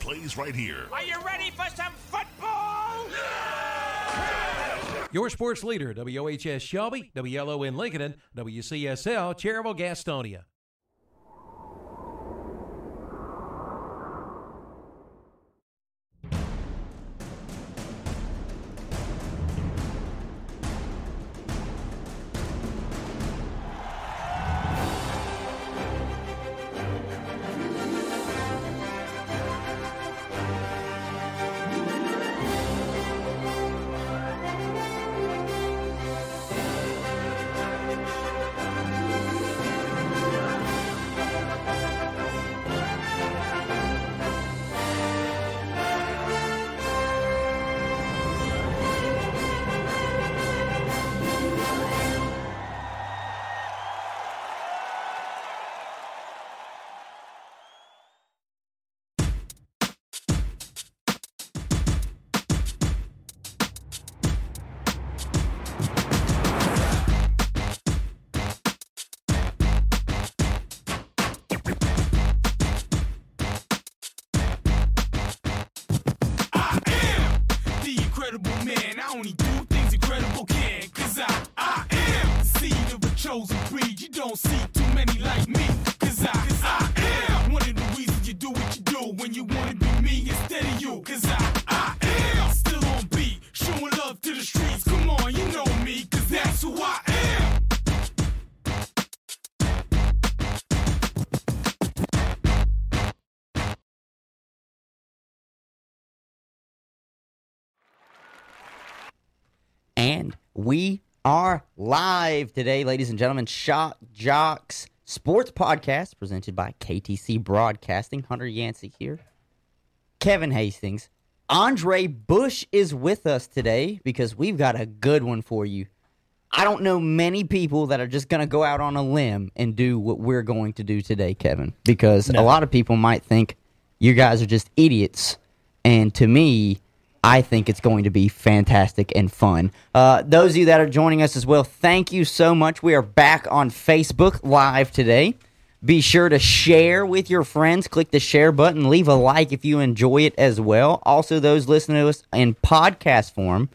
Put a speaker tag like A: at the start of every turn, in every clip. A: plays right here.
B: Are you ready for some football?
C: Your sports leader, WHS Shelby, WLO in Lincoln, WCSL Cherville Gastonia.
D: I am the incredible man. I only do things incredible can. Cause I, I am the seed of a chosen breed. You don't see too many like me. Cause I, cause I am one of the reasons you do what you do when you wanna be me instead of you. Cause I, I am still on beat, showing love to the streets. Come on, you know me, cause that's who I am.
E: And we are live today, ladies and gentlemen. Shock Jocks Sports Podcast presented by KTC Broadcasting. Hunter Yancey here. Kevin Hastings. Andre Bush is with us today because we've got a good one for you. I don't know many people that are just going to go out on a limb and do what we're going to do today, Kevin, because a lot of people might think you guys are just idiots. And to me, I think it's going to be fantastic and fun. Uh, those of you that are joining us as well, thank you so much. We are back on Facebook Live today. Be sure to share with your friends. Click the share button. Leave a like if you enjoy it as well. Also, those listening to us in podcast form,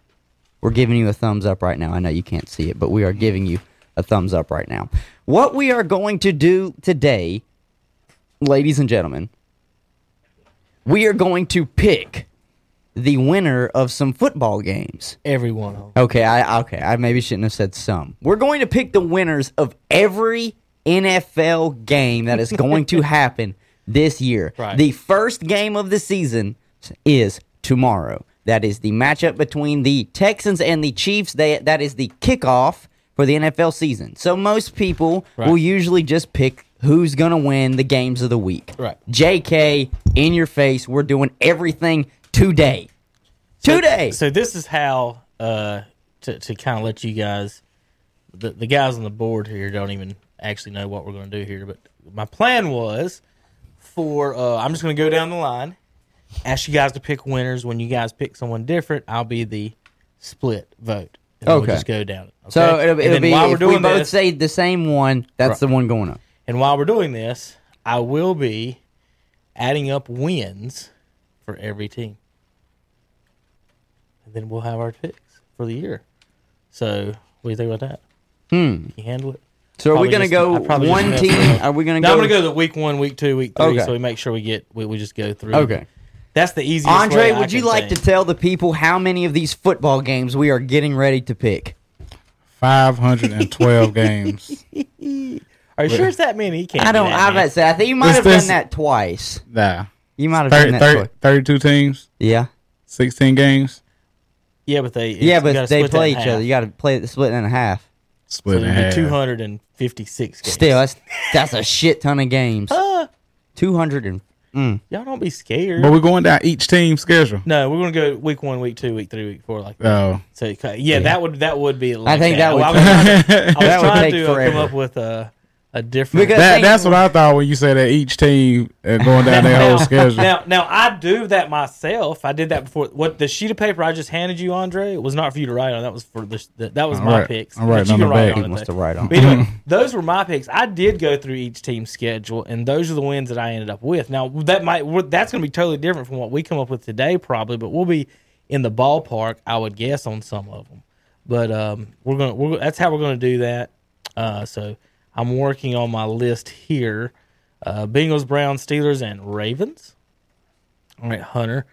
E: we're giving you a thumbs up right now. I know you can't see it, but we are giving you a thumbs up right now. What we are going to do today, ladies and gentlemen, we are going to pick the winner of some football games.
F: Every one of them.
E: Okay, I okay, I maybe shouldn't have said some. We're going to pick the winners of every NFL game that is going to happen this year.
F: Right.
E: The first game of the season is tomorrow. That is the matchup between the Texans and the Chiefs. They, that is the kickoff for the NFL season. So most people
F: Right.
E: will usually just pick who's going to win the games of the week.
F: Right.
E: JK, in your face, we're doing everything today. Today.
F: So this is how uh, to to kind of let you guys, the the guys on the board here don't even actually know what we're going to do here. But my plan was for uh, I'm just going to go down the line, ask you guys to pick winners. When you guys pick someone different, I'll be the split vote. And then we'll
E: Okay.
F: just go down. it, Okay?
E: So it'll,
F: And
E: it'll
F: then
E: be
F: while we're
E: if we
F: doing
E: both
F: this,
E: say the same one, that's the one going up.
F: and while we're doing this, I will be adding up wins for every team. And then we'll have our picks for the year. So, what do you think about that? Hmm. Can you handle it?
E: So are
F: Probably
E: we going to
F: just-
E: go
F: I probably just
E: one
F: messed
E: team?
F: up.
E: Are we going to
F: No,
E: go?
F: I'm going to go to week one, week two, week three.
E: Okay.
F: So, we make sure we get, we, we just go through.
E: Okay.
F: That's the easiest
E: Andre,
F: way I
E: would you
F: can
E: like
F: think.
E: to tell the people how many of these football games we are getting ready to pick?
G: 512 games.
F: Are you sure it's that many? He can't
E: I
F: be
E: don't.
F: that
E: I
F: many.
E: bet say I think you might
G: It's
E: have done
G: this-
E: that twice.
G: Nah.
E: You might have
G: Thir-
E: done that
G: thir-
E: twice.
G: 32 teams,
E: Yeah,
G: 16 games,
F: Yeah, but they.
E: yeah,
F: it's- you
E: but
F: gotta
E: they
F: split that
E: play
F: in
E: each other.
F: half.
E: You got to play it split in a half.
G: split
F: So
G: in
F: it'd be
G: half.
F: 256 games.
E: Still, that's that's a shit ton of games.
F: Uh,
E: Two hundred and
F: y'all don't be scared.
G: But we're going down each team schedule.
F: No, we're gonna go week one, week two, week three, week four, like that.
G: Oh,
F: So yeah, that would that would be. Like
E: Uh, think that would-
F: I was trying to, I was
E: that would
F: trying
E: take
F: to, uh,
E: forever.
F: come up with a a different.
E: Because-
G: That,
E: think-
G: that's what I thought when you said that each team uh, going down their whole schedule.
F: Now, now I do that myself. I did that before. What the sheet of paper I just handed you, Andre, was not for you to write on. That was for the, the that was
G: All
F: my
G: right.
F: picks.
G: All
F: that
G: right,
F: you
G: on
F: can
G: the
F: write
G: back.
F: on
E: He
F: it,
E: wants
F: though.
E: to write on.
F: But anyway, those were my picks. I did go through each team's schedule, and those are the wins that I ended up with. Now that might we're- that's going to be totally different from what we come up with today, probably, but we'll be in the ballpark, I would guess, on some of them. But um, we're gonna we're, that's how we're gonna do that. Uh, so I'm working on my list here: uh, Bengals, Browns, Steelers, and Ravens. All right, Hunter.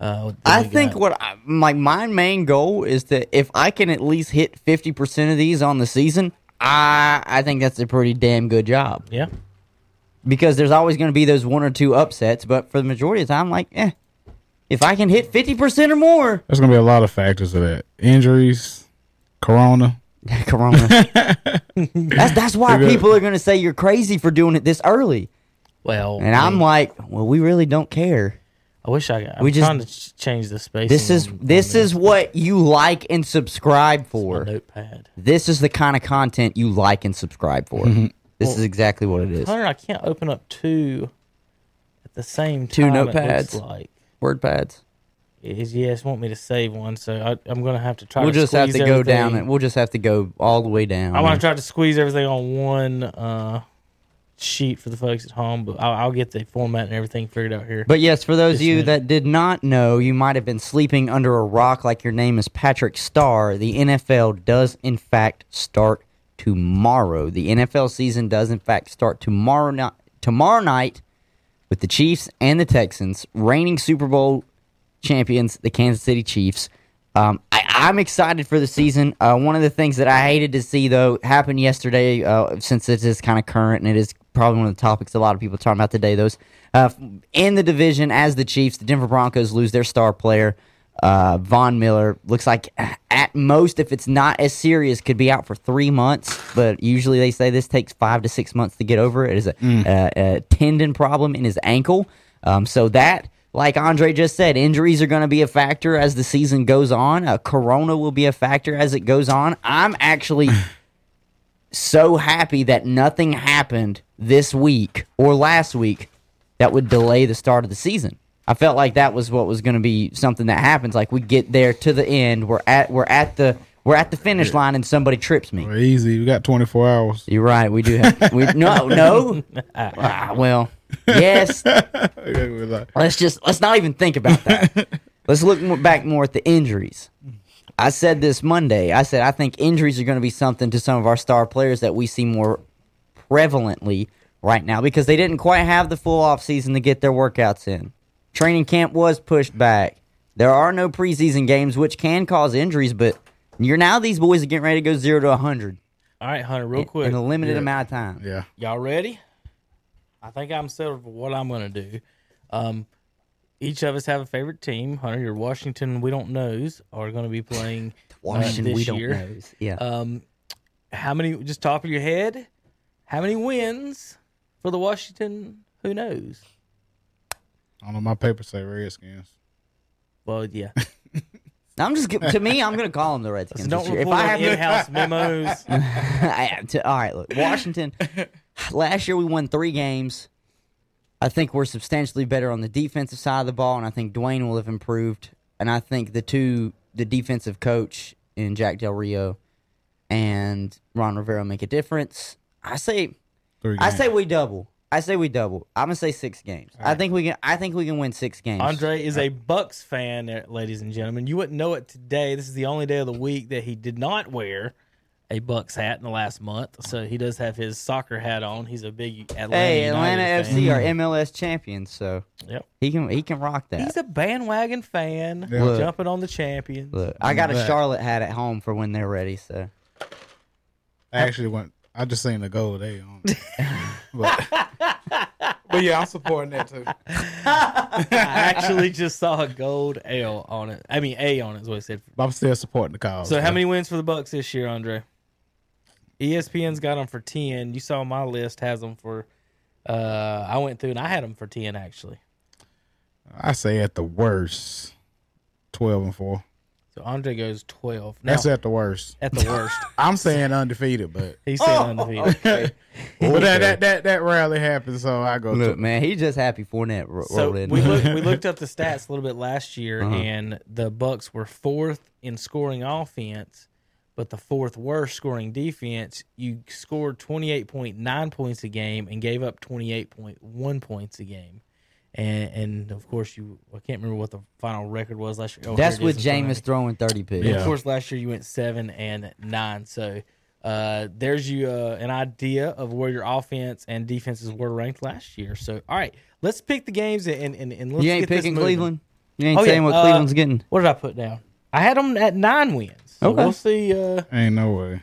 F: Uh, what do
E: I
F: we
E: think
F: got?
E: what I, my my main goal is that if I can at least hit fifty percent of these on the season, I I think that's a pretty damn good job
F: yeah.
E: because there's always going to be those one or two upsets, but for the majority of the time, like, eh, if I can hit fifty percent or more,
G: There's gonna be a lot of factors of that. Injuries, corona.
E: Corona. that's that's why
G: You're good.
E: people are going to say you're crazy for doing it this early,
F: Well,
E: and I'm like, well, we really don't care.
F: I wish I. I'm
E: we just-
F: trying to ch- change the space.
E: This is this is what you like and subscribe for.
F: notepad.
E: this is the kind of content you like and subscribe for.
F: Mm-hmm.
E: This is exactly what it is.
F: Hunter, I can't open up two at the same time.
E: Two
F: it looks
E: notepads.
F: like
E: Word pads.
F: it is, yes, want me to save one, so I, I'm going to have to try.
E: We'll
F: to
E: just have to
F: squeeze
E: go down
F: everything-
E: it. We'll just have to go all the way down.
F: I want to try to squeeze everything on one uh, sheet for the folks at home, but I'll, I'll get the format and everything figured out here.
E: But yes, for those of you
F: minute.
E: that did not know, you might have been sleeping under a rock like your name is Patrick Starr. The NFL does, in fact, start tomorrow. The NFL season does, in fact, start tomorrow night. Tomorrow night, with the Chiefs and the Texans, reigning Super Bowl champions, the Kansas City Chiefs. Um, I, I'm excited for the season. Uh, one of the things that I hated to see, though, happened yesterday, uh, since it is kind of current and it is probably one of the topics a lot of people are talking about today. Those uh, in the division, as the Chiefs, the Denver Broncos lose their star player, uh, Von Miller. Looks like at most, if it's not as serious, could be out for three months. But usually they say this takes five to six months to get over. It is a, uh, a tendon problem in his ankle. Um, so that like Andre just said, injuries are going to be a factor as the season goes on. Uh, corona will be a factor as it goes on. I'm actually so happy that nothing happened this week or last week that would delay the start of the season. I felt like that was what was going to be something that happens. Like we get there to the end, we're at we're at the we're at the finish line, and somebody trips me.
G: We're easy. We got 24 hours.
E: You're right. We do have we no no. Ah, well, yes,
G: We're like,
E: Let's just let's not even think about that. let's look more, back more at the injuries. I said this Monday. I said I think injuries are going to be something to some of our star players that we see more prevalently right now because they didn't quite have the full off season to get their workouts in. Training camp was pushed back. There are no preseason games, which can cause injuries, but you're now these boys are getting ready to go zero to hundred
F: All right, Hunter, real quick.
E: in a limited amount of time.
G: yeah.
F: Y'all ready? I think I'm settled for what I'm going to do. Um, each of us have a favorite team. Hunter, your Washington We Don't Knows are going to be playing uh,
E: Washington,
F: this
E: we don't
F: year.
E: know. Yeah,
F: Um, how many? Just top of your head, how many wins for the Washington? Who knows?
G: I don't know. My paper say Redskins.
F: Well, yeah.
E: I'm just g- to me, I'm going to call them the Redskins.
F: So don't
E: this year.
F: report
E: If I have to
F: in-house memos.
E: I- to- all right, look, Washington. last year we won three games. I think we're substantially better on the defensive side of the ball, and I think Dwayne will have improved. And I think the two, the defensive coach in Jack Del Rio and Ron Rivera, make a difference. I say,
G: Three
E: I
G: games.
E: say we double. I say we double. I'm gonna say six games. I think we can. I think we can win six games.
F: Andre is a Bucks fan, eh, ladies and gentlemen. You wouldn't know it today. This is the only day of the week that he did not wear a Bucks hat in the last month. So he does have his soccer hat on. He's a big Atlanta.
E: hey,
F: United
E: Atlanta
F: fan.
E: FC are MLS champions, so
F: Yep.
E: he can he can rock that.
F: He's a bandwagon fan,
G: Yeah. Look.
F: jumping on the champions.
E: Look, I got a
G: Look.
E: Charlotte hat at home for when they're ready. So
G: I actually went. I just seen the goal they on. but, but yeah, I'm supporting that too.
F: I actually just saw a gold L on it. I mean, A on it is what it said.
G: But I'm still supporting the cause.
F: So how
G: though.
F: many wins for the Bucks this year, Andre? E ESPN's got them for ten. You saw my list has them for. Uh, I went through and I had them for ten actually.
G: I say at the worst, 12 and four.
F: So Andre goes twelve. Now,
G: That's at the worst.
F: at the worst.
G: I'm saying undefeated, but
F: He's still
E: Oh,
F: undefeated.
G: but that, that that that rarely happens, so I go.
E: Look,
G: To,
E: man, he's just happy Fournette ro-
F: So
E: rolled in.
F: we looked, we looked up the stats a little bit last year,
E: Uh-huh.
F: and the Bucks were fourth in scoring offense, but the fourth worst scoring defense. You scored twenty eight point nine points a game and gave up twenty eight point one points a game, and and of course you I can't remember what the final record was last year. Oh,
E: That's
F: here it
E: with
F: is in front of
E: Jameis throwing 30 picks.
F: me. Of course, last year you went seven and nine, so. Uh, there's you uh, an idea of where your offense and defenses were ranked last year. So, all right, let's pick the games and and, and let's
E: You ain't
F: get this
E: picking
F: moving.
E: Cleveland? You ain't
F: Oh, yeah,
E: saying what
F: uh,
E: Cleveland's getting?
F: What did I put down? I had them at nine wins. So
E: Okay.
F: We'll see. Uh,
G: ain't no way.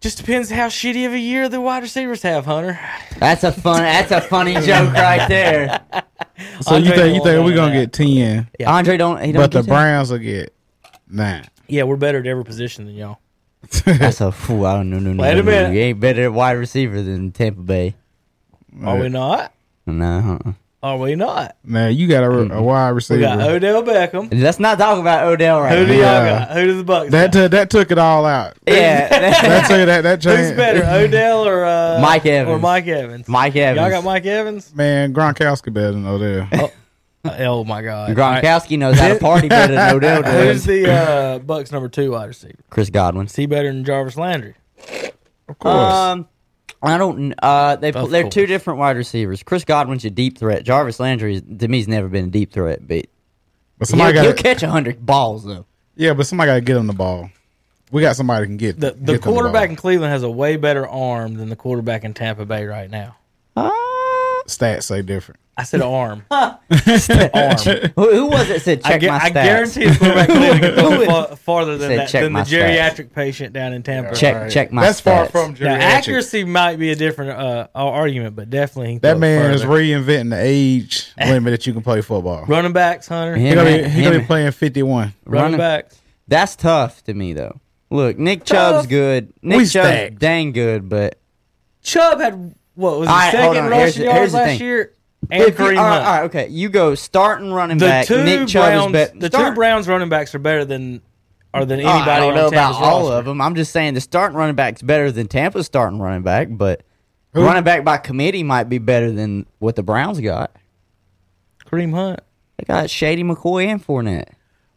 F: just depends how shitty of a year the wide receivers have, Hunter.
E: That's a fun. That's a funny joke right there.
G: So you
F: Andre
G: think you
F: will
G: think
F: win
G: we're gonna
F: that.
G: get ten,
F: Yeah.
E: Andre don't. He don't
G: but the
E: get that?
G: Browns will get nine.
F: Yeah, we're better at every position than y'all.
E: That's a fool. I don't know. No, no,
F: Wait a
E: no, no.
F: minute.
E: You ain't better at wide receiver than Tampa Bay.
F: Are we not?
E: No, uh-uh.
F: Are we not?
G: Man, you got a, a wide
F: We
G: receiver.
F: got Odell Beckham.
E: let's not talk about Odell right
F: Who do
E: now.
F: y'all
G: Yeah.
F: got? Who do the Bucks? got?
G: that took that took it all out.
E: Yeah,
G: That took that that
F: Who's
G: changed.
F: better, Odell or uh,
E: Mike
F: Or
E: Evans.
F: Mike Evans?
E: Mike Evans.
F: Y'all got Mike Evans?
G: Man, Gronkowski better than Odell.
F: Oh my God! All right.
E: Gronkowski knows how to party better than Odell does.
F: Who's the uh, Bucks number two wide receiver?
E: Chris Godwin.
F: Is he better than Jarvis Landry?
G: Of course.
E: Um, I don't. kn- Uh, they
F: Of
E: they're two
F: course.
E: different wide receivers. Chris Godwin's a deep threat. Jarvis Landry is- to me's never been a deep threat, but
G: but
E: he'll,
G: somebody
E: he'll
G: got
E: catch hundred balls though.
G: yeah, but somebody got to get him the ball. We got somebody that can get
F: The
G: get
F: the
G: them ball.
F: quarterback in Cleveland has a way better arm than the quarterback in Tampa Bay right now.
G: stats say different.
F: I said arm.
E: Who, who was it that said check
F: I, gu-
E: my stats?
F: I guarantee the quarterback Cleveland can
E: Who
F: throw
E: is-
F: far, farther than
E: Said
F: that
E: check
F: than the
E: my
F: geriatric patient down in Tampa.
E: Check
G: Right.
E: check my
G: That's
E: stats.
G: far from
F: Now,
G: geriatric.
F: accuracy might be a different uh, uh, argument, but definitely he can
G: That
F: throw
G: man is
F: further.
G: reinventing the age limit that you can play football.
F: running backs, Hunter.
E: Him
G: He gonna be,
E: and-
G: he gonna
E: him
G: be playing fifty one.
F: running,
E: running-
F: backs.
E: That's tough to me though. Look, Nick Chubb's good. Nick
G: We
E: Chubb's
G: stacked.
E: dang good, but
F: Chubb had what was
E: All
F: his
E: right, hold on.
F: second
E: Here's the-
F: rushing
E: here's
F: yards
E: the
F: last
E: thing.
F: year, and
E: If you-
F: Kareem
E: all, right,
F: Hunt.
E: all right, okay. You go starting running
F: The
E: back.
F: two
E: Nick Chubb
F: Browns,
E: is better.
F: the two Browns running backs are better than are than anybody.
E: I don't
F: on
E: know about
F: Tampa's
E: all
F: roster.
E: of them. I'm just saying the starting running back's better than Tampa's starting running back, but running back by committee might be better than what the Browns got.
F: Kareem Hunt.
E: They got Shady McCoy and Fournette.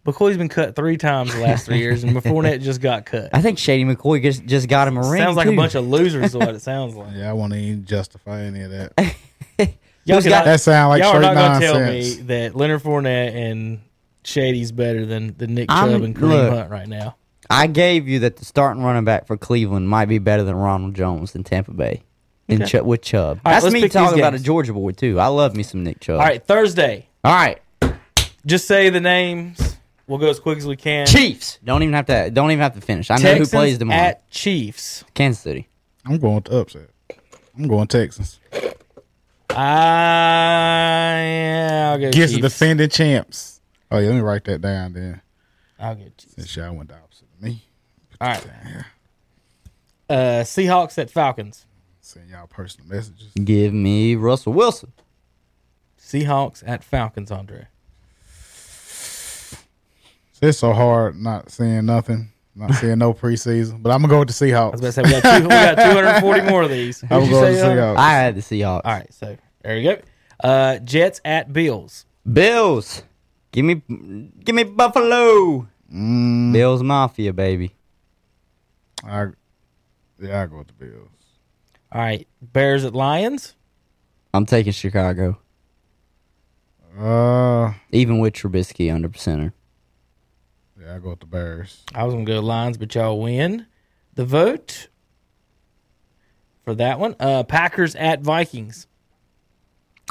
F: McCoy's been cut three times the last three years, and before that just got cut.
E: I think Shady McCoy just, just got him a ring.
F: Sounds like
E: too.
F: a bunch of losers, is what it sounds like.
G: Yeah, I want to even justify any of that.
F: Y'all
E: Who's
F: can-
E: got-
G: That sound like
F: y'all are
G: straight
F: not gonna tell me
G: nonsense.
F: that Leonard Fournette and Shady's better than the Nick
E: I'm-
F: Chubb and Kareem
E: look.
F: Hunt right now.
E: I gave you that the starting running back for Cleveland might be better than Ronald Jones in Tampa Bay. In Chu with Chubb.
F: right,
E: That's
F: let's
E: me
F: pick these
E: talking about a
F: games.
E: Georgia boy too. I love me some Nick Chubb.
F: All right, Thursday.
E: All right.
F: Just say the names. We'll go as quick as we can.
E: Chiefs. Don't even have to don't even have to finish. I know who
F: Texans
E: plays tomorrow.
F: at Chiefs.
E: Kansas City.
G: I'm going with the upset. I'm going Texans.
F: I, will go
G: Gets the
F: Chiefs.
G: defending champs. Oh yeah, let me write that down then.
F: I'll go Chiefs.
G: Since y'all went the opposite of me.
F: All right. Uh, Seahawks at Falcons.
G: Send y'all personal messages.
E: Give me Russell Wilson.
F: Seahawks at Falcons, Andre.
G: It's so hard not saying nothing, not saying no preseason. But I'm gonna go with the
F: I was
G: Seahawks.
F: about to say, we got, two, we got 240 more of these.
G: I'm
F: Who'd you
G: going with
F: say,
G: the
F: uh,
G: Seahawks.
E: I had the Seahawks.
F: All right, so there you go. Uh, Jets at Bills.
E: Bills. Give me give me Buffalo. Bills Mafia, baby.
G: I, yeah, I go with the Bills.
F: All right, Bears at Lions.
E: I'm taking Chicago.
G: Uh,
E: Even with Trubisky under center.
G: yeah, I go with the Bears.
F: I was gonna go Lions, but y'all win the vote for that one. Uh, Packers at Vikings.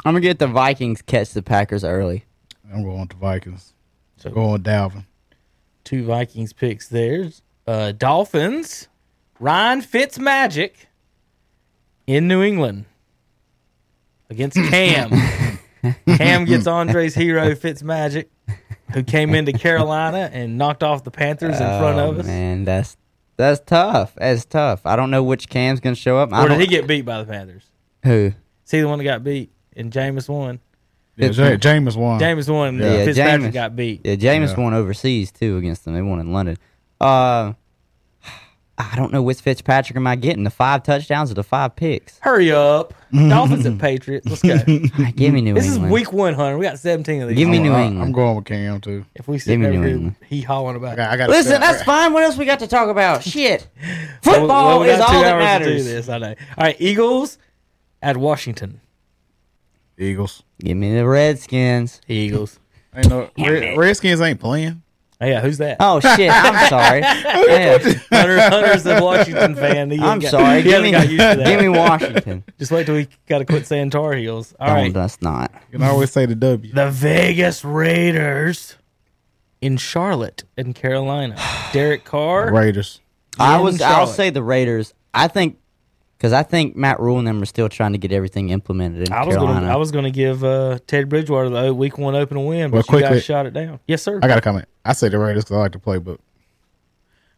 E: I'm gonna get the Vikings catch the Packers early.
G: I'm going with the Vikings.
F: So-
G: going with Dalvin.
F: Two Vikings picks there. Uh, Dolphins. Ryan Fitzmagic in New England against Cam. Cam gets Andre's hero Fitzmagic, who came into Carolina and knocked off the Panthers in front of us.
E: Oh, Man, that's that's tough. That's tough. I don't know which Cam's gonna show up. I
F: Or
E: don't,
F: did he get beat by the Panthers?
E: who?
F: See the one that got beat and Jameis won.
G: Yeah, Ja- Jameis won.
F: James won.
E: Oh. Yeah,
F: Yeah, Fitzpatrick
E: Jameis.
F: got beat.
E: Yeah, Jameis
G: Yeah.
E: won overseas too against them. They won in London. Uh, I don't know which Fitzpatrick am I getting? The five touchdowns or the five picks?
F: Hurry up, Dolphins and Patriots. Let's go.
E: Ah, Give me New
F: this is
E: England.
F: week one hundred. We got seventeen of these.
E: Give me
G: I'm,
E: New
G: I-
E: England.
G: I'm going with Cam too.
F: if we
E: give
F: sit
E: me
F: over
E: New
F: here,
E: England.
F: he hauling about.
G: I got, I got
E: Listen, that's fine. What else we got to talk about? Shit,
F: Well,
E: football
F: well, we got
E: is
F: two
E: all that
F: hours to do
E: matters.
F: this, I know. All right, Eagles at Washington.
G: Eagles.
E: Give me the Redskins.
F: Eagles.
G: Ain't no, Red, Redskins ain't playing.
F: Oh, yeah, who's that?
E: Oh shit, I'm sorry. Yeah.
F: Hunter, Hunter's a Washington fan. He ain't
E: I'm
F: got-
E: sorry.
F: He
E: Give
F: hasn't
E: me,
F: got used to that.
E: give me Washington.
F: Just wait till we got to quit saying Tar Heels. All
E: No,
F: right,
E: that's not.
G: You can always say the W.
F: the Vegas Raiders in Charlotte in Carolina. Derek Carr.
G: Raiders.
E: I
F: in
E: was. I'll
F: Charlotte.
E: say the Raiders. I think because I think Matt Rule and them are still trying to get everything implemented in
F: I was
E: Carolina.
F: gonna, I was gonna give uh, Ted Bridgewater the o- week one open win, but
G: Well,
F: you
G: quickly-
F: guys shot it down. Yes, sir.
G: I got a comment. I say the Raiders because I like the playbook.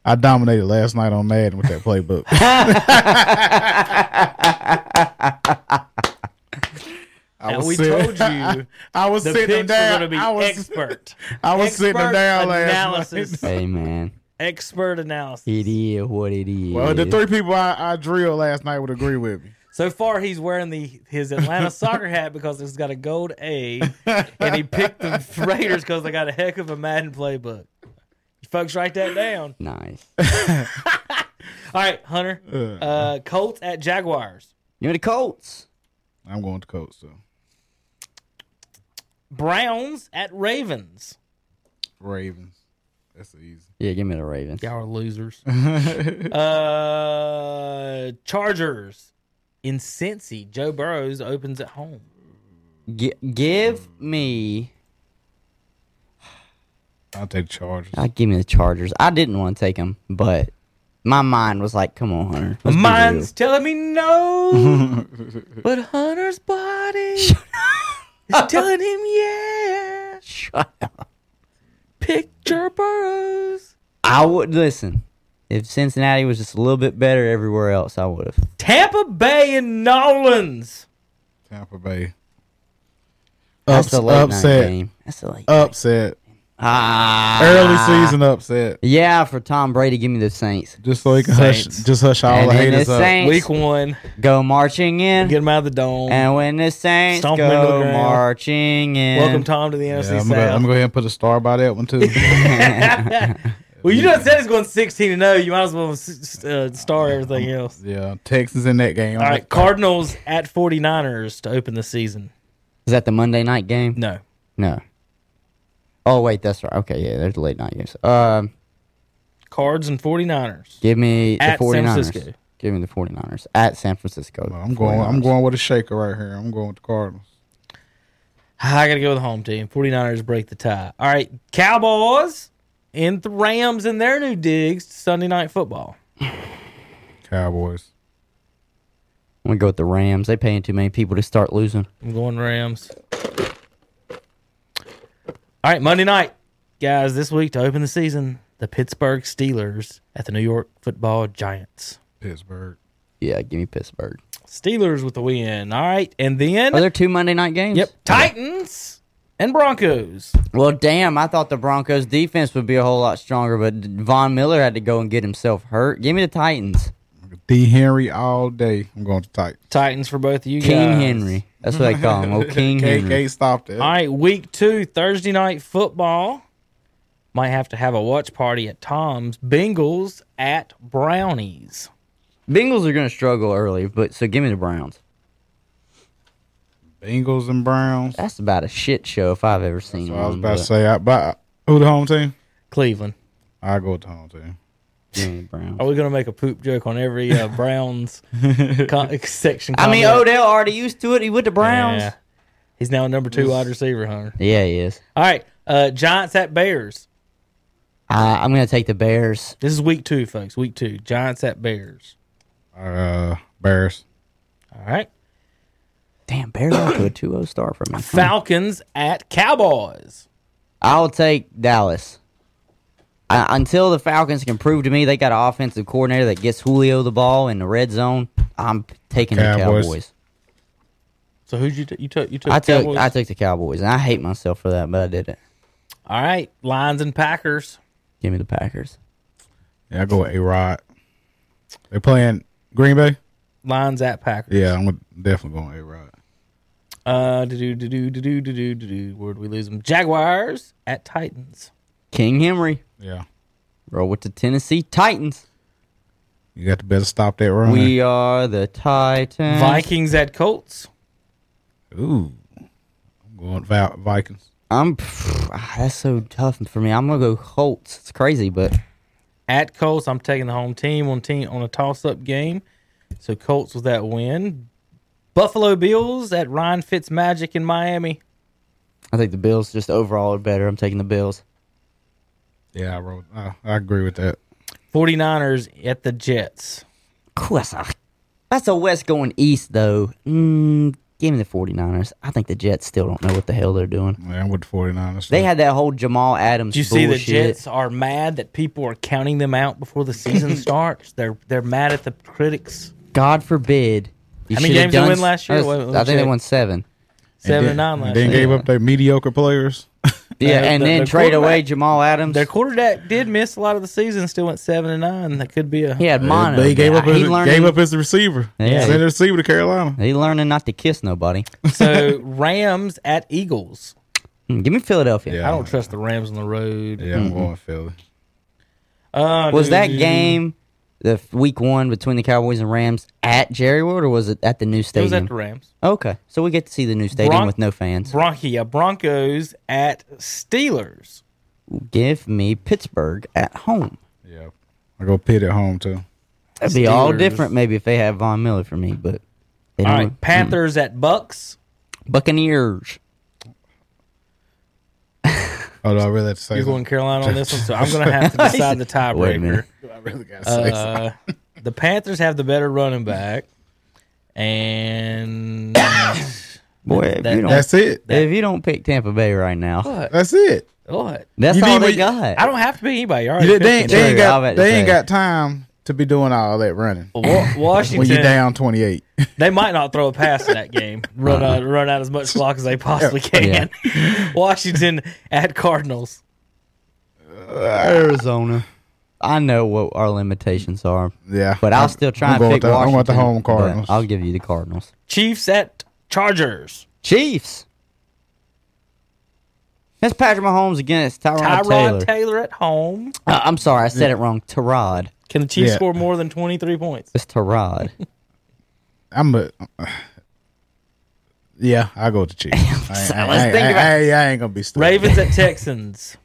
G: I dominated last night on Madden with that playbook. I
F: Now,
G: was
F: we
G: sitting-
F: told you
G: I was
F: the
G: sitting
F: picks were
G: down.
F: gonna be
G: I was,
F: expert.
G: I was sitting
F: expert
G: down last night.
F: analysis.
E: hey man,
F: expert analysis.
E: it is what it is.
G: Well, the three people I, I drilled last night would agree with me.
F: So far, he's wearing the his Atlanta soccer hat because it's got a gold A, and he picked the Raiders because they got a heck of a Madden playbook. You folks, write that down.
E: nice.
F: All right, Hunter. Uh, Colts at Jaguars.
E: You know the Colts.
G: I'm going to Colts. So
F: Browns at Ravens.
G: Ravens. That's easy.
E: Yeah, give me the Ravens.
F: Y'all are losers. uh, Chargers in Cincy. Joe Burrows opens at home.
E: Gi- give me.
G: I'll take Chargers.
E: Uh, give me the Chargers. I didn't want to take them, but my mind was like, "Come on, Hunter." let's be
F: Mine's telling me no, but Hunter's body is telling him yeah.
E: real." Shut up.
F: Picture Burrows.
E: I would listen. If Cincinnati was just a little bit better everywhere else, I would have.
F: Tampa Bay and Nolans.
G: Tampa Bay.
E: That's
G: Ups-
E: a late night
G: upset.
E: game. That's a
F: Uh,
E: late.
G: Upset.
E: ah,
G: Early season upset.
E: Yeah, for Tom Brady, give me the Saints.
G: Just so he can
F: Saints.
G: hush. Just hush all
E: and
G: the
E: when the
G: haters up.
E: Saints
F: uh, Week one.
E: go marching in,
F: Get him out of the dome.
E: and when the Saints
F: Stomp 'em into the
E: go
F: ground.
E: marching in,
F: Welcome, Tom, to the NFC
G: Yeah, I'm,
F: South.
G: gonna, I'm gonna go ahead and put a star by that one too.
F: well, you done said it's going 16 and 0. You might as well s- uh, star everything else.
G: yeah, Texas in that game.
F: All right, Cardinals at 49ers to open the season.
E: Is that the Monday night game?
F: No.
E: No. Oh wait, that's right. Okay, yeah, there's the late night games. Um,
F: Cards and 49ers.
E: give me the
F: At San
E: 49ers.
F: Francisco.
E: Give me the 49ers at San Francisco.
G: Well, I'm going. I'm
E: 49ers.
G: going with a shaker right here. I'm going with the Cardinals.
F: I got to go with the home team. 49ers break the tie. All right, Cowboys and the Rams and their new digs Sunday night football.
G: Cowboys.
E: I'm gonna go with the Rams. They paying too many people to start losing.
F: I'm going Rams. All right, Monday night, guys, this week to open the season, the Pittsburgh Steelers at the New York Football Giants.
G: Pittsburgh.
E: Yeah, give me Pittsburgh.
F: Steelers with the win. All right, and then
E: Are there two Monday night games?
F: yep, Titans and Broncos.
E: Well, damn, I thought the Broncos defense would be a whole lot stronger, but Von Miller had to go and get himself hurt. Give me the Titans.
G: D Henry all day. I'm going to tight.
F: Titans for both of you
E: King
F: guys.
E: Henry. That's what they call him. Oh, King
G: Can't,
E: Henry.
G: can't stop that.
F: All right, week two, Thursday night football. Might have to have a watch party at Tom's. Bengals at Brownies.
E: Bengals are going to struggle early, but so give me the Browns.
G: Bengals and Browns.
E: That's about a shit show if I've ever seen
G: So
E: one.
G: I was about to
E: but
G: say. I, but who the home team?
F: Cleveland.
G: I go with the home team.
E: give me the Browns.
F: Are we gonna make a poop joke on every uh, Browns con- section?
E: I mean,
F: comment?
E: Odell already used to it. He with the Browns.
F: Oh, Yeah. He's now a number two wide receiver, Hunter.
E: Yeah, he is.
F: All right, uh, Giants at Bears.
E: I, Uh, I'm going to take the Bears.
F: This is week two, folks. Week two, Giants at Bears.
G: Uh, Bears.
F: All right,
E: Damn, Bears off to a 2 0 star for me.
F: Falcons at Cowboys.
E: I'll take Dallas. I, until the Falcons can prove to me they got an offensive coordinator that gets Julio the ball in the red zone, I'm taking
G: Cowboys.
E: the Cowboys.
F: So who'd you t- you took? You took.
E: I took
F: Cowboys?
E: I took the Cowboys, and I hate myself for that, but I did it.
F: All right, Lions and Packers.
E: Give me the Packers.
G: Yeah, I go with A Rod. They playing Green Bay.
F: Lions at Packers.
G: Yeah, I'm definitely going A Rod.
F: Uh, do do do do do do do do. Where'd we lose them? Jaguars at Titans.
E: King Henry,
G: Yeah,
E: roll with the Tennessee Titans.
G: you got to better stop that run.
E: We are the Titans.
F: Vikings at Colts.
G: Ooh, I'm going Vi- Vikings.
E: I'm pff, ah, that's so tough for me. I'm gonna go Colts. It's crazy, but
F: At Colts, I'm taking the home team on team on a toss up game. So Colts with that win. Buffalo Bills at Ryan Fitzmagic in Miami.
E: I think the Bills just overall are better. I'm taking the Bills.
G: Yeah, I wrote. I, I agree with that.
F: 49ers at the Jets.
E: Cool, that's a, that's a West going East though. Mm, give me the 49ers. I think the Jets still don't know what the hell they're doing.
G: Yeah, I'm with the 49ers.
E: They had that whole Jamal Adams.
F: Do you see the
E: bullshit.
F: Jets are mad that people are counting them out before the season starts? They're they're mad at the critics.
E: God forbid. You
F: How many
E: should've
F: games they
E: done
F: win
E: s-
F: last year?
E: I, was-
F: Let me
E: I think they
F: check.
E: won seven.
F: Seven and
G: then,
F: nine last
G: then
F: year.
G: gave up their mediocre players.
E: Yeah,
F: Uh,
E: and
F: the-
E: then
F: the
E: trade away
F: quarterback-
E: Jamal Adams.
F: Their quarterback did miss a lot of the season, still went seven and nine. That could be a
E: he had mono.
G: they gave up.
E: He
G: His,
E: learning,
G: gave up his receiver.
E: Yeah.
G: Sent their receiver to Carolina.
E: He learning not to kiss nobody.
F: so Rams at Eagles.
E: Hmm, Give me Philadelphia.
G: Yeah,
F: I don't trust the Rams on the road.
G: Yeah, I'm going Philly.
F: Uh,
E: Was that
F: dude,
E: game the f- week one between the Cowboys and Rams at Jerry World or was it at the new
F: It
E: stadium?
F: was at the Rams.
E: okay, so we get to see the new stadium
F: Bron-
E: with no fans.
F: Bronchia Broncos at Steelers.
E: Give me Pittsburgh at home.
G: Yeah, I go Pitt at home too.
E: That'd be all
F: Steelers.
E: different maybe if they had Von Miller for me, but they
F: All
E: don't.
F: right, Panthers at Bucks.
E: Buccaneers.
G: Oh, do I really have to say?
F: You're going
G: something?
F: Carolina on this one, so I'm going to have to decide the
E: Wait a minute.
F: tiebreaker.
G: I really gotta say something.
F: Uh, the Panthers have the better running back, and
E: Boy, if
F: That-
E: you don't
G: That's it.
E: if you don't pick Tampa Bay right now,
F: what?
G: That's it.
F: What?
E: that's
G: You
E: all
G: need
E: they
G: what you-
E: got.
F: I don't have to be anybody. You already
G: They,
F: picked
G: they ain't-
F: them.
G: they ain't
E: True, I was
G: got.
E: about to
G: They ain't
E: say.
G: got time to be doing all that running
F: Wa-
G: when you're
F: Washington.
G: down 28.
F: They might not throw a pass in that game. Run out, run out as much clock as they possibly can. Washington at Cardinals.
E: Arizona. I know what our limitations are.
G: Yeah,
E: But I'll
G: I'm-
E: still try
G: I'm
E: and
G: going
E: pick
G: with the-
E: Washington.
G: I'm going with the home
E: but
G: Cardinals.
E: I'll give you the Cardinals.
F: Chiefs at Chargers.
E: Chiefs. That's Patrick Mahomes against Tyrod, Taylor.
F: Tyrod Taylor. at home.
E: Uh, I'm sorry, I said it wrong. Tyrod.
F: Can the Chiefs
G: Yeah.
F: score more than 23 points?
E: It's Tyrod.
G: I'm a. Yeah, I go with the Chiefs. I, ain't- I,
E: let's
G: ain't-
E: think
G: I,
E: about-
G: I- I ain't gonna be stupid.
F: Ravens at Texans.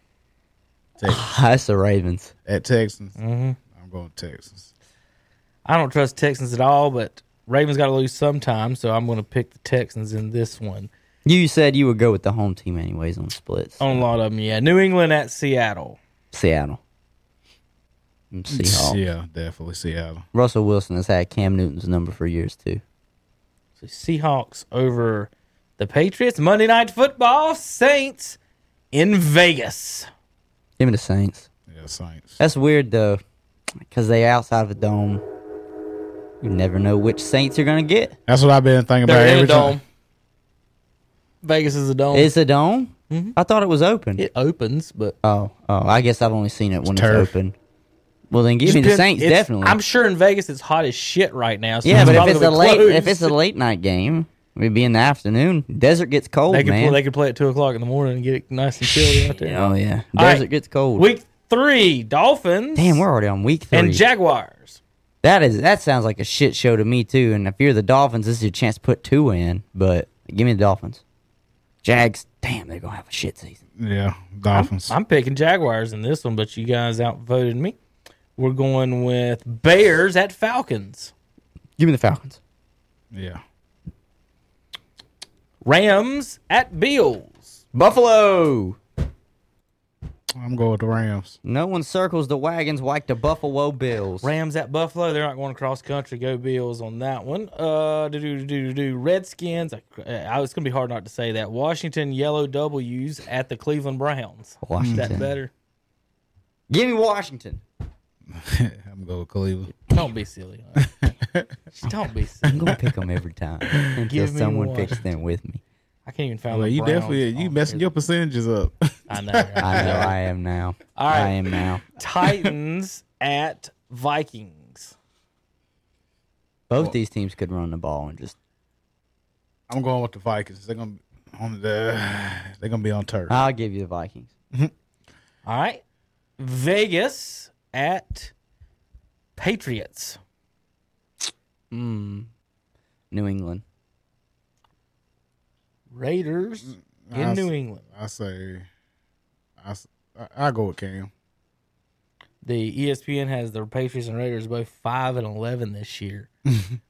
E: That's the Ravens.
G: at Texans.
F: Mm-hmm.
G: I'm going Texans.
F: I don't trust Texans at all, but Ravens got to lose sometime, so I'm going to pick the Texans in this one.
E: You said you would go with the home team anyways on splits.
F: On a lot of them, yeah. New England at Seattle.
E: Seattle. And Seahawks.
G: Yeah, definitely Seattle.
E: Russell Wilson has had Cam Newton's number for years too.
F: So Seahawks over the Patriots. Monday Night Football. Saints in Vegas.
E: Give me the Saints.
G: Yeah, Saints.
E: That's weird though, because they outside of a dome. You never know which Saints you're gonna get.
G: That's what I've been thinking
F: They're
G: about
F: in a
G: every
F: dome.
G: time.
F: Vegas is a dome.
E: Is a dome? I thought it was open.
F: Oh. Mm-hmm. it opens, but
E: Oh, oh, I guess I've only seen it when
G: turf.
E: it's open. Well, then give me the
F: Depends-
E: Saints
F: it's-
E: definitely.
F: I'm sure in Vegas it's hot as shit right now. So
E: yeah, but if
F: probably
E: it's a
F: gonna be
E: late
F: closed.
E: if it's a late night game, it'd be in the afternoon. Desert gets cold,
F: they could
E: man.
F: play, they could play at two o'clock in the morning and get it nice and chilly out there.
E: oh yeah,
F: All
E: desert
F: right.
E: gets cold.
F: Week three, Dolphins.
E: Damn, we're already on week three.
F: and Jaguars.
E: that is that sounds like a shit show to me too. And if you're the Dolphins, this is your chance to put two in. But give me the Dolphins. Jags, damn, they're gonna have a shit season.
G: Yeah, Dolphins.
F: I'm picking Jaguars in this one, but you guys outvoted me. We're going with Bears at Falcons,
E: Give me the Falcons.
G: yeah,
F: Rams at Bills.
E: Buffalo.
G: I'm going with the Rams.
E: No one circles the wagons like the Buffalo Bills.
F: Rams at Buffalo. They're not going cross country. Go Bills on that one. Uh, do do do do. Redskins. I, I it's gonna be hard not to say that. Washington yellow W's at the Cleveland Browns. Is
E: Washington.
F: that better?
E: Give me Washington.
G: I'm going with Cleveland.
F: Don't be silly. All right. Don't be. Silly.
E: I'm gonna pick them every time until
F: Give me
E: someone
F: one.
E: picks them with me.
F: I can't even find.
G: Well,
F: the
G: you
F: Browns
G: definitely you
F: on
G: messing
F: here.
G: your percentages up.
F: I know. right?
E: I know I am now.
F: All right.
E: I am now.
F: Titans at Vikings.
E: Both these teams could run the ball and just
G: I'm going with the Vikings. They're gonna be on the they're gonna be on turf.
E: I'll give you the Vikings.
F: All right. Vegas at Patriots.
E: New England.
F: Raiders in
G: Mm, I
F: New
G: s-
F: England.
G: I say, I s- I- I go with Cam.
F: The E ESPN has the Patriots and Raiders both 5 and 11 this year.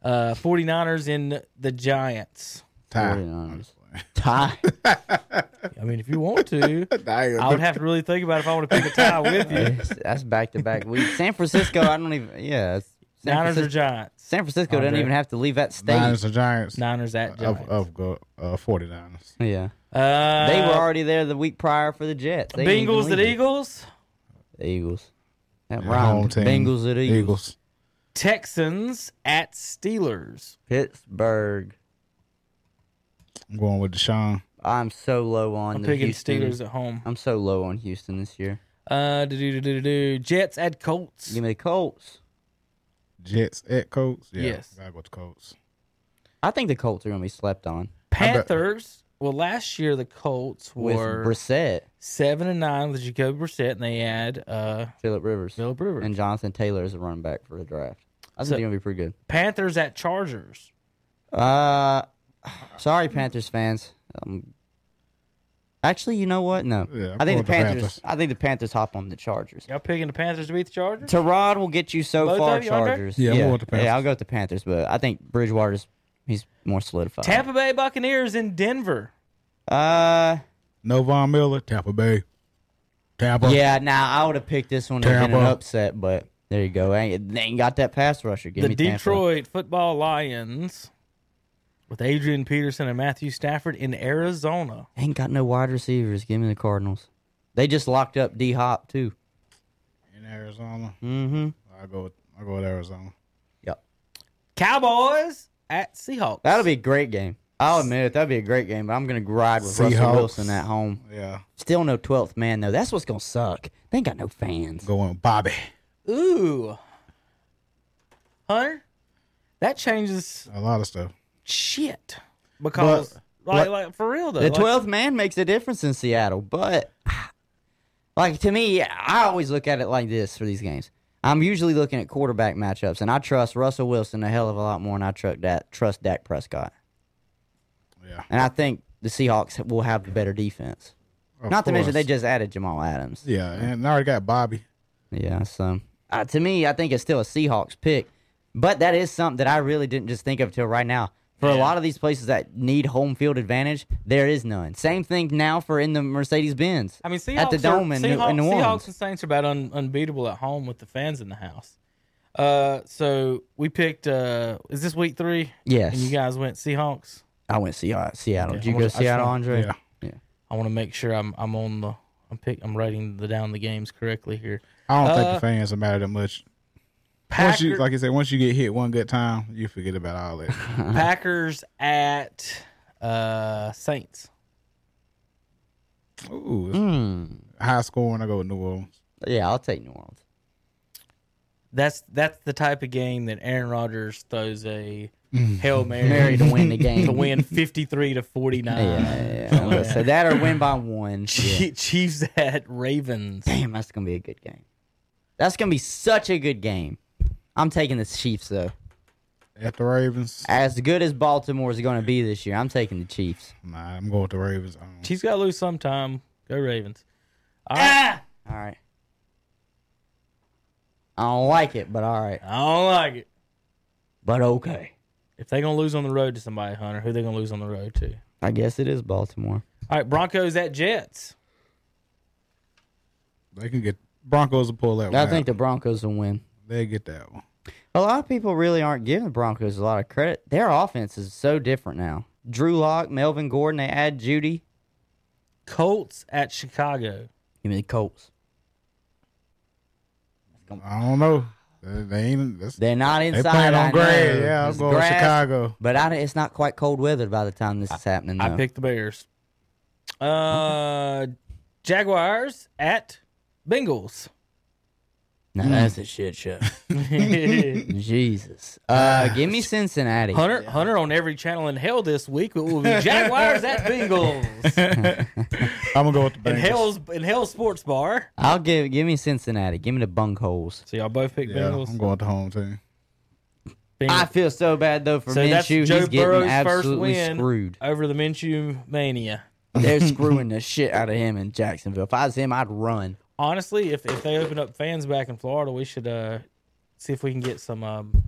F: uh, 49ers in the Giants.
G: Ty.
E: 49ers.
G: I'm just playing.
E: Tie.
F: I mean, if you want to,
G: I ain't
F: I
G: gonna
F: would have to really think about if I want to pick a tie with you.
E: That's- That's back to back week. San Francisco. I don't even. Yeah. it's- San
F: Niners or
E: Francisco,
F: Giants?
E: San Francisco doesn't
F: Andre.
E: even have to leave that state.
G: Niners and Giants.
F: Niners at
G: Of
F: Giants.
G: of go uh, 49ers.
E: Yeah.
F: Uh,
E: Oh, They were already there the week prior for the Jets. They didn't even
F: Bengals at
E: leave.
F: Eagles.
E: The Eagles. That
G: Your
E: rhymed.
G: home team,
E: Bengals at Eagles.
G: Eagles.
F: Texans at Steelers.
E: Pittsburgh.
G: I'm going with Deshaun.
E: I'm so low on
F: I'm
E: the
F: picking
E: Houston.
F: Steelers at home.
E: I'm so low on Houston this year.
F: Uh, do do do do do. Jets at Colts.
E: Give me the Colts.
G: Jets at Colts. Yeah,
F: Yes.
G: I gotta go with the Colts.
E: I think the Colts are going to be slept on
F: Panthers. Well, last year the Colts
E: with
F: were
E: Brissett,
F: seven and nine with Jacoby Brissett, and they add uh
E: Philip Rivers,
F: Philip Rivers.
E: and Jonathan Taylor as a running back for the draft. I think
F: So-
E: they're going to be pretty good.
F: Panthers at Chargers.
E: Uh, sorry, Panthers fans. Um, actually, you know what? No, I
G: Yeah, I'm going
E: think
G: with
E: the
G: the
E: Panthers,
G: Panthers.
E: I think the Panthers hop on the Chargers.
F: Y'all picking the Panthers to beat the Chargers?
E: Tarod will get you so
F: Both of
E: far,
F: you, Andre?
E: Chargers.
G: Yeah, I'm
E: yeah.
G: going with
E: Yeah,
G: the
E: I'll
G: Panthers.
E: go with the Panthers, but I think Bridgewater's he's more solidified.
F: Tampa Bay Buccaneers in Denver.
E: Uh,
G: No Von Miller. Tampa Bay. Tampa.
E: yeah. Now I would have picked this one and been an
G: Tampa.
E: upset, but there you go. Ain't, they ain't got that pass rusher. Give
F: The
E: me Tampa.
F: Detroit Football Lions with Adrian Peterson and Matthew Stafford in Arizona.
E: Ain't got no wide receivers. Give me the Cardinals. They just locked up D Hop too.
G: In Arizona,
E: Mm-hmm.
G: I go. With, I go with Arizona.
E: Yep.
F: Cowboys at Seahawks.
E: That'll be a great game. I'll admit it. That'll be a great game. But I'm gonna ride with Russell
G: Seahawks.
E: Wilson at home.
G: Yeah,
E: Still no 12th man though. That's what's gonna suck. They ain't got no fans.
G: going with Bobby.
F: Ooh. Hunter, that changes
G: A lot of stuff.
F: shit. Because, like,
E: but-
F: like, for real though.
E: The
F: like,
E: 12th man makes a difference in Seattle, but like to me, I always look at it like this for these games. I'm usually looking at quarterback matchups, and I trust Russell Wilson a hell of a lot more than I trust that trust Dak Prescott.
G: Yeah.
E: And I think the Seahawks will have the better defense.
G: Of
E: Not to mention
G: course.
E: they just added Jamal Adams.
G: Yeah, and I already got Bobby.
E: Yeah, so uh, to me, I think it's still a Seahawks pick, but that is something that I really didn't just think of till right now. For a lot of these places that need home field advantage, there is none. Same thing now for in the Mercedes Benz.
F: I mean, Seahawks
E: at the dome
F: are,
E: in,
F: Seahawks,
E: in New
F: Seahawks
E: Orleans.
F: and Saints are about un, unbeatable at home with the fans in the house. Uh, so we picked. Uh, is this week three?
E: Yes.
F: And you guys went Seahawks.
E: I went Seattle. Seattle. Did
F: Yeah,
E: you
F: I
E: go
F: was- I
E: Seattle,
F: saw-
E: Andre?
G: Yeah.
F: I want to make sure I'm I'm on the I'm pick I'm writing the down the games correctly here.
G: I don't think
F: Uh,
G: the fans will matter that much. Once you,
F: Packer,
G: like you said, once you get hit one good time, you forget about all that.
E: Uh-huh.
F: Packers at uh, Saints.
G: Ooh, it's
F: Hmm.
G: high scoring. I go with New Orleans.
E: Yeah, I'll take New Orleans.
F: That's that's the type of game that Aaron Rodgers throws a hail mary,
E: Mm. Mary to win the game.
F: to win fifty three to forty nine.
E: Yeah, yeah, yeah. so that or win by one. Yeah.
F: Chiefs at Ravens.
E: Damn, that's gonna be a good game. That's gonna be such a good game. I'm taking the Chiefs though.
G: At the Ravens,
E: As good as Baltimore's gonna be this year, I'm taking the Chiefs.
G: nah, I'm going with the Ravens. Um,
F: Chiefs got to lose sometime. Go Ravens. All right.
E: Ah! All right. I don't like it, but all right.
F: I don't like it.
E: But okay.
F: If they're gonna lose on the road to somebody, Hunter, who they gonna lose on the road to?
E: I guess it is Baltimore.
F: All right, Broncos at Jets.
G: they can get Broncos to pull that.
E: I
G: one
E: think
G: out.
E: the Broncos will win.
G: they get that one.
E: A lot of people really aren't giving the Broncos a lot of credit. Their offense is so different now. Drew Lock, Melvin Gordon, they add Judy.
F: Colts at Chicago.
E: Give me the Colts.
G: I don't know. They they ain't. That's,
E: They're not
G: they
E: inside.
G: playing
E: I
G: on
E: know.
G: gray. Yeah, I'm
E: It's
G: going
E: grass,
G: Chicago.
E: But I, it's not quite cold weather by the time this is happening. Though.
F: I picked the Bears. Uh, Jaguars at Bengals.
E: Now
F: Mm.
E: that's a shit show.
F: Hunter,
E: Jesus. Uh, give me Cincinnati.
F: Hunter on every channel in hell this week. It will be Jaguars at Bengals
G: I'm gonna go with the
F: in
G: Bengals.
F: hell's in hell sports bar.
E: I'll give give me Cincinnati. Give me the bunkholes.
F: So y'all both pick
G: yeah,
F: Bengals.
G: I'm going with the home team.
E: I feel so bad though for
F: so that's
E: Minshew.
F: Joe
E: He's getting
F: Burrow's first
E: absolutely
F: win
E: screwed.
F: over the Minshew mania.
E: They're screwing the shit out of him in Jacksonville. If I was him, I'd run.
F: Honestly, if, if they open up fans back in Florida, we should uh, see if we can get some um,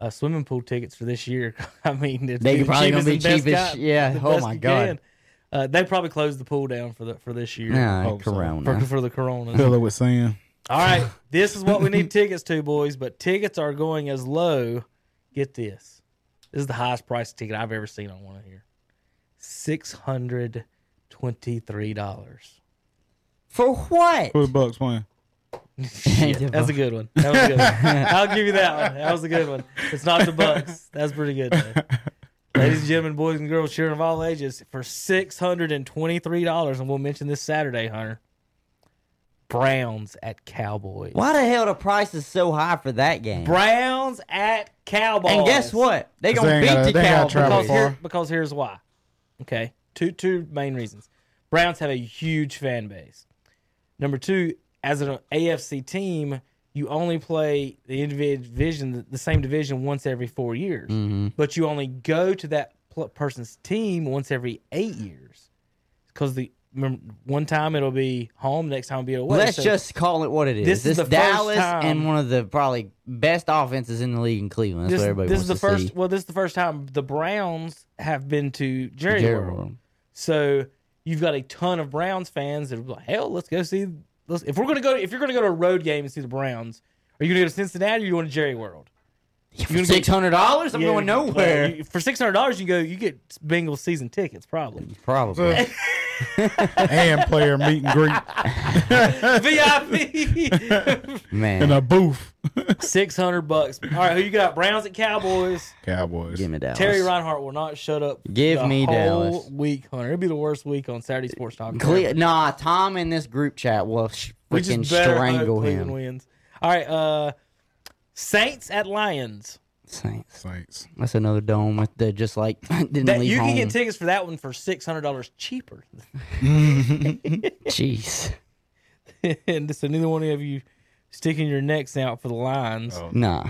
F: uh, swimming pool tickets for this year. I mean, it's
E: They
F: the
E: probably gonna
F: cheapest
E: be
F: and best
E: cheap as
F: guy-
E: sh- yeah.
F: the
E: Oh
F: best
E: my
F: you
E: God.
F: can. Uh, they probably closed the pool down for the for this year
E: Nah,
G: hope so.
F: for,
E: Corona.
F: for the Corona.
G: Fill it with sand.
F: All right, this is what we need tickets to, boys. But tickets are going as low. Get this, this is the highest price ticket I've ever seen on one of here. Six hundred twenty-three dollars.
E: For what?
G: Who the Bucks playing?
F: Shit, that's a good one. That was a good one. I'll give you that one. That was a good one. It's not the Bucks. That's pretty good. Though. Ladies and gentlemen, boys and girls, children of all ages, for six hundred and twenty-three dollars, and we'll mention this Saturday, Hunter. Browns at Cowboys.
E: Why the hell the price is so high for that game?
F: Browns at Cowboys.
E: And guess what? They
G: They
E: gonna
G: ain't
E: beat
G: gotta-
E: the
G: they ain't gotta travel
E: Cowboys.
F: Because, here-
G: far.
F: because here's why. Okay, two two main reasons. Browns have a huge fan base. Number two, as an AFC team, you only play the individual division, the same division, once every four years.
E: Mm-hmm.
F: But you only go to that pl- person's team once every eight years. Because the remember, one time it'll be home, next time it'll be away.
E: Let's
F: So-
E: just call it what it is.
F: This is
E: This
F: the
E: is
F: first
E: Dallas
F: time-
E: and one of the probably best offenses in the league in Cleveland. That's
F: this,
E: what everybody
F: this
E: wants
F: is the
E: to
F: first.
E: see.
F: Well, this is the first time the Browns have been to Jerry,
E: Jerry
F: World.
E: World.
F: So you've got a ton of Browns fans that are like, hell, let's go see. Let's, if we're gonna go, if you're gonna go to a road game and see the Browns, are you gonna go to Cincinnati or you going to Jerry World?
E: For
F: gonna get-
E: six hundred dollars, I'm
F: Yeah,
E: going
F: well,
E: nowhere.
F: you- for six hundred dollars, you go, you get Bengals season tickets probably.
E: probably.
G: and player meet and greet
F: VIP,
G: in
E: Man,
G: a booth.
F: six hundred bucks. All right, who you got? Browns at Cowboys.
G: Cowboys.
E: give me Dallas.
F: Terry Reinhart will not shut up.
E: Give
F: the
E: me
F: whole
E: Dallas.
F: week, Hunter. It'll be the worst wecle on Saturday Sports Talk.
E: Cle- nah, Tom in this group chat will sh-
F: We just
E: freaking
F: better hope
E: strangle
F: Cleveland
E: him.
F: Wins. All right, uh, Saints at Lions.
E: Saints.
G: Saints.
E: That's another dome with the just like didn't
F: That
E: leave
F: you
E: home.
F: can get tickets for that one for six hundred dollars cheaper.
E: Jeez.
F: and so neither one of you sticking your necks out for the Lions.
E: Nah.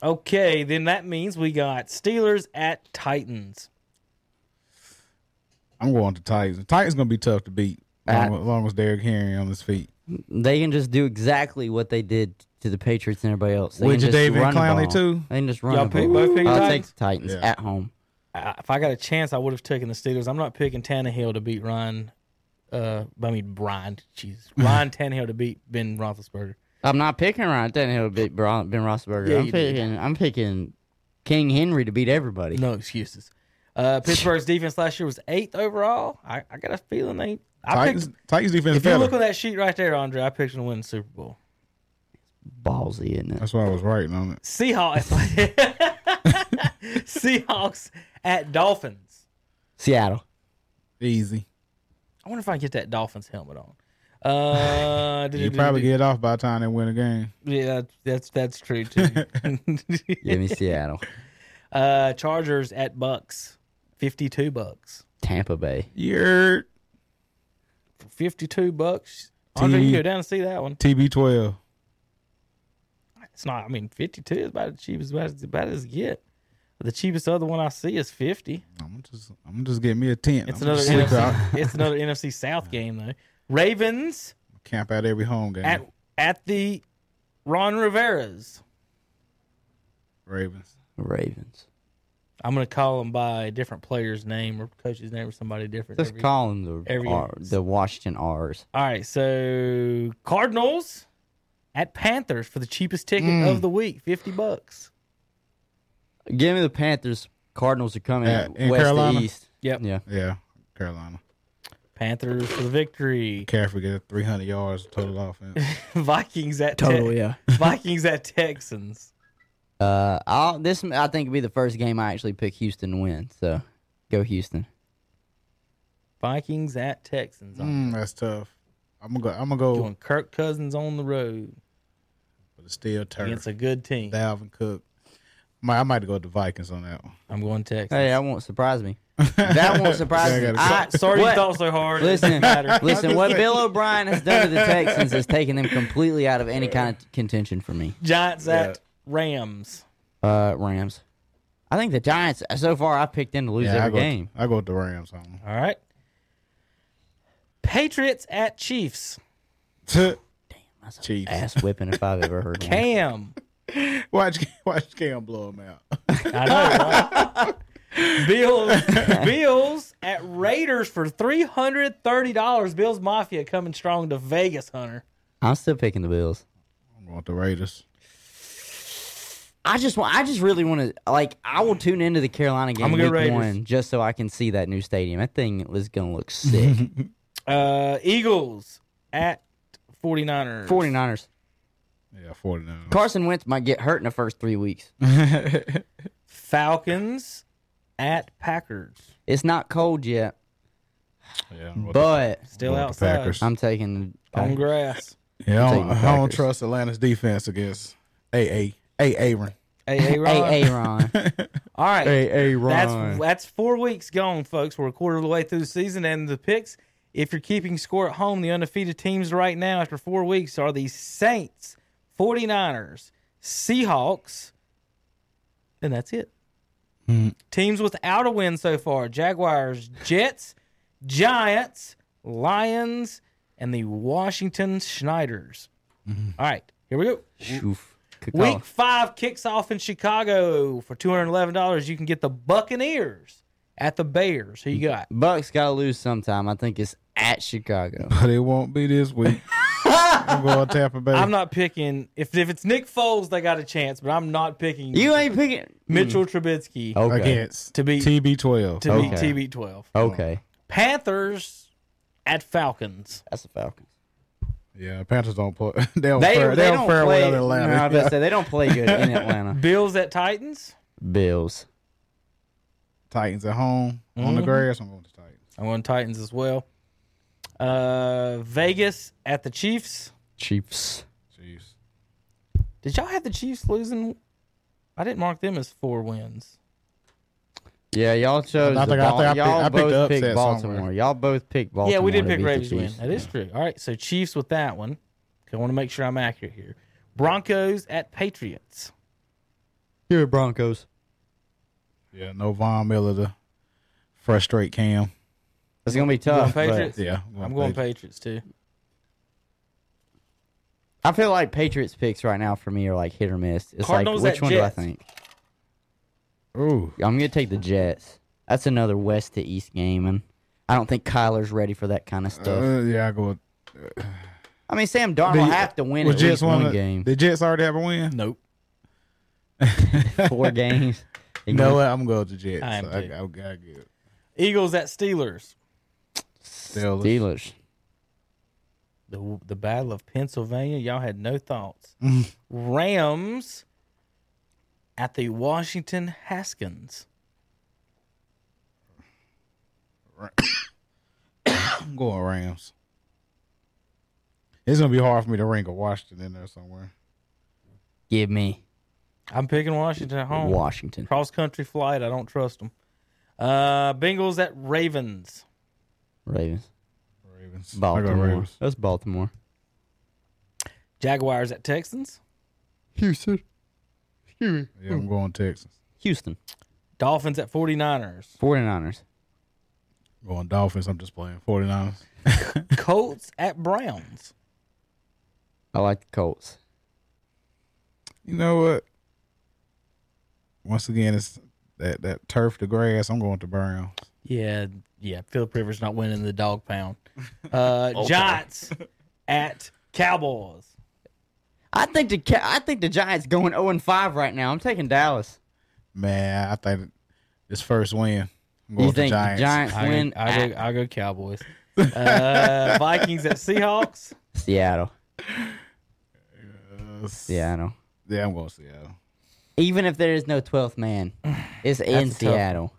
F: Oh. Okay, then that means we got Steelers at Titans.
G: I'm going to Titans. Titans gonna be tough to beat.
E: Uh,
G: long- as long as Derrick Henry on his feet.
E: They can just do exactly what they did to the Patriots and everybody else. They
G: With
E: can just
G: Jadavion
E: run the
G: Clowney,
E: ball.
G: too?
E: They can just run
F: Y'all
E: the
F: pick-
E: ball.
F: both picking
E: I'll
F: Titans?
E: take the Titans
G: Yeah.
E: at home.
F: I, if I got a chance, I would have taken the Steelers. I'm not picking Tannehill to beat Ryan. Uh, I mean Brian. Jesus, Ryan Tannehill to beat Ben Roethlisberger.
E: I'm not picking Ryan Tannehill to beat Bro- Ben Roethlisberger.
F: Yeah,
E: I'm
F: you did.
E: picking. I'm picking King Henry to beat everybody.
F: No excuses. Uh, Pittsburgh's defense last year was eighth overall. I, I got a feeling they. I
G: Titans.
F: picked,
G: Titans defense
F: if you
G: better.
F: look on that sheet right there, Andre, I picked them to win the Super Bowl.
E: Ballsy, isn't it?
G: That's why I was writing on it.
F: Seahawks. Seahawks at Dolphins.
E: Seattle.
G: Easy.
F: I wonder if I can get that Dolphins helmet on. Uh,
G: You probably get off by the time they win a game.
F: Yeah, that's that's true too.
E: Give me Seattle.
F: uh, Chargers at Bucks. Fifty-two bucks.
E: Tampa Bay.
G: You're
F: For Fifty-two bucks. Andre, you
G: T-
F: go down and see that one.
G: TB12.
F: It's not. I mean, fifty-two is about the cheapest. About as, about as it get. The cheapest other one I see is fifty.
G: I'm just, I'm just getting me a tent.
F: It's
G: I'm
F: another
G: just sleep out,
F: NFC, it's another NFC South game though. Ravens
G: camp out every home game.
F: at at the Ron Rivera's.
G: Ravens.
E: Ravens.
F: I'm gonna call him by a different player's name or coach's name or somebody different.
E: Just
F: every-
E: call them the
F: every-
E: R, the Washington R's.
F: All right, so Cardinals at Panthers for the cheapest ticket
E: Mm.
F: of the week, fifty bucks.
E: Give me the Panthers. Cardinals are coming
G: Yeah,
E: out
G: in
E: west to
G: Carolina.
E: east.
F: Yep.
E: Yeah.
G: Yeah, Carolina.
F: Panthers for the victory.
G: Caffrey get 300 yards total offense.
F: Vikings at Te-
A: Total, yeah.
F: Vikings at Texans.
E: Uh, I'll, this I think would be the first game I actually pick Houston to win. So, go Houston.
F: Vikings at Texans. I'm
G: Mm, that's tough. I'm gonna go. I'm gonna go
F: going Kirk Cousins on the road
G: for the steel turf.
F: against a good team.
G: Dalvin Cook. Might- I might go with the Vikings on that one.
F: I'm going Texans.
E: Hey, that won't surprise me. That won't surprise
G: Yeah, I
E: me.
G: gotta
E: I,
F: Sorry
E: what-
F: you thought so hard. It doesn't
E: Listen,
F: matter.
E: listen. What Bill O'Brien has done to the Texans has taken them completely out of any kind of contention for me.
F: Giants at Rams.
E: Uh, Rams. I think the Giants. So far, I picked them to lose
G: I
E: every
G: go.
E: game.
G: I go with the Rams on.
F: All right. Patriots at Chiefs.
G: Damn,
E: that's
G: Chiefs.
E: Ass whipping if I've ever heard one.
F: Cam.
G: Watch, watch Cam blow him out.
F: I know. Right? Bills, Bills at Raiders for three hundred thirty dollars. Bills Mafia coming strong to Vegas, Hunter.
E: I'm still picking the Bills.
G: I'm going with the Raiders.
E: I just want. I just really want to. Like, I will tune into the Carolina game
F: I'm gonna
E: week
F: go Raiders.
E: one just so I can see that new stadium. That thing is gonna look sick.
F: Uh, Eagles at 49ers.
E: 49ers.
G: Yeah, 49.
E: Carson Wentz might get hurt in the first three weeks.
F: Falcons at Packers.
E: It's not cold yet,
G: Yeah, I'm with the-
E: but
F: Still
G: I'm with the
F: outside.
G: Packers.
E: I'm taking.
F: On grass.
G: yeah, I
E: taking
G: don't,
E: the
G: I don't
E: Packers.
G: trust Atlanta's defense against AA. A. Aaron.
F: Hey, Ron.
E: Hey, Aaron.
F: All right.
G: A.
F: That's that's four weeks gone, folks. We're a quarter of the way through the season, and the picks. If you're keeping score at home, the undefeated teams right now after four weeks are the Saints, 49ers, Seahawks, and that's it. Teams without a win so far: Jaguars, Jets, Giants, Lions, and the Washington Schneiders. All right, here we go.
E: Oof. Good call.
F: Week five kicks off in Chicago for two hundred eleven dollars. You can get the Buccaneers at the Bears. Who you got?
E: Bucks gotta lose sometime. I think it's at Chicago.
G: but it won't be this week. I'm going Tampa Bay.
F: I'm not picking. If if it's Nick Foles, they got a chance, but I'm not picking
E: You ain't picking.
F: Mitchell Trubisky
E: Okay.
G: against
F: To be-
G: TB12.
F: to
E: Okay.
F: beat TB twelve.
E: Okay.
F: Panthers at Falcons.
E: That's the Falcons.
G: yeah, Panthers don't play. They don't,
E: They,
G: fare, they,
E: they
G: don't,
E: don't
G: fare
E: play.
G: well in Atlanta.
E: No, I was about
G: Yeah.
E: to say, they don't play good in Atlanta.
F: Bills at Titans.
E: Bills.
G: Titans at home on the grass. I'm going to Titans.
F: I'm on Titans as well. Uh, Vegas at the Chiefs.
E: Chiefs.
G: Jeez.
F: Did y'all have the Chiefs losing? I didn't mark them as four wins.
E: Yeah, y'all chose.
G: I
E: the
G: think- I
E: Bal-
G: think I
E: y'all
G: picked- I picked the
E: both
G: upset
E: picked Baltimore.
G: somewhere.
E: Y'all both picked Baltimore.
F: Yeah, we did
E: to
F: pick
E: beat the
F: Raiders win.
E: Chiefs.
F: That is true. All right, so Chiefs with that one. 'Kay, I want to make sure I'm accurate here. Broncos at Patriots.
E: You're Broncos.
G: Yeah, no Von Miller to frustrate Cam.
E: It's gonna be
F: Going
E: tough. but
F: Patriots.
G: Yeah,
F: I'm going Patriots too.
E: I feel like Patriots picks right now for me are like hit or miss. It's
F: Cardinals
E: like
F: at
E: which one
F: Jets.
E: do I think?
G: Ooh,
E: I'm gonna take the Jets. That's another West to East game, and I don't think Kyler's ready for that kind of stuff.
G: uh, yeah, I go. With,
E: I mean, Sam Darnold have to win
G: was
E: at
G: Jets
E: least one
G: of the-
E: game,
G: The Jets already have a win.
F: Nope.
E: four games.
G: You know what? I'm going to the Jets.
F: I am
G: I, I,
F: too.
G: I, I get it.
F: Eagles at Steelers.
G: Steelers.
E: Steelers.
F: The the Battle of Pennsylvania. Y'all had no thoughts. Rams at the Washington Haskins.
G: I'm going Rams. It's gonna be hard for me to rank a Washington in there somewhere.
E: Give me
F: I'm picking Washington at home.
E: Washington.
F: Cross country flight. I don't trust them. Uh, Bengals at Ravens.
E: Ravens.
G: Ravens. I go
E: Baltimore.
G: Ravens.
E: That's Baltimore.
F: Jaguars at Texans.
E: Houston.
G: Yeah, I'm going Texas.
E: Houston.
F: Dolphins at 49ers.
E: 49ers.
G: I'm going Dolphins. I'm just playing 49ers.
F: Colts at Browns.
E: I like the Colts.
G: You know what? Once again, it's that that turf, the grass. I'm going to Browns.
F: Yeah, yeah. Philip Rivers not winning the dog pound. Uh, Giants at Cowboys.
E: I think the Ca- I think the Giants going 0 and 5 right now. I'm taking Dallas.
G: Man, I think this first win. I'm going
E: You
G: with the
E: think the Giants,
F: I
E: win?
F: go, I go, I go Cowboys. Uh, Vikings at Seahawks.
E: Seattle.
G: Uh, s-
E: Seattle.
G: Yeah, I'm going to Seattle.
E: Even if there is no 12th man, it's in
F: a tough one.
E: Seattle.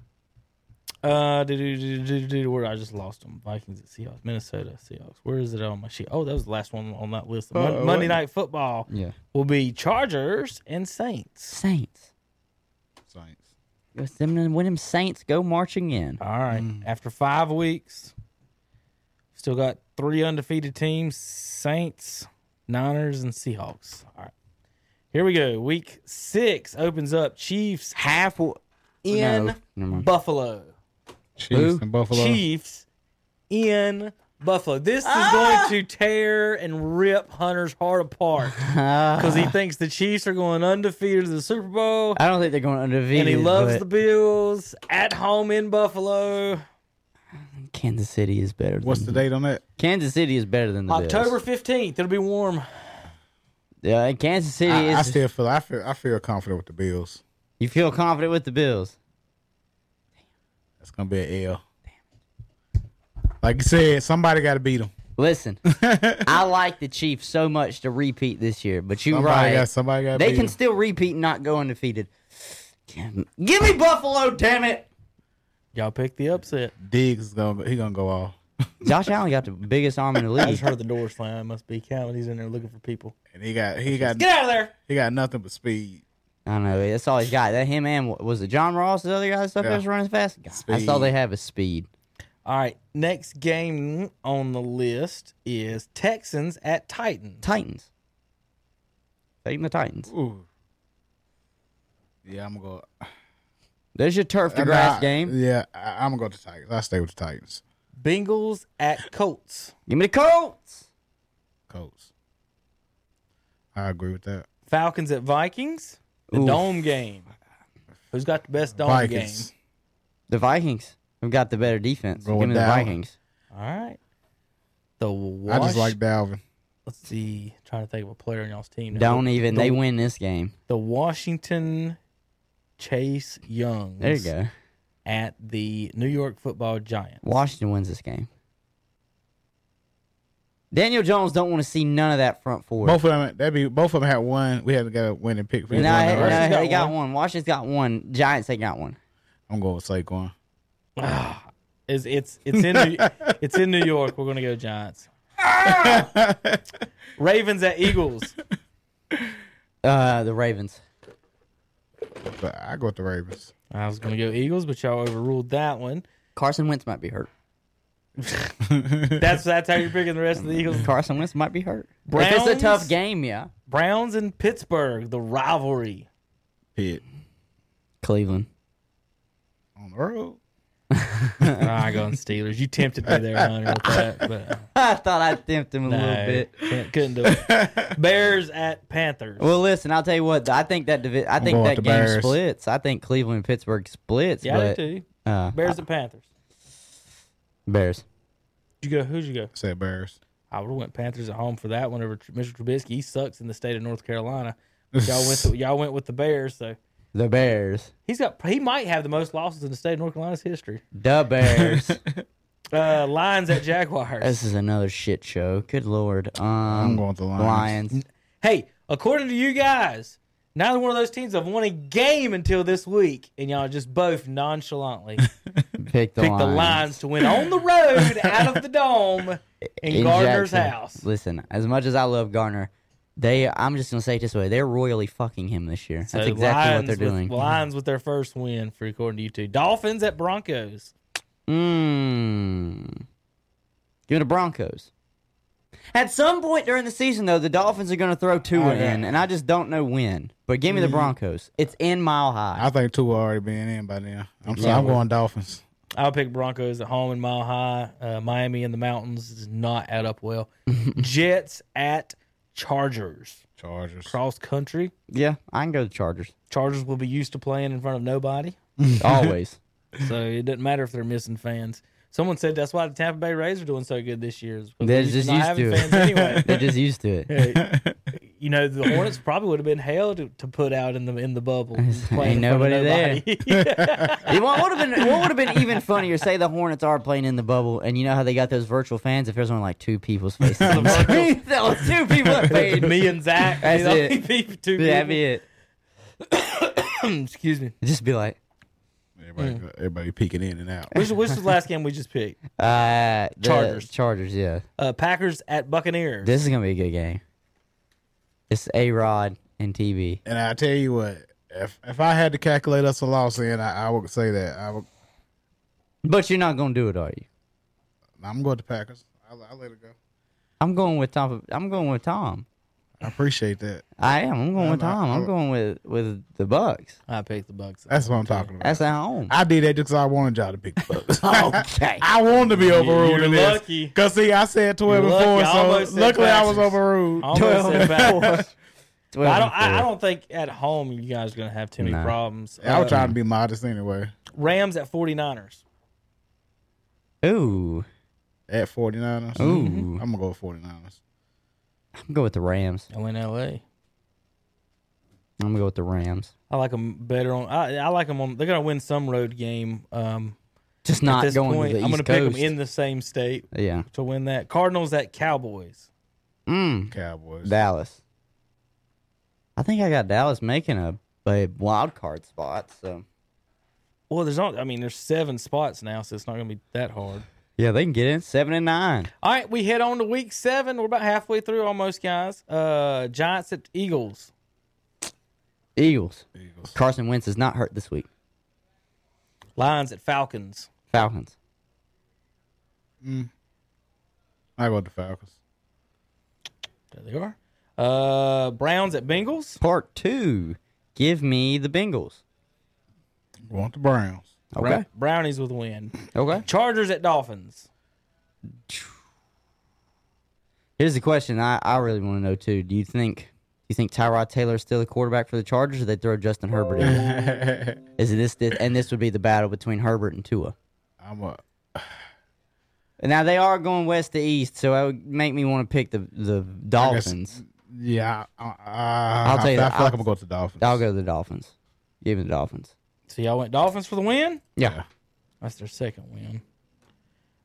F: Uh, do, do, do, do, do, do, where I just lost them. Vikings at Seahawks. Minnesota Seahawks. Where is it on my sheet? Oh, that was the last one on that list. Mon-
G: Uh-oh,
F: Monday
G: wasn't it?
F: Night Football
E: Yeah.
F: will be Chargers and Saints.
E: Saints.
G: Saints.
E: It's Them and when them Saints go marching in.
F: All right.
E: Mm.
F: After five weeks, still got three undefeated teams Saints, Niners, and Seahawks. All right. Here we go. Week six opens up Chiefs half in
E: never mind.
F: Buffalo.
G: Chiefs
E: Who?
G: and Buffalo.
F: Chiefs in Buffalo. This is
E: Ah!
F: going to tear and rip Hunter's heart apart
E: Ah.
F: because he thinks the Chiefs are going undefeated to the Super Bowl.
E: I don't think they're going undefeated.
F: And he loves
E: but
F: the Bills at home in Buffalo.
E: Kansas City is better.
G: What's
E: than,
G: the date on that?
E: Kansas City is better than the Bills.
F: October 15th. It'll be warm.
E: Yeah, and Kansas City
G: I,
E: is.
G: I still feel I feel I feel confident with the Bills.
E: you feel confident with the Bills?
G: That's gonna be an L. Like you said, somebody got to beat them.
E: Listen, I like the Chiefs so much to repeat this year, but you're
G: Somebody
E: right.
G: got somebody got.
E: they
G: beat
E: can
G: 'em.
E: still repeat and not go undefeated. Damn- Give me Buffalo, damn it!
F: Y'all pick the upset.
G: Diggs is gonna he gonna go off,
E: Josh Allen got the biggest arm in the
F: I
E: league.
F: just heard the door slam. It must be Calvin. He's in there looking for people.
G: and he got he got
F: Get out of there.
G: he got nothing but speed.
E: I know that's all he's got. That him and what- was it John Ross, the other guy that stuff
G: Yeah.
E: that was running fast. God, That's all
G: Speed.
E: they have is speed.
F: All right. Next game on the list is Texans at Titans.
E: Titans. Taking the Titans.
G: Ooh. Yeah, I'm gonna go.
E: There's your turf to
G: And
E: grass
G: I-
E: game.
G: Yeah, I, I'm gonna go to Titans. I stay with the Titans.
F: Bengals at Colts.
E: Give me the Colts.
G: Colts. I agree with that.
F: Falcons at Vikings. The
E: Oof.
F: dome game. Who's got the best dome
G: Vikings.
E: The Vikings. We've got the better defense.
G: Going
E: Give me the
G: down.
E: Vikings.
F: game? All right. The
G: I
F: Wash,
G: just like Dalvin.
F: Let's see. Trying to think of a player on y'all's team. now.
E: Don't even.
F: The-
E: They win this game.
F: The Washington Chase Young.
E: There you go.
F: At the New York Football Giants.
E: Washington wins this game. Daniel Jones don't want to see none of that front four.
G: Both of them. That be both of them had one. We haven't got a winning pick for
E: No,
G: each one,
E: no,
G: right?
F: Washington's
E: no,
F: got
E: they got
F: one.
E: one. Washington's got one. Giants they got one.
G: I'm going with Saquon.
F: It's it's it's in New, it's in New York. We're gonna go Giants. Ravens at Eagles.
E: Uh, the Ravens.
G: But I go with the Ravens.
F: I was gonna go Eagles, but y'all overruled that one.
E: Carson Wentz might be hurt.
F: That's that's how you're picking the rest of the Eagles.
E: Carson Wentz might be hurt. If it's
F: Browns?
E: a tough game, yeah.
F: Browns and Pittsburgh, the rivalry.
G: Pitt
E: Cleveland.
G: on the road.
F: I go on Steelers. You tempted me there, Hunter, with that, but
E: I thought I'd tempt him a
F: no,
E: little bit.
F: can't- couldn't do it. Bears at Panthers.
E: Well, listen, I'll tell you what. I think that divi- I
G: going
E: think
G: with
E: that
G: the
E: game
G: Bears.
E: splits. I think Cleveland and Pittsburgh splits.
F: yeah, I
E: but,
F: do too.
E: Uh,
F: Bears at Panthers.
E: Bears.
F: You go. Who'd you go?
G: I said Bears.
F: I would have went Panthers at home for that one over Tr- Mr. Trubisky. He sucks in the state of North Carolina. Y'all went. To, y'all went with the Bears, so
E: The Bears.
F: he's got. He might have the most losses in the state of North Carolina's history.
E: The Bears.
F: Uh, Lions at Jaguars.
E: this is another shit show. Good lord. Um, I'm
G: going with the Lions.
E: Lions.
F: hey, according to you guys, neither one of those teams have won a game until this week, and y'all just both nonchalantly
E: Pick the
F: pick
E: Lions.
F: the Lions to win on the road out of the dome in,
E: In
F: Gardner's
E: Jackson.
F: house.
E: Listen, as much as I love Garner, they I'm just gonna say it this way: they're royally fucking him this year. That's
F: So
E: exactly
F: Lions
E: what they're
F: with-
E: doing.
F: Lions with their first win, for according to you two. Dolphins at Broncos.
E: Mmm. You're the Broncos. At some point during the season, though, the Dolphins are going to throw
F: Oh,
E: Tua
G: Okay.
E: in, and I just don't know when. But give me
F: Mm-hmm.
E: the Broncos. It's in Mile High.
G: I think two are already being in by now. I'm sorry. I'm going Dolphins.
F: I'll pick Broncos at home in Mile High. Uh, Miami in the mountains does not add up well. Jets at Chargers.
G: Chargers.
F: Cross country.
E: yeah, I can go to the Chargers.
F: Chargers will be used to playing in front of nobody,
E: Always.
F: so it doesn't matter if they're missing fans. Someone said that's why the Tampa Bay Rays are doing so good this year. is because
E: They're
F: used
E: just
F: not
E: used
F: having
E: to it.
F: fans anyway.
E: They're just used to it.
F: Hey, you know, the Hornets probably would have been hell to, to put out in the in the bubble.
E: Ain't
F: playing in front of
E: nobody there.
F: nobody.
E: what would have been what would have been even funnier? Say the Hornets are playing in the bubble, and you know how they got those virtual fans. If there's only like two people's faces, on the screen, that was two people that paid
F: Me and Zach.
E: That's
F: you know,
E: it.
F: be two
E: That'd
F: people.
E: be it.
F: Excuse me.
E: Just be like,
G: Everybody, everybody peeking in and out.
F: Which, which was the last game we just picked?
E: uh, the
F: Chargers.
E: Chargers. Yeah,
F: Uh, Packers at Buccaneers.
E: this is gonna be a good game. It's A Rod and TB.
G: And I tell you what, if if I had to calculate us a loss in, I, I would say that I would.
E: But you're not gonna do it, are you?
G: I'm going to Packers. I'll, I'll let it go.
E: I'm going with Tom. I'm going with Tom.
G: I appreciate that.
E: I am. I'm going with
G: I'm-
E: Tom. I'm
G: I'm-
E: going with with the Bucks.
F: I picked the Bucks.
G: That's what I'm talking about.
E: That's at home.
G: I did that just 'cause I wanted y'all to pick the Bucks.
E: Okay.
G: I wanted to be overruled
F: you're
G: in this.
F: lucky.
G: Cause see, I said twelve
F: You're lucky.
G: before,
F: I almost
G: so
F: said
G: luckily I was
F: Packers.
G: overruled.
F: I almost said Packers.
E: Twelve
F: I
E: and
F: don't. I, I
E: four.
F: don't think at home you guys are gonna have too many
E: Nah.
F: problems.
G: I
F: Uh,
G: was trying to be modest anyway.
F: Rams at 49ers.
E: Ooh,
G: At 49ers.
E: Ooh.
G: I'm going to go with 49ers.
E: I'm going with the Rams.
F: I'm in LA.
E: I'm gonna go with the Rams.
F: I like them better on. I, I like them on. They're gonna win some road game. Um,
E: Just
F: at
E: not
F: this
E: going
F: point,
E: to the
F: I'm
E: East
F: gonna pick 'em
E: Coast.
F: in the same state
E: yeah.
F: to win that. Cardinals at Cowboys.
E: Mm,
G: Cowboys.
E: Dallas. I think I got Dallas making a, a wild card spot. So
F: Well, there's not. I mean, there's seven spots now, so it's not gonna be that hard.
E: yeah, they can get in seven and nine.
F: All right, we head on to week seven. We're about halfway through, almost, guys. Uh, Giants at Eagles.
E: Eagles.
G: Eagles.
E: Carson Wentz is not hurt this week.
F: Lions at Falcons.
E: Falcons.
G: I go with the Falcons.
F: There they are. Uh, Browns at Bengals.
E: Part two. Give me the Bengals.
G: Want the Browns.
E: Okay.
F: Brownies with a win.
E: Okay.
F: Chargers at Dolphins.
E: Here's the question I, I really want to know too. Do you think do you think Tyrod Taylor is still the quarterback for the Chargers or they throw Justin Herbert in? is it this and this would be the battle between Herbert and Tua?
G: I'm a.
E: Now they are going west to east, so that would make me want to pick the the Dolphins.
G: Yeah, I, I,
E: I'll tell you that.
G: I, feel like
E: I'll-
G: I'm going to go to the Dolphins.
E: I'll go to the Dolphins. Give me the Dolphins.
F: So y'all went Dolphins for the win.
E: Yeah.
F: That's their second win.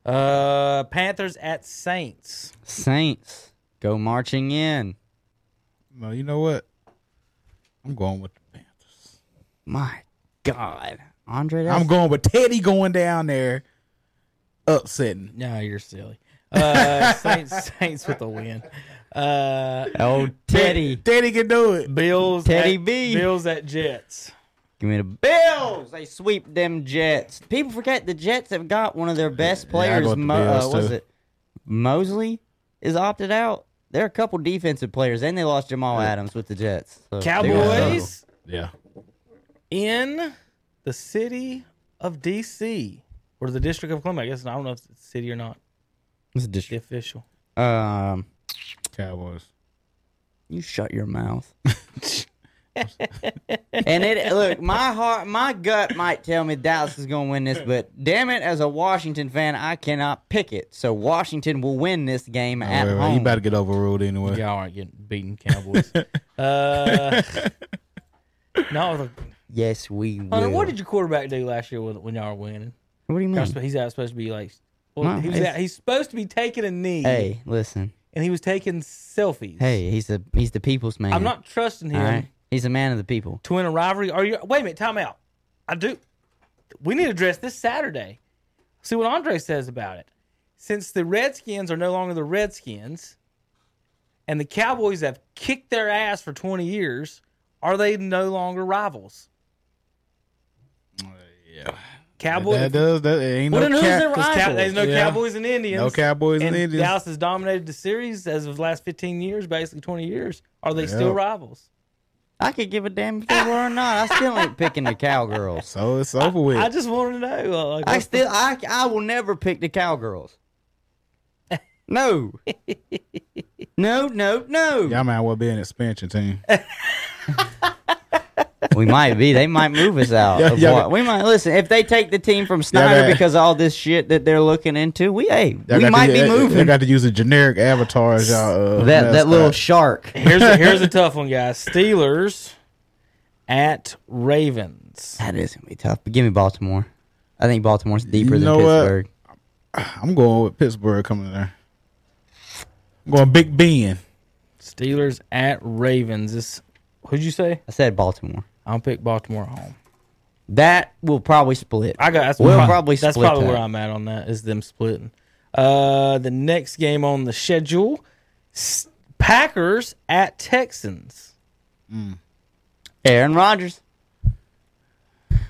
F: Uh, Panthers at Saints.
E: Saints go marching in.
G: No, you know what? I'm going with the Panthers.
E: My God, Andre. That's,
G: I'm going with Teddy going down there, upsetting.
F: No, you're silly. Uh, Saints, Saints with a win. Uh,
E: oh Teddy.
G: Teddy can do it.
F: Bills.
E: Teddy
F: at,
E: B.
F: Bills at Jets.
E: Give me the Bills. They sweep them Jets. People forget the Jets have got one of their best
G: I go
E: players.
G: with the
E: Mo- uh,
G: Bills,
E: was
G: too.
E: it Mosley is opted out? There are a couple defensive players, and they lost Jamal Adams with the Jets. So they're gonna struggle.
F: Cowboys
G: Yeah.
F: in the city of D.C. or the District of Columbia. I guess I don't know if it's city or not.
E: It's a
F: The
E: district.
F: official.
E: Um,
G: Cowboys.
E: You shut your mouth. and it look, my heart, my gut might tell me Dallas is going to win this, but damn it, as a Washington fan, I cannot pick it. So Washington will win this game at
G: Oh, Wait, wait,
E: home.
G: you better get overruled anyway.
F: Y'all aren't getting beaten, Cowboys. uh, not with a
E: yes, we will.
F: Hunter, what did your quarterback do last year when, when y'all were winning?
E: What do you mean?
F: Y'all sp- He's out supposed to be like, well,
E: No,
F: he was
E: it's-
F: out, he's supposed to be taking a knee,
E: Hey, listen.
F: and he was taking selfies.
E: Hey, he's the he's the people's man.
F: I'm not trusting him
E: All right? He's a man of the people.
F: to win a rivalry. Are you? Wait a minute, time out. I do. We need to address this Saturday. See what Andre says about it. Since the Redskins are no longer the Redskins, and the Cowboys have kicked their ass for 20 years, are they no longer rivals?
G: Yeah.
F: Cowboys.
G: That does. That ain't
E: Well,
G: no
E: then who's
G: cap-
E: their
F: Because Cow-
E: rival?
F: there's no
G: Yeah.
F: Cowboys and Indians.
G: No Cowboys and Indians.
F: Dallas has dominated the series as of the last 15 years, basically 20 years. Are they still
G: Yep.
F: rivals?
E: I could give a damn if they were or not. I still ain't picking the cowgirls.
G: So it's over with.
F: I just want to know. uh, Like,
E: I
F: what's the-
E: still I I will never pick the cowgirls. No. no, no, no.
G: Y'all might well be an expansion team.
E: we might be. They might move us out.
G: Yeah,
E: of
G: yeah.
E: what- we might listen if they take the team from Snyder
G: that-
E: because of all this shit that they're looking into. We hey,
G: Y'all
E: we
G: got
E: might
G: to,
E: be
G: y'all- Y'all
E: moving
G: got to use a generic avatar as y'all. Uh,
E: that that little
G: mascot.
E: shark.
F: Here's a, here's a tough one, guys. Steelers at Ravens.
E: That is gonna be tough. But give me Baltimore. I think Baltimore's deeper
G: You
E: than
G: know what?
E: Pittsburgh.
G: I'm going with Pittsburgh coming in there. I'm going Big Ben.
F: Steelers at Ravens. This who'd you say?
E: I said Baltimore.
F: I'll pick Baltimore at home.
E: That will probably split.
F: I got that's
E: We'll
F: prob-
E: probably
F: that's
E: split
F: probably
E: that.
F: where I'm at on that is them splitting. Uh, the next game on the schedule, S- Packers at Texans.
E: Aaron Rodgers.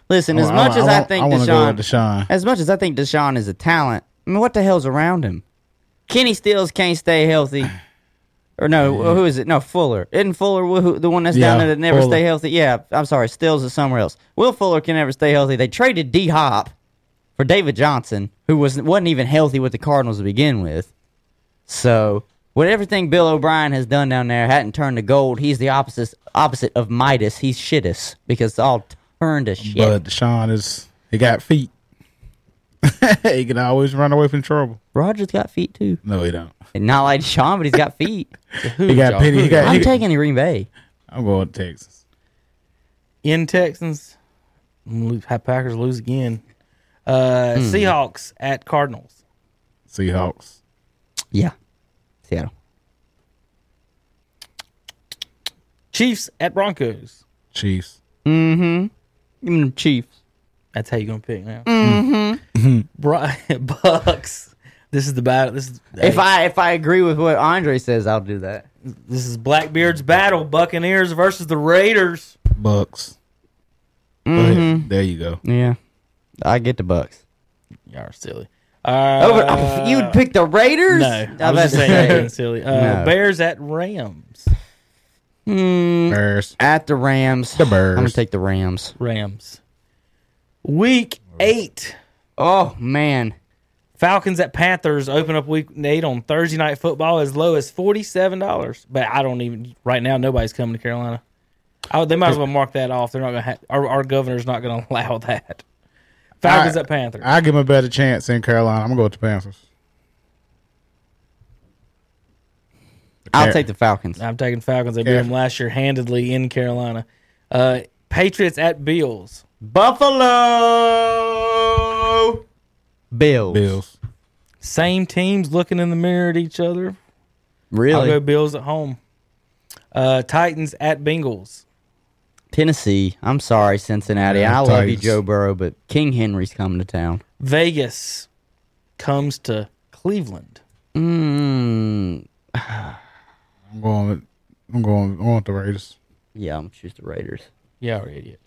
E: Listen, as
G: I-
E: much as I,
G: want-
E: think
G: I wanna
E: Deshaun,
G: go with Deshaun.
E: as much as I think Deshaun is a talent, I mean, what the hell's around him? Kenny Stills can't stay healthy. Or no, who is it? No, Fuller. Isn't Fuller wh- who- the one that's down
G: Yeah,
E: there that never
G: Fuller.
E: stay healthy? Yeah, I'm sorry. Stills is somewhere else. Will Fuller can never stay healthy. They traded D Hop for David Johnson, who was, wasn't even healthy with the Cardinals to begin with. So, with everything Bill O'Brien has done down there hadn't turned to gold, he's the opposite opposite of Midas. He's shitus because it's all turned to shit.
G: But Deshaun is he got feet. he can always run away from trouble.
E: Rogers got feet too.
G: No, he don't.
E: And Not like Sean, but he's got feet.
G: He got
F: y'all?
G: pity. He got.
E: I'm
G: He,
E: taking the Green Bay.
G: I'm going to Texas.
F: in Texans. I'm gonna lose- Have Packers lose again. Uh,
E: Hmm.
F: Seahawks at Cardinals.
G: Seahawks.
E: Yeah, Seattle.
F: Chiefs at Broncos.
G: Chiefs.
E: Give me the Chiefs.
F: That's how you're gonna pick now. Mm-hmm. Bucks. This is the battle. This is
E: If I if I agree with what Andre says, I'll do that.
F: this is Blackbeard's battle. Buccaneers versus the Raiders.
G: Bucks. Go ahead.
E: Mm-hmm.
G: There you go.
E: Yeah, I get the Bucks.
F: Y'all are silly. Uh,
E: Over, you'd pick the Raiders?
F: no.
E: I
F: I was
E: was
F: just
E: about to
F: saying
E: say,
F: being silly. Uh,
E: No.
F: Bears at Rams.
E: Mm.
G: Bears.
E: at the Rams.
G: The Bears.
E: I'm gonna take the Rams.
F: Rams. Week eight.
E: Oh man,
F: Falcons at Panthers open up week eight on Thursday night football as low as forty seven dollars. But I don't even right now. Nobody's coming to Carolina. I, they might as well mark that off. They're not going to. Ha- our, our governor's not going to allow that. Falcons
G: I-
F: at Panthers.
G: I give him a better chance in Carolina. I'm gonna go with the Panthers.
E: I'll
G: Car-
E: take the Falcons.
F: I'm taking Falcons. They beat
G: Yeah.
F: them last year handedly in Carolina. Uh, Patriots at Bills.
E: Buffalo Bills.
G: Bills.
F: Same teams looking in the mirror at each other. I'll
E: Really?
F: go Bills at home. Uh, Titans at Bengals.
E: Tennessee. I'm sorry, Cincinnati.
G: Yeah,
E: I love you,
G: Titans.
E: Joe Burrow, but King Henry's coming to town.
F: Vegas comes to Cleveland.
E: Mm,
G: I'm going. With, I'm going. I want the Raiders.
E: yeah, I'm gonna choose the Raiders.
F: Yeah, we're idiots.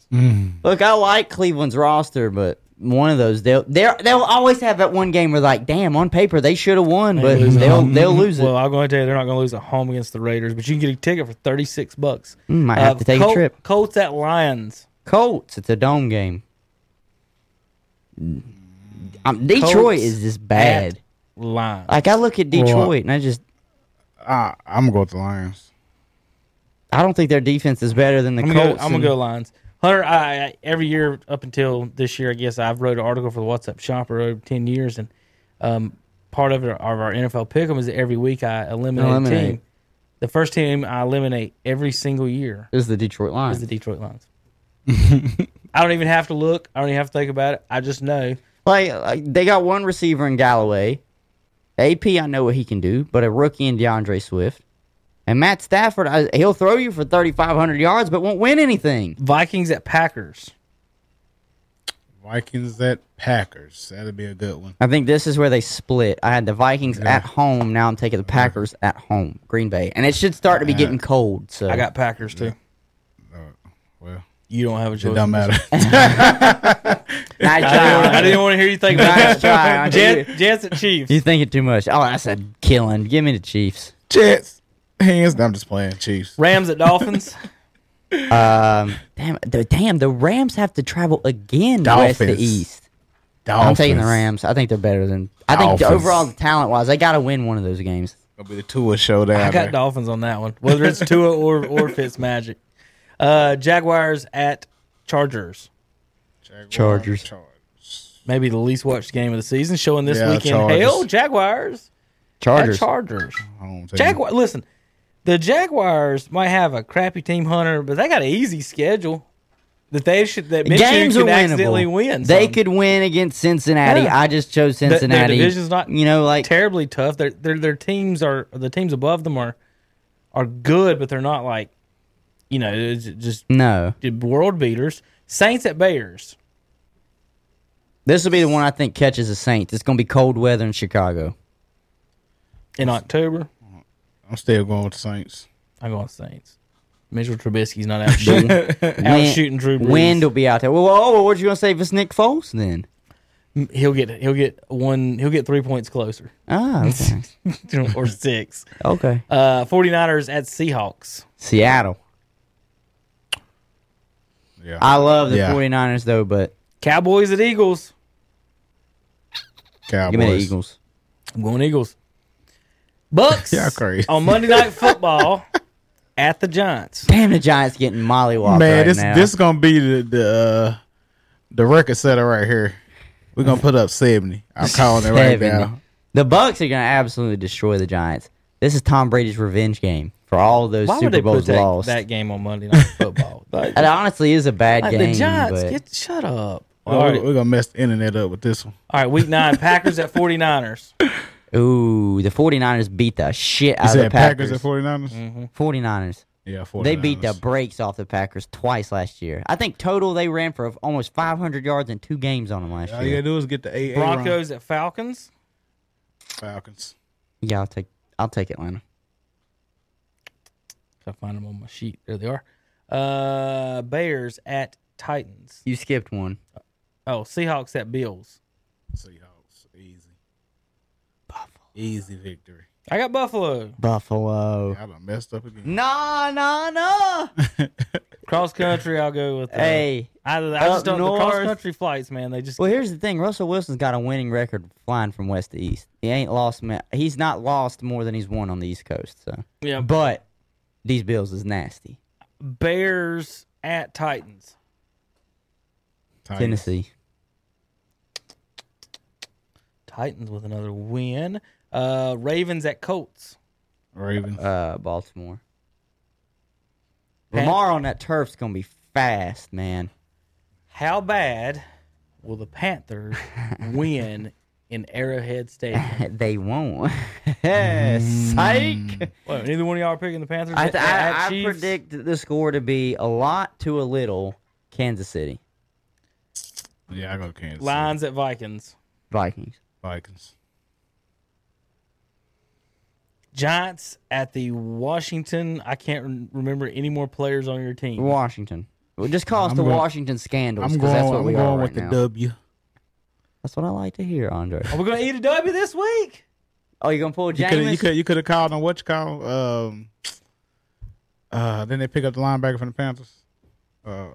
E: Look, I like Cleveland's roster, but one of those they'll they'll they'll always have that one game where like, damn, on paper they should have won, but
F: lose at
E: they'll they'll lose it.
F: Well, I'm going to tell you, they're not going to lose at home against the Raiders, but you can get a ticket for 36 bucks.
E: Mm,
F: Uh,
E: might have to take a
F: Col-
E: trip.
F: Colts at Lions.
E: Colts, it's a dome game. Um, Detroit
F: Colts
E: is just bad.
F: Lions.
E: Like I look at Detroit and I just
G: I, I'm gonna go with the Lions.
E: I don't think their defense is better than the
F: I'm gonna,
E: Colts.
F: go, I'm
E: and-
F: gonna go Lions. Hunter, I, I every year up until this year, I guess I've wrote an article for the WhatsApp Shopper over ten years, and um, part of, it, of our NFL pick'em is that every week I eliminate, a team.
E: Eliminate.
F: The first team I eliminate every single year
E: is the Detroit Lions.
F: is the Detroit Lions. I don't even have to look. I don't even have to think about it. I just know.
E: Like, like they got one receiver in Galloway. AP, I know what he can do, but a rookie in DeAndre Swift. And Matt Stafford, I, he'll throw you for 3,500 yards, but won't win anything.
F: Vikings at Packers.
G: Vikings at Packers. That'll be a good one.
E: I think this is where they split. I had the Vikings at home. Now I'm taking the Packers at home, Green Bay. And it should start to be getting cold. So
F: I got Packers too.
G: Well,
F: You don't have a
G: it
F: choice.
G: don't matter.
E: nice
F: I
E: try.
F: didn't want to hear you think about
E: nice
F: it.
E: try. I
F: Jan-
E: knew-
F: Jets at Chiefs.
E: You thinking too much. Oh, that's a killing. Give me the Chiefs.
G: Jets. Hands. I'm just playing. Chiefs.
F: Rams at Dolphins.
E: Um, damn, the, damn, the Rams have to travel again west to
G: Dolphins.
E: east.
G: Dolphins.
E: I'm taking the Rams. I think they're better than. I think the
G: Dolphins.
E: overall talent wise, they got to win one of those games.
G: Gonna be the Tua showdown.
F: I got
G: there.
F: Dolphins on that one, whether it's Tua or or Fitzmagic. Uh, Jaguars at Chargers.
G: Jaguars,
E: Chargers.
G: Chargers.
F: Maybe the least watched game of the season, showing this
G: Yeah,
F: weekend.
G: Chargers.
F: Hell, Jaguars
E: Chargers.
F: at Chargers.
G: Home team.
F: Jaguar. Listen, the Jaguars might have a crappy team hunter, but they got an easy schedule that they should that Minshew
E: Games
F: could
E: are
F: accidentally
E: winnable.
F: win.
E: They
F: some.
E: could win against Cincinnati.
F: Yeah.
E: I just chose
F: Th- Their
E: Cincinnati.
F: division's not
E: you know, like
F: terribly tough. Their their their teams are the teams above them are are good, but they're not like you know it's just
E: no.
F: world beaters. Saints at Bears.
E: This will be the one I think catches the Saints. It's going to be cold weather in Chicago.
F: in October.
G: I'm still going with the Saints.
F: I'm going Saints. Mitchell Trubisky's not out shooting, out shooting Drew Brees.
E: Wind will be out there. Well, whoa, what you going to say if it's Nick Foles then?
F: He'll get he'll get one he'll get three points closer
E: Ah, okay.
F: or six.
E: okay.
F: Uh, 49ers at Seahawks.
E: Seattle.
G: Yeah.
E: I love the
G: Yeah.
E: Forty 49ers, though, but
F: Cowboys at Eagles.
G: Cowboys.
E: give me the Eagles.
F: I'm going Eagles. Bucks
G: Y'all crazy.
F: on Monday Night Football at the Giants.
E: Damn, the Giants getting mollywopped
G: Man,
E: right
G: this
E: now.
G: this is gonna be the the, uh, the record setter right here. We're gonna put up seventy. I'm calling it right
E: 70.
G: now.
E: The Bucks are going to absolutely destroy the Giants. This is Tom Brady's revenge game for all of those
F: Why would
E: Super
F: they put
E: Bowls
F: that,
E: lost.
F: that game on Monday Night Football? Like,
E: It honestly is a bad
F: like,
E: game.
F: the Giants,
E: but-
F: get shut up.
G: We're-
F: All right,
G: We're gonna mess the internet up with this one.
F: all right, week nine, Packers at 49ers.
E: Ooh, the 49ers beat the shit
G: You
E: out of the
G: said Packers
E: Packers. Mm-hmm.
G: at 49ers?
E: 49ers.
G: Yeah, 49ers.
E: They beat the brakes off the Packers twice last year. I think total they ran for almost 500 yards in two games on them last
G: All you
E: year.
G: gotta do is get the AA run.
F: Broncos at Falcons.
G: Falcons.
E: Yeah, I'll take I'll take Atlanta.
F: If I find them on my sheet, there they are. Uh, Bears at Titans.
E: You skipped one.
F: Oh, Seahawks at Bills.
G: Seahawks. Easy. Easy victory.
F: I got Buffalo.
E: Buffalo.
G: I done messed up again.
E: Nah, nah, nah.
F: Cross country, I'll go with. Uh,
E: hey.
F: I, I
E: up
F: just don't the cross
E: north.
F: country flights, man. They just
E: Well, here's the thing. Russell Wilson's got a winning record flying from west to east. He ain't lost. ma- He's not lost more than he's won on the East Coast. So,
F: yeah.
E: but these Bills is nasty.
F: Bears at Titans.
G: Titans.
E: Tennessee.
F: Titans with another win. Uh, Ravens at Colts.
G: Ravens.
E: uh, Baltimore.
F: Pat-
E: Lamar on that turf's gonna be fast, man.
F: How bad will the Panthers win in Arrowhead Stadium?
E: they won't.
G: Mm.
E: Psych.
F: What, neither one of y'all are picking the Panthers.
E: I,
F: at-
E: th-
F: at
E: I, I
F: Chiefs?
E: predict the score to be a lot to a little. Kansas City
G: yeah, I go Kansas. City.
F: Lions at Vikings.
E: Vikings.
G: Vikings.
F: Giants at the Washington. I can't rem- remember any more players on your team.
E: Washington. Well, just call us
G: I'm
E: the
G: going-
E: Washington Scandals
G: I'm
E: because that's
G: going,
E: what
G: I'm
E: we
G: going
E: are right
G: with
E: now.
G: the W.
E: that's what I like to hear, Andre.
F: Are we going to eat a W this week?
E: Oh, you gonna pull
G: You could you
E: James?
G: could you could have called on what you call um uh then they pick up the linebacker from the Panthers. Uh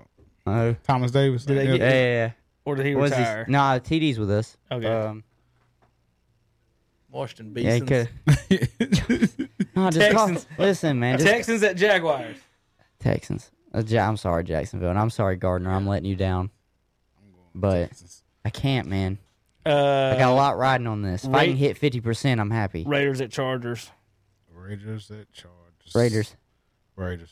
E: Oh,
G: Thomas Davis.
F: Did they
G: Yeah.
F: get-
E: yeah, yeah.
F: Or did he
E: yeah. Was he?
F: retire?
E: Nah, TD's with us.
F: Okay.
E: Um,
F: Washington
E: yeah, he
F: Beasons.
E: could. No, just call.
F: Texans.
E: Listen, man. Just
F: Texans at Jaguars.
E: Texans. Uh, Ja- I'm sorry, Jacksonville, and I'm sorry, Gardner. I'm letting you down. But I can't, man. I
F: Uh,
E: got a lot riding on this. If I
F: Ra-
E: can hit 50%, I'm happy.
F: Raiders at Chargers.
G: Raiders at Chargers.
E: Raiders.
G: Raiders.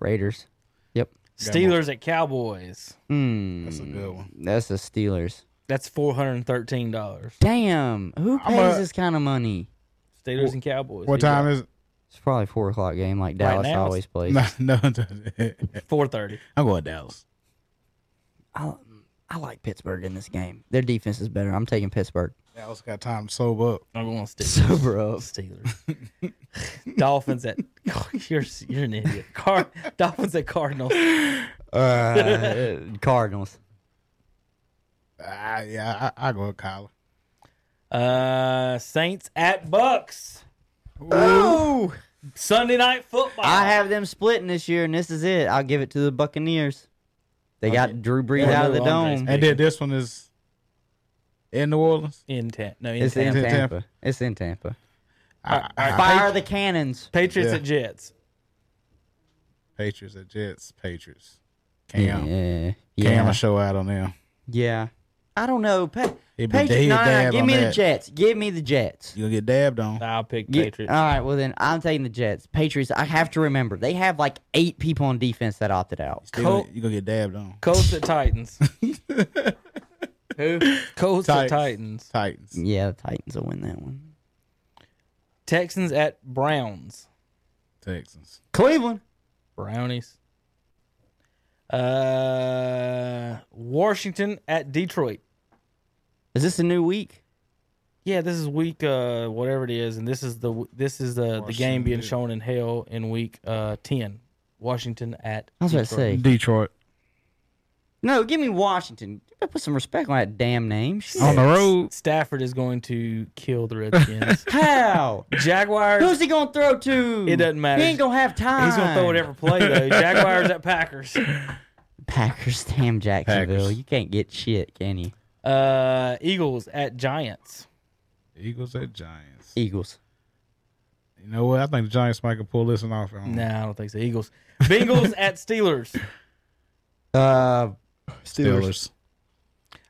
E: Raiders. Yep.
F: Steelers at Cowboys.
E: Hmm.
G: That's a good one.
E: That's the Steelers.
F: That's four hundred and thirteen dollars.
E: Damn. Who
G: I'm
E: pays
G: a-
E: this kind of money?
F: Steelers and Cowboys.
G: What time is it?
E: It's probably a 4 o'clock game like Dallas
F: now, it's-
E: always plays.
G: No, no.
F: Four thirty.
G: I'm going Dallas.
E: I, I like Pittsburgh in this game. Their defense is better. I'm taking Pittsburgh.
G: Dallas got time to sober up.
F: I'm going Steelers.
E: Sober up.
F: Steelers. Dolphins at you're you're an idiot. Car, Dolphins at Cardinals.
E: Uh, Cardinals.
G: Ah, yeah, I, I go with Kyler.
F: Uh, Saints at Bucks.
E: Ooh.
F: Sunday night football.
E: I have them splitting this year, and this is it. I'll give it to the Buccaneers. They got Drew Brees
F: Yeah,
E: out of the
F: no, Andre's
E: dome.
F: big.
G: And then this one is in New Orleans.
F: in ten. No, in
E: It's in
F: Tampa.
G: Tampa.
E: Tampa. It's in Tampa.
G: I, I,
E: Fire the cannons.
F: Patriots
G: Yeah.
F: at Jets.
G: Patriots at Jets. Patriots. Cam.
E: Yeah.
G: Cam
E: Yeah.
G: will show out on them.
E: Yeah. I don't know. Pa-
G: He'd be
E: Patriots.
G: dead
E: No, no, no.
G: dab
E: Give
G: on
E: me the
G: that.
E: Jets. Give me the Jets.
G: You'll get dabbed on.
F: I'll pick
E: Gi-
F: Patriots.
E: All right. Well, then I'm taking the Jets. Patriots. I have to remember they have like eight people on defense that opted out.
G: You're
F: Col-
G: gonna, you gonna get dabbed on.
F: Colts at Titans. Who? Colts at Titans.
G: Titans. Titans.
E: Yeah, the Titans will win that one.
F: Texans at Browns.
G: Texans.
E: Cleveland.
F: Brownies. Uh, Washington at Detroit.
E: Is this a new week?
F: Yeah, this is week uh whatever it is, and this is the this is uh, the the game being shown in hell in week uh ten. Washington at
E: I was about to
F: Detroit.
E: say.
G: Detroit.
E: No, give me Washington. Put some respect on that damn name. Shit.
F: Oh,
G: On the road.
F: Stafford is going to kill the Redskins.
E: How?
F: Jaguars.
E: Who's he gonna throw to?
F: It doesn't matter.
E: He ain't gonna have time.
F: He's gonna throw whatever play though. Jaguars at Packers.
E: Packers, damn Jacksonville.
G: Packers.
E: You can't get shit, can you?
F: Uh, Eagles at Giants.
G: Eagles at Giants.
E: Eagles.
G: You know what? I think the Giants might could pull this one off. um, at home.
F: Nah, I don't think so. Eagles. Bengals at Steelers.
E: Uh,
G: Steelers.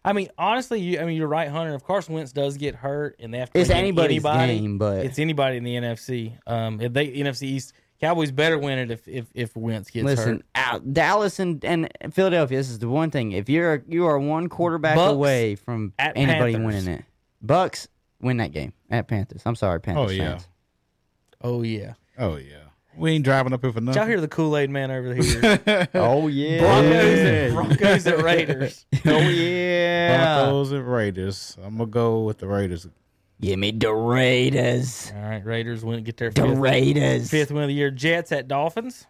F: I mean, honestly, you, I mean, you're right, Hunter. If Carson Wentz does get hurt and they have to
E: It's
F: play
E: anybody's
F: anybody,
E: game, but-
F: it's anybody in the NFC. Um, if they NFC East Cowboys better win it if if, if Wentz gets
E: listen,
F: hurt.
E: out, Dallas and, and Philadelphia. This is the one thing. If you're you are one quarterback
F: Bucks
E: away from
F: at
E: anybody
F: Panthers.
E: winning it, Bucks win that game at Panthers. I'm sorry, Panthers.
G: Oh, yeah.
E: fans.
F: Oh yeah,
G: Oh yeah. We ain't driving up here for
F: did y'all
G: nothing.
F: hear the Kool Aid Man over here?
E: Oh yeah.
F: Broncos and Broncos at Raiders.
E: Oh yeah.
G: Broncos and Raiders. I'm gonna go with the Raiders.
E: Give me the Raiders.
F: All right, Raiders win get their
E: The
F: fifth,
E: Raiders.
F: fifth win of the year. Jets at Dolphins.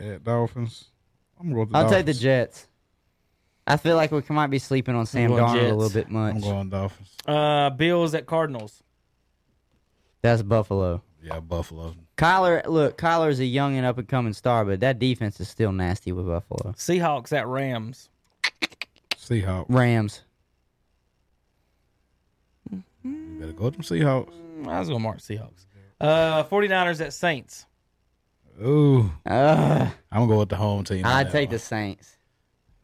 G: At Dolphins. I'm gonna go with the
E: I'll take
G: Dolphins.
E: the Jets. I feel like we might be sleeping on Sam
F: going
E: Darnold a
F: Jets.
E: little bit
G: I'm
E: much.
G: going Dolphins.
F: Uh, Bills at Cardinals.
E: That's Buffalo.
G: Yeah, Buffalo.
E: Kyler, look, Kyler's a young and up and coming star, but that defense is still nasty with Buffalo.
F: Seahawks at Rams.
G: Seahawks.
E: Rams.
G: You better go with them Seahawks.
F: I was gonna mark Seahawks. Uh, 49ers at Saints.
G: Ooh.
E: Ugh,
G: I'm gonna go with the home team. on
E: I'd
G: that
E: take
G: one.
E: the Saints.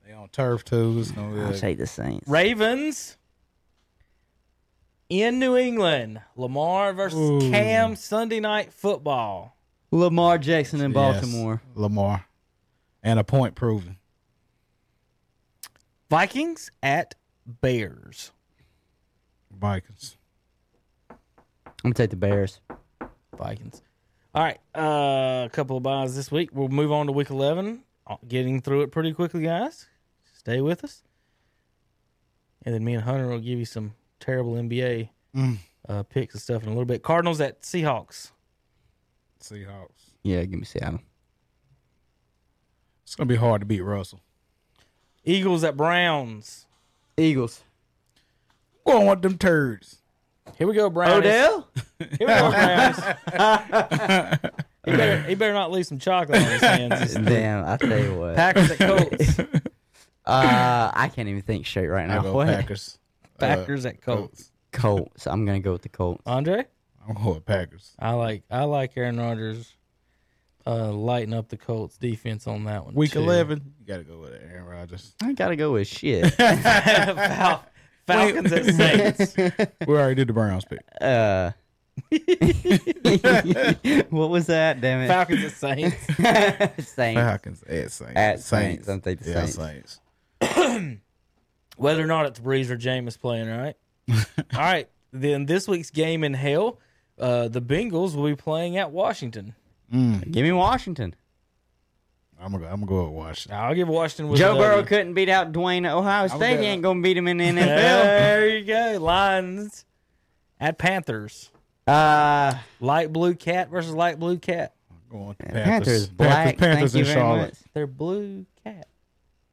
G: They on turf too. It's gonna be
E: I'll
G: like-
E: take the Saints.
F: Ravens in New England. Lamar versus
G: Ooh.
F: Cam Sunday night football.
E: Lamar Jackson in
G: Yes,
E: Baltimore.
G: Lamar. And a point proven.
F: Vikings at Bears.
G: Vikings.
E: I'm gonna take the Bears.
F: Vikings. All right. Uh, a couple of buys this week. We'll move on to week 11. Uh, Getting through it pretty quickly, guys. Stay with us. And then me and Hunter will give you some terrible NBA uh, picks and stuff in a little bit. Cardinals at Seahawks.
G: Seahawks.
E: Yeah, give me Seattle.
G: It's gonna be hard to beat Russell.
F: Eagles at Browns.
E: Eagles.
G: Going with them turds.
F: Here we go, Browns.
E: Odell?
F: Here we go, Browns. he, better, he better not leave some chocolate on his hands.
E: Damn, I tell you what.
F: Packers at Colts.
E: Uh, I can't even think straight right
G: I
E: now.
G: go
E: What?
G: Packers. Uh,
F: Packers at Colts.
E: Colts. I'm gonna go with the Colts.
F: Andre,
G: I'm going with Packers.
F: I like I like Aaron Rodgers uh, lighting up the Colts defense on that one.
G: Week
F: too.
G: 11, you got to go with Aaron Rodgers.
E: I gotta go with shit.
F: Fal- Falcons at Saints.
G: we already did the Browns pick.
E: Uh, what was that? Damn it.
F: Falcons at Saints.
E: Saints.
G: Falcons at Saints.
E: At Saints, I'm taking the
G: yeah,
E: Saints.
F: Whether or not it's Breeze or Jameis playing, right? All right. Then this week's game in hell, uh, the Bengals will be playing at Washington.
E: Give me Washington.
G: I'm gonna go- I'm gonna go with Washington.
F: I'll give Washington. With
E: Joe
F: a
E: Burrow
F: W.
E: couldn't beat out Dwayne at Ohio State. He
G: bet-
E: ain't gonna beat him in the NFL.
F: There you go. Lions at Panthers.
E: Uh,
F: Light blue cat versus light blue cat.
G: I'm going with the
E: Panthers black.
G: Panthers
E: Thank
G: in
E: you very
G: Charlotte.
E: much.
F: They're blue cat.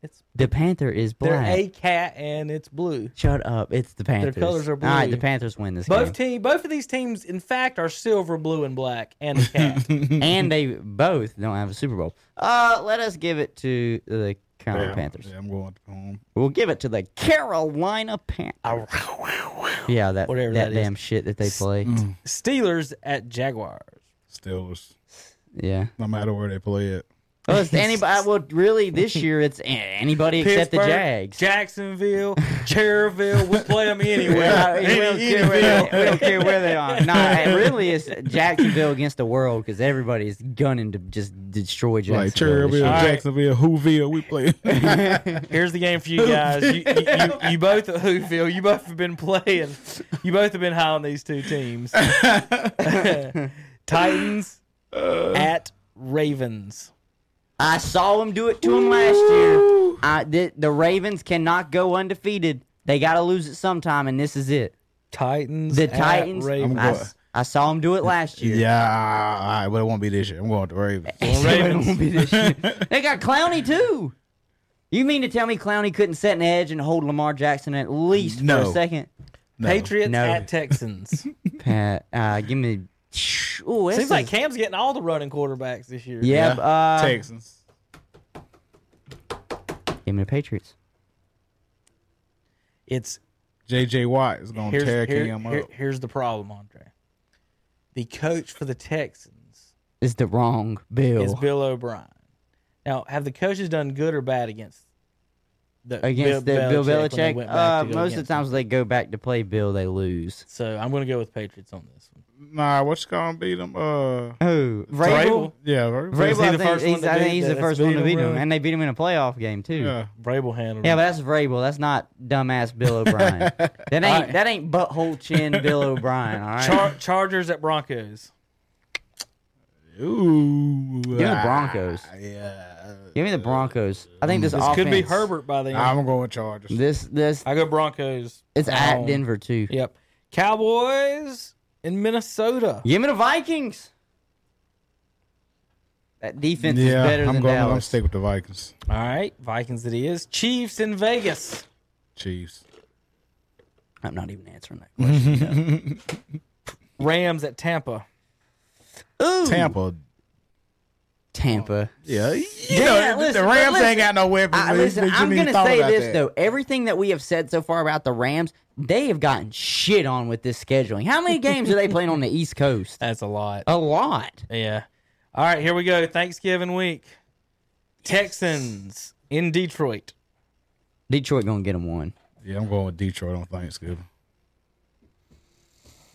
F: It's
E: The Panther is
F: they're
E: black.
F: a cat and it's blue.
E: Shut up! It's the Panthers.
F: colors are
E: All right,
F: blue.
E: the Panthers win this
F: Both
E: game,
F: team, both of these teams, in fact, are silver, blue, and black, and a cat.
E: and they both don't have a Super Bowl. Uh, let us give it to the Carolina Panthers.
G: Yeah, I'm going with the home.
E: We'll give it to the Carolina Panthers. Yeah, that
F: Oh, Whatever
E: that,
F: that is. mm.
E: damn shit that they play.
F: Steelers at Jaguars.
G: Steelers.
E: Yeah.
G: no matter where they play it.
E: Well, it's anybody. Well, really, this year it's a- anybody except the
F: Pittsburgh,
E: Jags.
F: Jacksonville, Cherville. We play them anywhere.
E: Yeah, Uh, we,
F: Any-
E: don't care
F: anywhere.
E: where they, we don't care where they are. Nah, it really is Jacksonville against the world because everybody's gunning to just destroy
G: Like
E: Jacksonville. this
G: Cherryville,
F: All right.
G: Jacksonville, Whoville, we play.
F: Here's the game for you guys. You, you, you, you both at Whoville. You both have been playing. You both have been high on these two teams. Titans
G: Uh.
F: at Ravens.
E: I saw him do it to him last year. I, the, the Ravens cannot go undefeated. They got to lose it sometime, and this is it.
F: Titans.
E: The
F: at
E: Titans.
F: Ravens.
E: I, s- I saw him do it last year.
G: yeah, all right, but it won't be this year. I'm going to Ravens.
E: So it
F: Ravens.
E: won't be this year. they got Clowney too. You mean to tell me Clowney couldn't set an edge and hold Lamar Jackson at least for
G: No.
E: a second?
G: No.
F: Patriots
E: No.
F: at Texans.
E: Pat, uh, give me. Ooh, this
F: Seems like
E: is-
F: Cam's getting all the running quarterbacks this year.
E: yeah.
G: Yeah.
E: Uh,
G: Texans.
E: Give me the Patriots.
F: It's
G: J.J. Watt is going to
F: here's,
G: tear
F: here-
G: Cam
F: here-
G: up.
F: here's the problem, Andre. The coach for the Texans
E: It's the wrong bill.
F: is Bill O'Brien. Now, have the coaches done good or bad against the
E: against
F: Bill,
E: the Bill
F: when they
E: Belichick.
F: went back
E: Uh,
F: to go
E: most of
F: against
E: the times they go back to play Bill, they lose.
F: him? So I'm going to go with Patriots on this one.
G: Nah, what's going to beat them? Uh,
E: Oh,
F: Vrabel?
E: Vrabel.
G: yeah, Ravens.
E: Vrabel,
F: Was he
E: I
F: the
E: think
F: first
E: he's,
F: one to
E: I
F: do
E: think he's
F: that?
E: the
F: That's
E: first one to
F: beat
E: beat
F: him,
E: him,
F: right?
E: and they beat him in a playoff game too. Yeah,
G: Yeah.
F: Vrabel handled.
E: but
F: it.
E: that's Vrabel. That's not dumbass Bill O'Brien. that ain't
F: Alright.
E: that ain't butthole chin Bill O'Brien. All right,
F: Char- Chargers at Broncos.
G: Ooh. ah,
E: give me the Broncos.
G: Yeah.
E: Give me the Broncos. I think this,
F: This
E: offense
F: could be Herbert by the end.
G: I'm going with Chargers.
E: This this
F: I go Broncos.
E: it's
F: Oh.
E: at Denver too.
F: Yep. Cowboys in Minnesota.
E: Give me the Vikings. That defense
G: yeah,
E: is better
G: I'm
E: than
G: going. I'm
E: Dallas.
G: stick with the Vikings.
F: All right, Vikings it is. Chiefs in Vegas.
G: Chiefs.
E: I'm not even answering that
G: Mm-hmm.
E: question.
F: Rams at Tampa.
E: Ooh,
G: Tampa.
E: Tampa.
G: Yeah. You
E: Yeah,
G: know,
E: listen,
G: the
E: but
G: Rams
E: listen.
G: ain't got no weapons.
E: I,
G: man.
E: listen,
G: You
E: I'm
G: even
E: gonna
G: thought
E: say
G: about
E: this
G: that.
E: though. Everything that we have said so far about the Rams, they have gotten shit on with this scheduling. How many games are they playing on the East Coast?
F: That's a lot.
E: A lot.
F: Yeah. All right, here we go. Thanksgiving week. Texans in Detroit.
E: Detroit gonna get them one.
G: Yeah, I'm going with Detroit on Thanksgiving.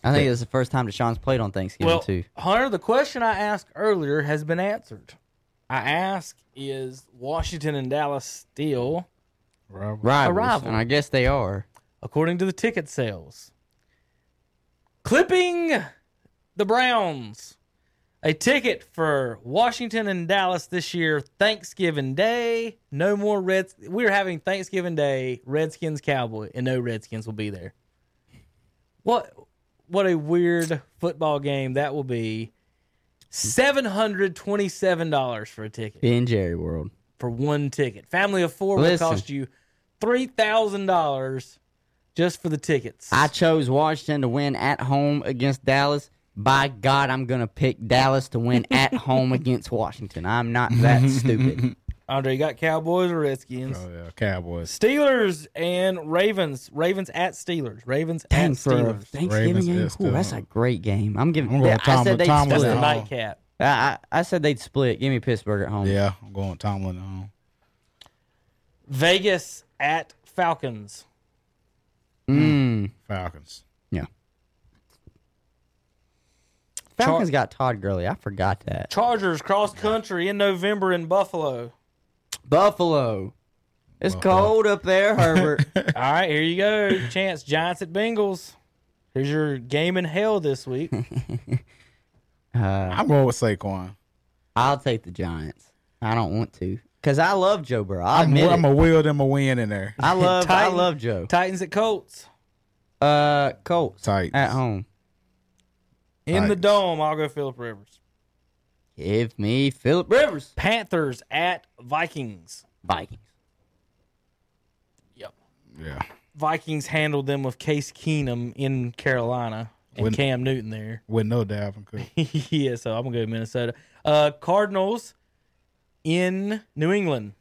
E: I think it's the first time Deshaun's played on Thanksgiving
F: Well,
E: too.
F: Hunter, the question I asked earlier has been answered. I ask is Washington and Dallas still,
G: Robert.
E: Rivals,
F: rival.
E: and I guess they are.
F: according to the ticket sales, clipping the Browns a ticket for Washington and Dallas this year Thanksgiving Day. No more Reds. We're having Thanksgiving Day Redskins Cowboy, and no Redskins will be there. What what a weird football game that will be. Seven hundred twenty-seven dollars for a ticket
E: In Jerry World.
F: for one ticket. Family of four will
E: Listen.
F: cost you three thousand dollars just for the tickets.
E: I chose Washington to win at home against Dallas. By God, I'm gonna pick Dallas to win at home against Washington. I'm not that stupid.
F: Andre, you got Cowboys or Redskins?
G: Oh, yeah, Cowboys.
F: Steelers and Ravens. Ravens at Steelers. Ravens
E: Dang,
F: at
E: for a
F: Steelers.
E: Thanksgiving
G: Ravens
E: game,
G: is
E: Ooh, that's
G: still-
E: a great game. I'm giving.
G: I'm going
E: I
G: Tom-
E: said they
G: Tom was
F: That's
E: split.
F: the
G: Oh.
F: nightcap.
E: I, I I said they'd split. Give me Pittsburgh at home.
G: Yeah, I'm going with Tomlin uh, at home.
F: Vegas at Falcons.
E: Mm.
G: Falcons.
E: Yeah. Falcons got Todd Gurley. I forgot that.
F: Chargers cross country in November in Buffalo.
E: Buffalo. It's
G: Buffalo.
E: cold up there, Herbert.
F: All right, here you go. Chance Giants at Bengals. Here's your game in hell this week.
E: Uh,
G: I'm going with Saquon.
E: I'll take the Giants. I don't want to because I love Joe Burrow. I
G: I'm,
E: admit
G: I'm
E: it.
G: a will them a win in there.
E: I love. I
F: Titan-
E: love Joe.
F: Titans at Colts.
E: Uh, Colts
G: Titans.
E: at home.
F: In the
G: Titans.
F: dome, I'll go Philip Rivers.
E: Give me Philip Rivers.
F: Panthers at Vikings.
E: Vikings.
F: Yep.
G: Yeah.
F: Vikings handled them with Case Keenum in Carolina and
G: Wouldn't-
F: Cam Newton there.
G: With no Dalvin Cook.
F: yeah, so I'm gonna go Minnesota. Uh, Cardinals in New England.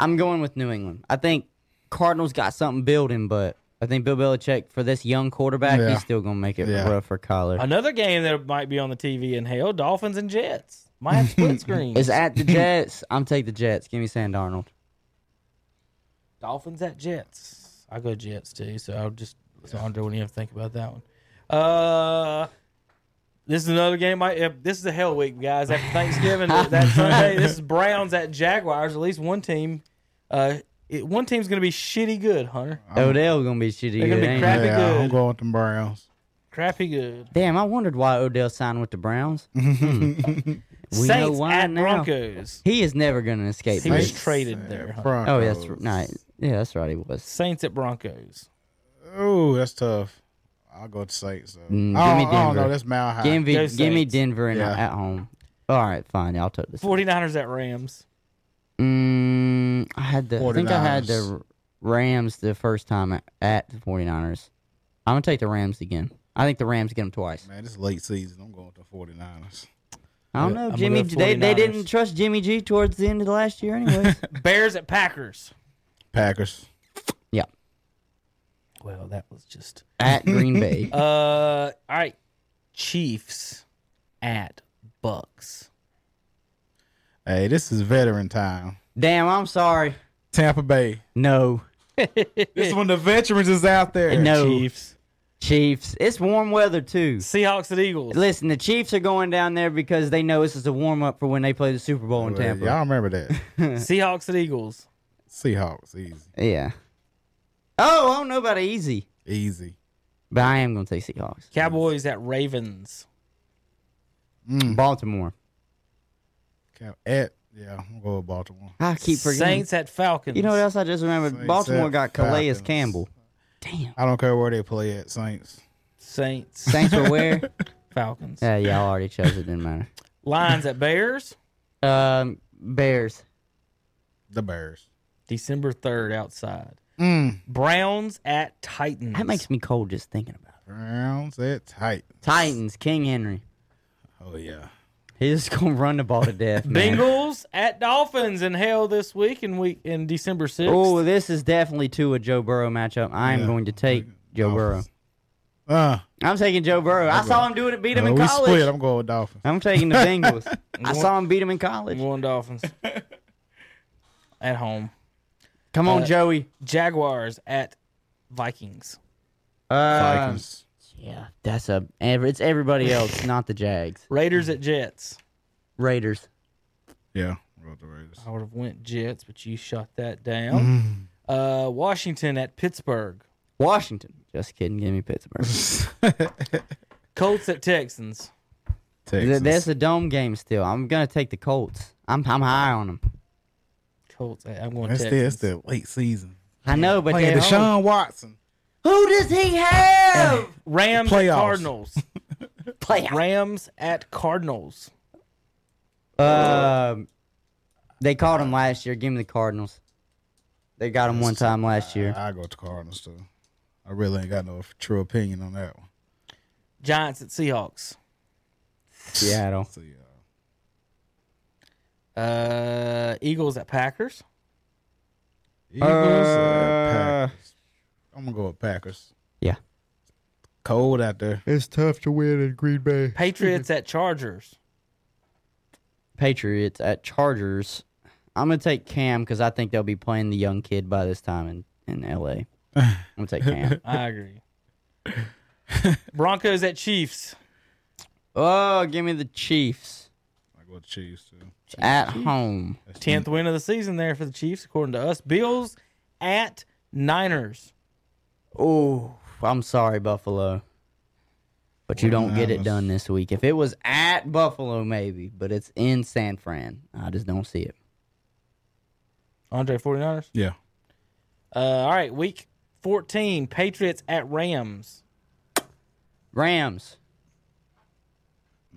E: I'm going with New England. I think Cardinals got something building, but I think Bill Belichick for this young quarterback,
G: Yeah.
E: he's still gonna make it
G: Yeah.
E: rough for Collar.
F: Another game that might be on the TV in hell. Dolphins and Jets. Might have split screen.
E: It's at the Jets. I'm taking the Jets. Give me Sam Darnold.
F: Dolphins at Jets. I go Jets too, so I'll just so I don't even think about that one. Uh this is another game. I, if- this is a hell week, guys. After Thanksgiving, that Sunday, this is Browns at Jaguars. At least one team, uh, it, one team's going to be shitty good, Hunter.
E: Odell gonna be shitty.
F: They're gonna
E: good,
F: be
E: ain't he?
F: crappy. That'd be
G: Yeah, I'm
F: good.
G: going with the Browns.
F: Crappy good.
E: Damn, I wondered why Odell signed with the Browns. We know
F: Saints
E: why
F: at
E: now.
F: Broncos.
E: He is never gonna escape.
F: He
E: this.
F: was
G: Saints
F: traded
G: at
F: there. Hunter.
G: Broncos.
E: Oh, yeah, that's right. Yeah, that's right. He was.
F: Saints at Broncos.
G: Oh, that's tough. I'll go to Saints. So.
E: Mm,
G: I,
E: give
G: don't,
E: me
G: I don't
E: Denver.
G: know. That's Mile High.
E: Give me,
F: Go
E: give me
F: Saints.
E: Denver and
G: Yeah.
E: at home. All right, fine. I'll take this.
F: 49ers at Rams.
E: Mm, I had the. I think I had the
G: 49ers.
E: Rams the first time at, at the 49ers. I'm gonna take the Rams again. I think the Rams get them twice.
G: Man, it's late season. I'm going to 49ers.
E: I don't know,
F: Yeah, I'm gonna
E: Jimmy.
F: go
E: They, they
F: 49ers.
E: didn't trust Jimmy G towards the end of the last year, anyways.
F: Bears at Packers.
G: Packers.
E: yeah,
F: Well, that was just.
E: at Green Bay.
F: Uh, all right. Chiefs at Bucks.
G: Hey, this is veteran time.
E: Damn, I'm sorry.
G: Tampa Bay.
E: No,
G: This is when the veterans is out there.
E: no,
F: Chiefs.
E: Chiefs. It's warm weather too.
F: Seahawks at Eagles.
E: Listen, the Chiefs are going down there because they know this is a warm up for when they play the Super Bowl
F: Oh,
E: in
G: Well,
E: Tampa.
G: Y'all remember that.
F: Seahawks at Eagles.
G: Seahawks. Easy.
E: Yeah. Oh, I don't know about easy,
G: Easy.
E: but I am gonna take Seahawks.
F: Cowboys at Ravens.
G: Hmm.
E: Baltimore.
G: Cap- At, yeah, I'm going to go with Baltimore.
E: I keep forgetting.
F: Saints at Falcons.
E: You know what else I just remembered?
G: Saints
E: Baltimore
G: at
E: got Calais
G: Falcons.
E: Campbell. Damn.
G: I don't care where they play at, Saints.
F: Saints.
E: Saints were where? Uh,
F: Falcons.
E: Yeah, y'all already chose it. Didn't matter.
F: Lions at Bears.
E: Um, Bears.
G: The Bears.
F: December 3rd outside.
G: Mm.
F: Browns at Titans.
E: That makes me cold just thinking about it.
G: Browns at tight.
E: Titans. King Henry.
G: Oh, yeah.
E: He's gonna run the ball to death. man.
F: Bengals at Dolphins in hell this week in week in December 6th.
E: Oh, this is definitely to a Joe Burrow matchup. I am
G: Yeah.
E: going to take Joe Burrow.
G: Uh,
E: I'm taking Joe Burrow. I saw him do it. Beat him in
G: we split.
E: college.
G: I'm going with Dolphins.
E: I'm taking the Bengals. I saw him beat him in college.
F: I'm going Dolphins. at home.
E: Come on,
F: Uh,
E: Joey.
F: Jaguars at Vikings.
E: Uh,
G: Vikings.
E: Yeah, that's a. ev- It's everybody else, not the Jags.
F: Raiders at Jets.
E: Raiders.
G: Yeah. I'm going with the Raiders.
F: I would have went Jets, but you shot that down.
G: Mm.
F: Uh, Washington at Pittsburgh.
E: Washington. Just kidding. Give me Pittsburgh.
F: Colts at Texans.
E: Th-
G: Texas.
E: There's a dome game still. I'm gonna take the Colts. I'm I'm high on them.
F: Colts. At, I'm going
G: That's
F: Texans.
G: still, that's still late season.
E: I know, but
G: Playing
E: they're
G: Oh, Deshaun Watson.
E: who does he have?
F: Rams at
G: Playoffs.
F: Cardinals.
E: Play.
F: Rams at Cardinals.
E: Um, they called him last year. Give me the Cardinals. They got him one time last year.
G: I go to Cardinals too. I really ain't got no f- true opinion on that one.
F: Giants at Seahawks.
E: Seattle.
G: So yeah,
F: Uh, Eagles at Packers.
G: Eagles
E: Uh,
G: or Packers. I'm gonna go with Packers.
E: Yeah.
G: Cold out there.
E: It's tough to win in Green Bay.
F: Patriots at Chargers.
E: Patriots at Chargers. I'm gonna take Cam because I think they'll be playing the young kid by this time in in L.A. I'm gonna take Cam.
F: I agree. Broncos at Chiefs.
E: oh, give me the Chiefs
G: I go with Chiefs too.
E: at home.
F: Tenth win of the season there for the Chiefs, according to us. Bills at Niners.
E: Oh, I'm sorry, Buffalo. But you don't get it done this week. If it was at Buffalo, maybe, but it's in San Fran. I just don't see it.
F: Andre 49ers.
G: Yeah.
F: Uh, all right, week 14, Patriots at Rams.
E: Rams.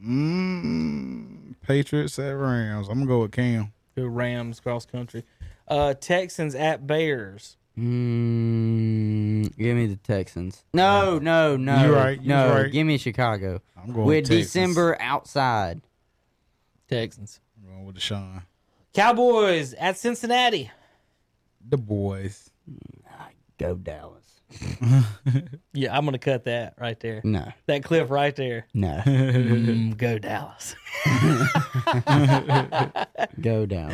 G: Mm, Patriots at Rams. I'm gonna go with Cam.
F: Go Rams cross country. Uh, Texans at Bears.
E: Mm, give me the Texans. No, no, no.
G: You're right, you're
E: No,
G: right.
E: give me Chicago.
G: I'm going
E: With
G: with Texans.
E: December outside.
F: Texans.
G: I'm going with Deshaun.
F: Cowboys at Cincinnati.
G: The boys.
E: Go Dallas.
F: Yeah, I'm gonna cut that right there.
E: No,
F: That clip right there.
E: no.
F: Mm, go Dallas.
E: Go down.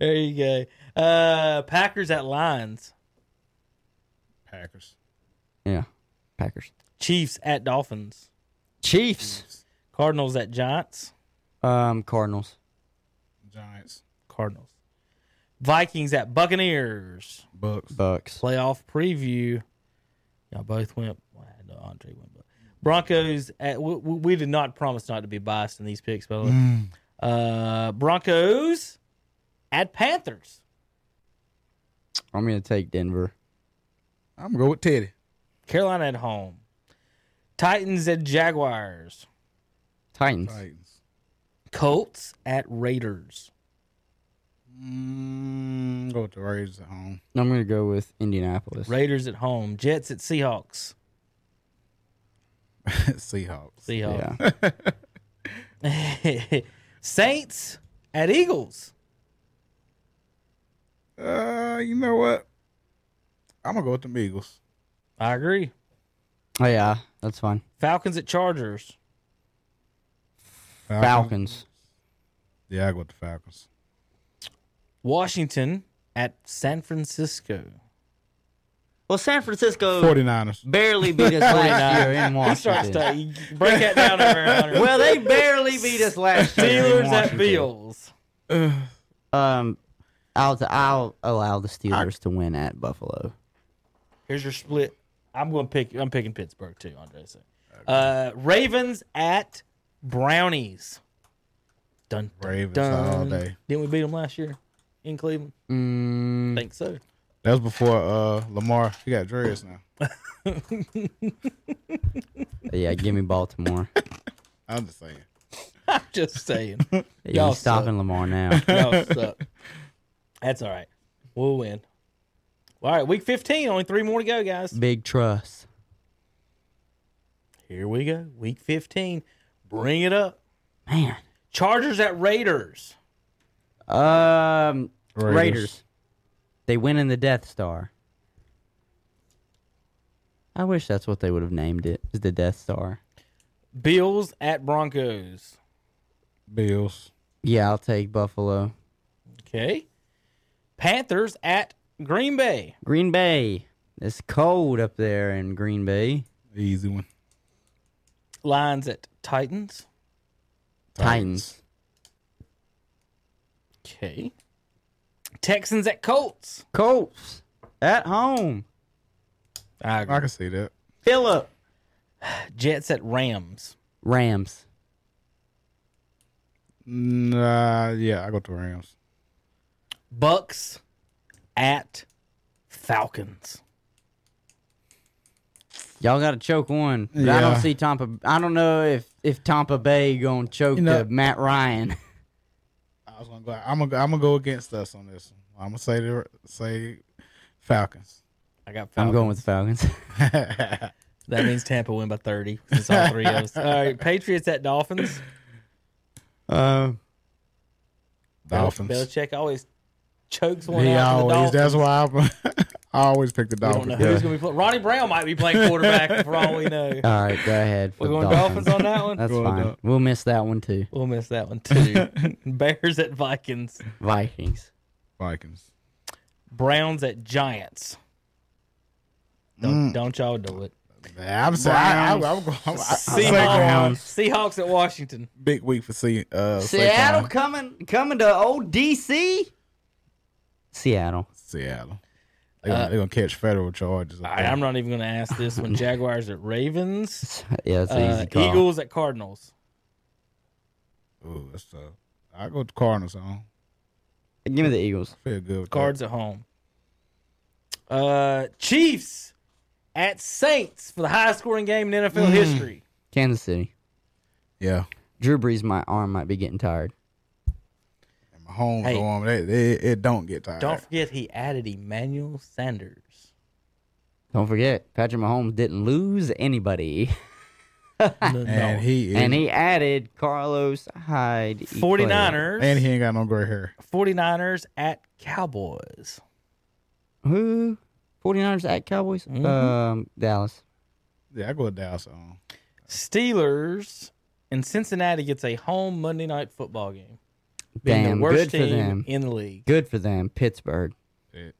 F: there you go. Uh, Packers at Lions.
G: Packers.
E: Yeah. Packers.
F: Chiefs at Dolphins.
E: Chiefs.
F: Cardinals at Giants.
E: Um, Cardinals.
G: Giants.
F: Cardinals. Vikings at Buccaneers.
G: Bucks.
E: Bucks.
F: Playoff preview. Y'all both went. Well, I know Andre went, but Broncos at. We, we we did not promise not to be biased in these picks, by the way. Uh, Broncos at Panthers.
E: I'm gonna take Denver.
G: I'm going to go with Teddy.
F: Carolina at home. Titans at Jaguars.
E: Titans.
G: Titans.
F: Colts at Raiders.
G: Mm, go with the Raiders at home.
E: I'm gonna go with Indianapolis.
F: Raiders at home. Jets at Seahawks.
G: Seahawks.
F: Seahawks.
E: Yeah.
F: Saints at Eagles.
G: Uh, you know what? I'm gonna go with the Eagles.
F: I agree.
E: oh yeah, that's fine.
F: Falcons at Chargers.
E: Falcons.
G: Yeah, I go with the Falcons.
F: Washington at San Francisco.
E: Well, San Francisco
G: 49ers.
E: barely beat us last year in Washington.
F: Sorry, you break that down over Hunter.
E: Well, they barely beat us last year. in
F: Steelers at
E: Washington.
F: Bills.
E: Um, I'll I'll allow the Steelers to win at Buffalo.
F: Here's your split. I'm going to pick. I'm picking Pittsburgh too, Andre. So. Uh, Ravens at Brownies. Dun, dun,
G: Ravens
F: dun.
E: Um,
G: all day.
F: Didn't we beat them last year in Cleveland?
E: Mm,
F: Think so.
G: That was before uh Lamar. He got dreads now.
E: yeah, give me Baltimore.
G: I'm just saying.
F: I'm just saying.
E: Yeah,
F: Y'all
E: he's stopping Lamar now.
F: Y'all suck. That's all right. We'll win. All right, week 15. Only three more to go, guys.
E: Big trust.
F: Here we go. Week 15. Bring it up.
E: Man.
F: Chargers at Raiders.
E: Um, Raiders.
G: Raiders.
E: They win in the Death Star. I wish that's what they would have named it. Is the Death Star?
F: Bills at Broncos.
G: Bills.
E: Yeah, I'll take Buffalo.
F: Okay. Panthers at Green Bay.
E: Green Bay. It's cold up there in Green Bay.
G: Easy one.
F: Lions at Titans.
E: Titans.
F: Okay. Texans at Colts.
E: Colts at home.
F: I
G: I can see that.
E: Philip.
F: Jets at Rams.
E: Rams.
G: Nah, yeah, I go to the Rams.
F: Bucks at Falcons.
E: Y'all got to choke one. But I don't
G: Yeah.
E: see Tampa. I don't know if if Tampa Bay gonna choke
G: You know-
E: the Matt Ryan.
G: I was gonna go. I'm gonna. I'm gonna go against us on this one. I'm gonna say the say Falcons.
F: I got
E: I'm
F: Falcons.
E: going with the Falcons.
F: That means Tampa win by 30. It's all three of us. All right. Patriots at Dolphins.
E: Um.
G: Dolphins.
F: Uh, Belichick always chokes one
G: He
F: out. to the
G: always.
F: Dolphins.
G: That's why I'm, I always pick the
F: I don't
G: Dolphins.
F: know who's going to be playing. Ronnie Brown might be playing quarterback for all we know.
E: All right, go ahead. for
F: We're
E: the
F: going Dolphins on that one.
E: That's
G: Going
E: fine.
G: Dol-
E: We'll miss that one too.
F: We'll miss that one too. Bears at Vikings.
E: Vikings.
G: Vikings.
F: Browns at Giants. Don't, don't y'all do it.
G: Nah, I'm saying. I, I, I'm, I'm, I'm,
F: Seahawks, Seahawks at Washington.
G: big week for C, uh,
E: Seattle
G: Saquon.
E: coming coming to old DC. Seattle.
G: Seattle. They're gonna, they gonna catch federal charges. up
F: All right,
G: there.
F: Uh, I'm not even going to ask this one. Jaguars at Ravens.
E: Yeah, it's an
F: Uh,
E: easy call.
F: Eagles at Cardinals.
G: Ooh, that's tough. I go to Cardinals. I don't
E: Give me the Eagles.
G: feel good. With
F: Cards at home. Uh, Chiefs at Saints for the highest scoring game in NFL history.
E: Kansas City.
G: That. Yeah.
E: Drew Brees, my arm might be getting tired.
G: And my home
F: Hey.
G: going. They, they, it don't get tired.
F: Don't forget he added Emmanuel Sanders.
E: Don't forget, Patrick Mahomes didn't lose anybody.
F: No,
G: and
F: no.
G: he is,
E: And
G: and he
E: he added Carlos Hyde. Eclair.
F: 49ers.
G: ain't got no gray hair.
F: 49ers at Cowboys.
E: Who? 49ers at Cowboys.
F: Mm-hmm.
E: Um, Dallas.
G: Yeah, I go with Dallas on.
F: Steelers and Cincinnati gets a home Monday night football game. Being
E: Damn,
F: the worst
E: good
F: team
E: for them.
F: in the league.
E: Good for them. Pittsburgh.
G: Pitt.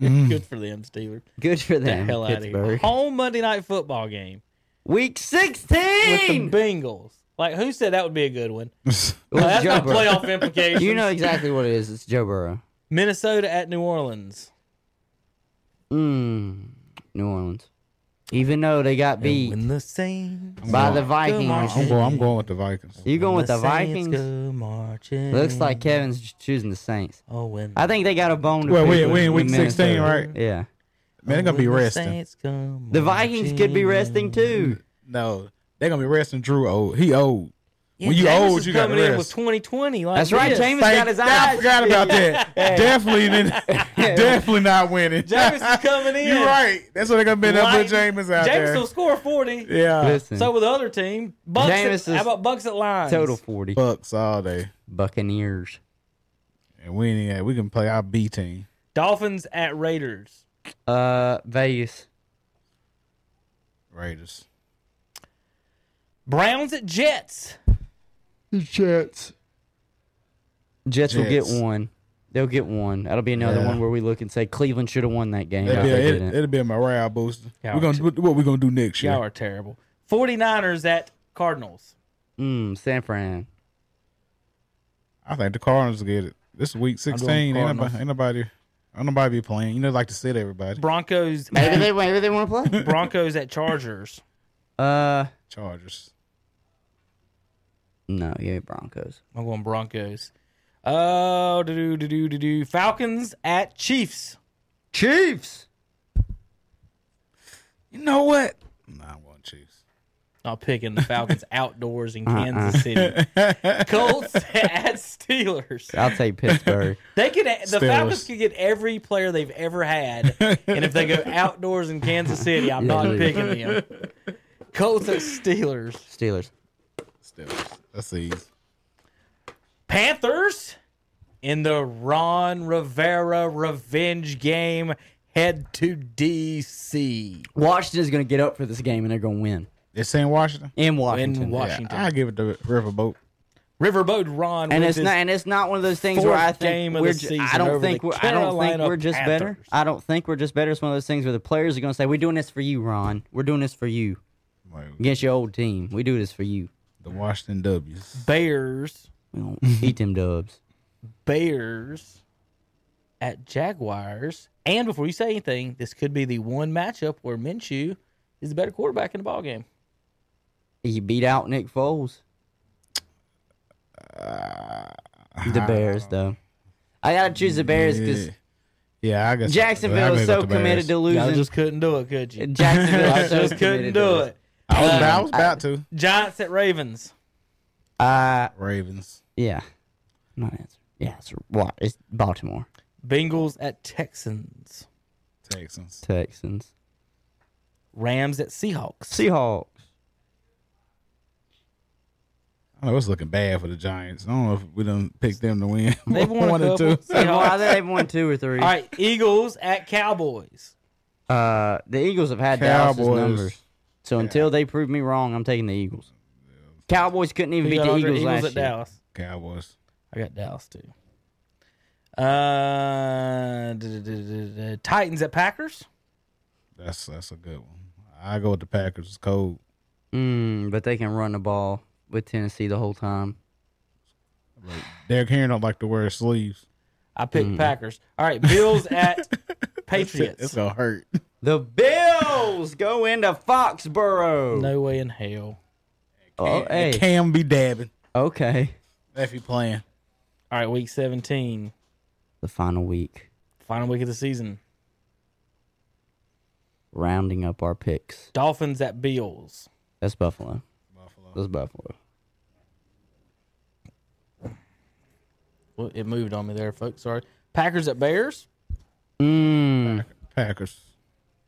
F: Good for them, Steelers.
E: Good for
F: The
E: them.
F: hell out of here.
E: Mm. Pittsburgh.
F: Home Monday night football game
E: Week
F: with the
E: 16.
F: Bengals. Like who said that would be a good one?
E: It
F: Well,
E: was
F: that's
E: Joe
F: not
E: Burrow.
F: playoff implications.
E: You know exactly what it is. It's Joe Burrow.
F: Minnesota at New Orleans.
E: Mm, New Orleans. Even though they got beat
F: When the Saints
E: by the
F: marching.
E: Vikings.
G: I'm going. I'm going with the Vikings.
E: You going
F: when
E: with the
F: Saints
E: Vikings?
F: go marching.
E: Looks like Kevin's ch- choosing the Saints.
F: Oh, when
E: I think they got a bone to
G: Well,
E: pick
G: we-
E: with-
G: we in
E: with
G: week 16,
E: Minnesota.
G: right?
E: Yeah.
G: Man, they're gonna be resting.
E: The Vikings could be resting too.
G: No, they're gonna be resting. Drew old. He old. when you old, you got
F: coming in with
G: rest.
F: 2020. Like
E: That's right,
F: this.
E: James
G: Thank-
E: got his
G: I
E: eyes.
G: forgot about that. Definitely, didn't- definitely not winning.
F: James is coming in.
G: You're right. That's what they're gonna be up with
F: Lighten-
G: James out
F: James
G: there.
F: will score 40.
G: yeah,
E: Listen,
F: So with the other team, Bucks.
E: James
F: at,
E: is
F: how about Bucks at Lions?
E: total 40.
G: Bucks all day,
E: Buccaneers.
G: and we ain't even, we can play our B team.
F: Dolphins at Raiders.
E: Uh, Vegas.
G: Raiders.
F: Browns at Jets.
E: Jets. Jets will get
G: Jets.
E: one. They'll get one. That'll be another
G: Yeah.
E: one where we look and say Cleveland should have won that game.
G: It'll
E: but
G: be,
E: they
G: it,
E: didn't.
G: it'll be a morale booster.
F: Yeah,
G: we're gonna
F: t-
G: do what we're gonna do next year.
F: Y'all are terrible. 49ers at Cardinals.
E: Mm, San Fran.
G: I think the Cardinals will get it. This is week sixteen. Ain't
F: Cardinals.
G: nobody, ain't nobody, ain't nobody be playing. You know, like to sit everybody.
F: Broncos.
E: Maybe
F: At,
E: they maybe they want to play.
F: Broncos at Chargers.
E: Uh,
G: Chargers.
E: no, yeah, Broncos.
F: I'm going Broncos. Oh, do do do do do. Falcons at Chiefs.
E: Chiefs.
G: You know what? Nah, I'm going Chiefs.
F: I'm picking the Falcons outdoors in
E: Uh-uh.
F: Kansas City. Colts at Steelers.
E: I'll take Pittsburgh.
F: They could the
G: Steelers.
F: Falcons could get every player they've ever had, and if they go outdoors in Kansas City, I'm not
E: Yeah.
F: picking them. Colts at Steelers.
E: Steelers.
G: Steelers. That's easy.
F: Panthers in the Ron Rivera revenge game head to DC.
E: Washington's gonna get up for this game and they're gonna win
G: It's in Washington.
E: in Washington.
F: In Washington.
G: I give it to Riverboat.
F: Riverboat Ron
E: and
F: with
E: it's
F: his-
E: not and it's not one of those things where
F: fourth
E: I think
F: game of
E: we're
F: the
E: ju-
F: season
E: I don't
F: over
E: think
F: the
E: we're, I don't think
F: Carolina
E: we're just better.
F: Panthers.
E: I don't think we're just better. It's one of those things where the players are gonna say, "We're doing this for you, Ron. We're doing this for you against your old team. We do this for you.
G: The Washington W's.
F: Bears.
E: We don't eat them dubs."
F: Bears at Jaguars. And before you say anything, this could be the one matchup where Minshew is the better quarterback in the ballgame.
E: He beat out Nick Foles. the Bears, though. I gotta choose the Bears because
G: Uh, Yeah. Yeah, I guess
E: Jacksonville is so committed to
F: Y'all
E: losing.
F: just couldn't do it, could you?
E: Jacksonville
F: I
E: is so
F: just couldn't
E: committed to
F: do
E: this.
F: it.
G: I was, about, I was about to.
F: Giants at Ravens.
E: Uh,
G: Ravens.
E: yeah. Not answer. Yeah, it's what? It's Baltimore
F: Bengals at Texans.
G: Texans.
E: Texans
F: Rams at Seahawks.
E: Seahawks.
G: I know it's looking bad for the Giants. I don't know if we done picked them to win.
F: They won a
G: One and
F: couple.
G: two.
E: They've won-
F: Seahawks.
E: I think they've won two or three.
F: All right, Eagles at Cowboys.
E: Uh, the Eagles have had Dallas'
G: Cowboys.
E: numbers, so until they prove me wrong, I'm taking the Eagles. Cowboys couldn't even
F: You
E: beat
F: got
E: the
F: Andre
E: Eagles, last
F: at
E: year.
F: Dallas.
G: Cowboys.
F: I got Dallas too. Uh, d- d- d- d- d- Titans at Packers.
G: That's that's a good one. I go with the Packers. It's cold.
E: Mm, but they can run the ball with Tennessee the whole time.
G: Derek Henry don't like to wear sleeves.
F: I picked
E: Mm.
F: Packers. All right, Bills at
G: It's
F: Patriots.
G: gonna hurt.
E: The Bills go into Foxborough.
F: No way in hell.
E: Oh, hey.
G: Cam be dabbing
E: Okay.
G: if he playing.
F: All right, week 17,
E: The final week,
F: final week of the season.
E: rounding up our picks.
F: Dolphins at Bills.
E: That's Buffalo.
G: Buffalo.
E: That's Buffalo.
F: Well, it moved on me there, folks. Sorry. Packers at Bears.
E: Mm,
G: Packers.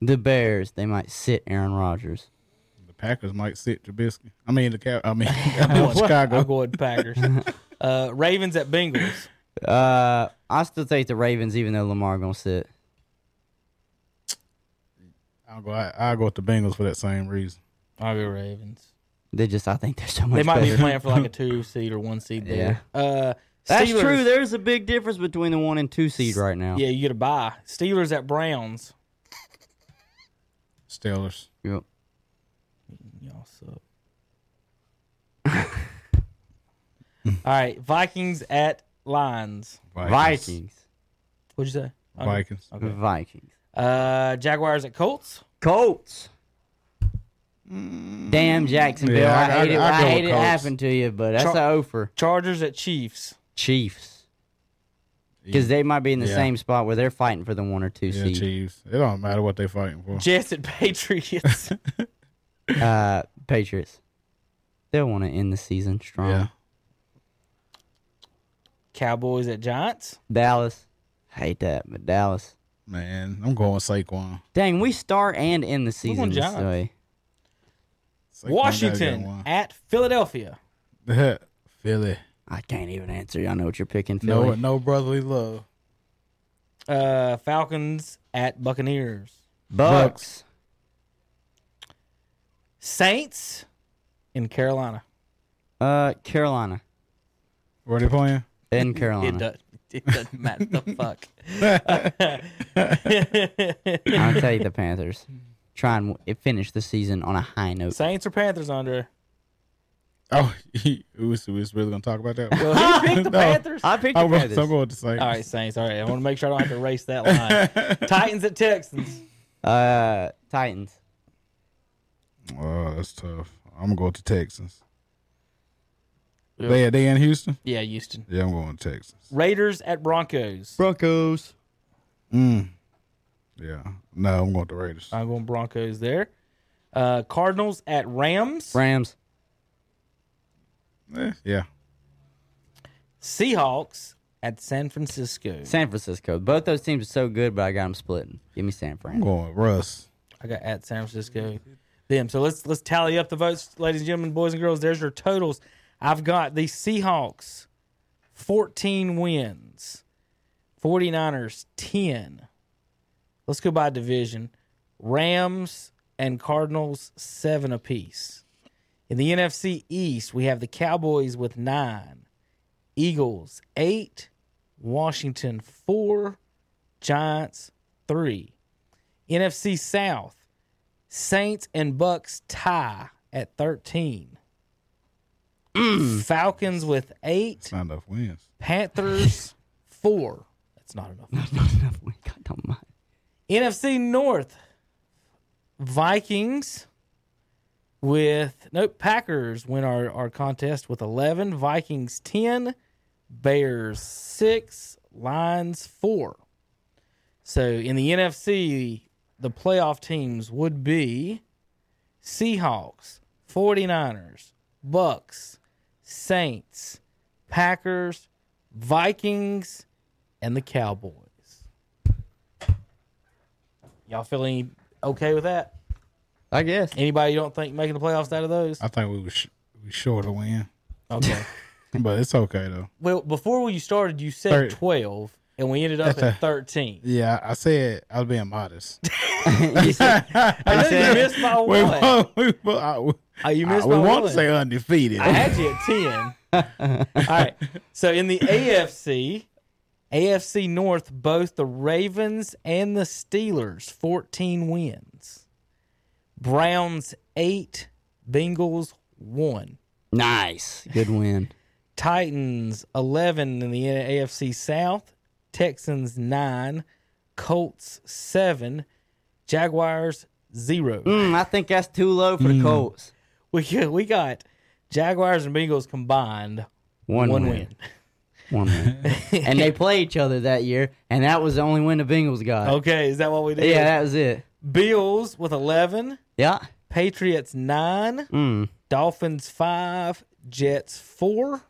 E: the Bears. They might sit Aaron Rodgers.
G: The Packers might sit Trubisky. I mean the cow. I mean
F: Going- I'll
G: Chicago.
F: go with Packers. uh, Ravens at Bengals.
E: Uh, I still take the Ravens, even though Lamar gonna sit.
G: I'll go. I, I'll go with the Bengals for that same reason.
F: I'll go Ravens.
E: They just, I think they're so much
F: They might
E: better.
F: be playing for like a two seed or one seed there. Uh,
E: That's
F: Steelers-
E: true. There's a big difference between the one and two seed right now.
F: Yeah, you get a buy. Steelers at Browns.
G: Steelers.
E: Yep.
F: Y'all suck. All right, Vikings at Lions.
E: Vikings.
F: What'd you say? Okay.
G: Vikings.
F: Okay.
E: Vikings.
F: Uh, Jaguars at Colts.
E: Colts. Damn Jacksonville.
G: Mm. Yeah, I-
E: I, hate
G: I-
E: it.
G: I
E: I,
G: go
E: hate
G: with
E: it
G: Colts.
E: happened to you, but that's
F: Char-
E: a over.
F: Chargers at Chiefs.
E: Chiefs. Because they might be in the
G: Yeah.
E: same spot where they're fighting for the one or two
G: Yeah,
E: seed.
G: Chiefs. It don't matter what they fighting for.
F: Jets at Patriots.
E: Uh, Patriots. They'll want to end the season strong.
G: Yeah.
F: Cowboys at Giants.
E: Dallas. Hate that, but Dallas.
G: Man, I'm going with Saquon.
E: Dang, we start and end the
F: We're going
E: season this
F: Giants.
E: way.
G: Saquon gotta get
F: Washington
G: one.
F: at Philadelphia.
G: Philly.
E: I can't even answer. I know what you're picking, Philly.
G: No, no brotherly love.
F: Uh, Falcons at Buccaneers.
E: Bucks.
F: Saints in Carolina.
E: Uh, Carolina.
G: Where they playing?
E: In
F: It
E: Carolina.
F: does. It doesn't matter the fuck.
E: I'll tell you the Panthers. Try and w- finish the season on a high note.
F: Saints or Panthers, Andre?
G: Oh, we was really gonna talk about that. Well,
F: Well, he picked the
G: No.
F: Panthers.
E: I picked the
G: I'm going,
E: Panthers.
G: so I'm going to say.
F: All right, Saints. All right, I want to make sure I don't have to erase that line. Titans at Texans.
E: Uh, Titans.
G: Oh, that's tough. I'm gonna go to Texans. They they in Houston?
F: Yeah, Houston.
G: Yeah, I'm going to Texans.
F: Raiders at Broncos.
E: Broncos.
G: Yeah. No, I'm going to Raiders.
F: I'm going Broncos there. Uh, Cardinals at Rams.
E: Rams.
G: Eh, yeah.
F: Seahawks at San Francisco.
E: San Francisco. Both those teams are so good, but I got them splitting. Give me San Fran.
G: I'm going with Russ.
F: I got at San Francisco. Them. So let's let's tally up the votes, ladies and gentlemen, boys and girls. There's your totals. I've got the Seahawks 14 wins. 49ers 10. Let's go by division. Rams and Cardinals 7 apiece. In the NFC East, we have the Cowboys with 9, Eagles 8, Washington 4, Giants 3. NFC South, Saints and Bucks tie at 13. Falcons with eight,
G: It's not enough wins.
F: Panthers four. That's not enough.
E: God, don't mind.
F: NFC North, Vikings with nope, Packers win our, our contest with 11, Vikings 10, Bears 6, Lions 4. So in the NFC, the playoff teams would be Seahawks, 49ers, Bucks, Saints, Packers, Vikings, and the Cowboys. Y'all feeling okay with that?
E: I guess.
F: Anybody you don't think making the playoffs out of those?
G: I think we was sh- we sure to win,
F: Okay.
G: but it's okay though.
F: well, before you started, you said
G: Thirty.
F: 12, and we ended up at 13.
G: Yeah, I said I was being modest.
E: You said-
F: I know you missed my
G: we
F: one.
G: won- we won- I- we-
F: Oh, you missed
G: I-
F: my
G: Uh, we want
F: one.
G: to say undefeated.
F: I had you at 10. All right. So in the AFC, AFC North, both the Ravens and the Steelers, 14 wins. Browns, 8. Bengals, 1.
E: nice. Good win.
F: Titans 11 in the AFC South, Texans 9, Colts 7, Jaguars 0.
E: Mm, I think that's too low for the Colts.
F: We, got- we got Jaguars and Bengals combined
E: One,
F: one
E: win.
F: win.
E: One win. and they play each other that year, and that was the only win the Bengals got.
F: Okay, is that what we did?
E: Oh, Yeah, that was it.
F: Bills with 11,
E: Yeah.
F: Patriots 9,
E: Mm.
F: Dolphins 5, Jets 4,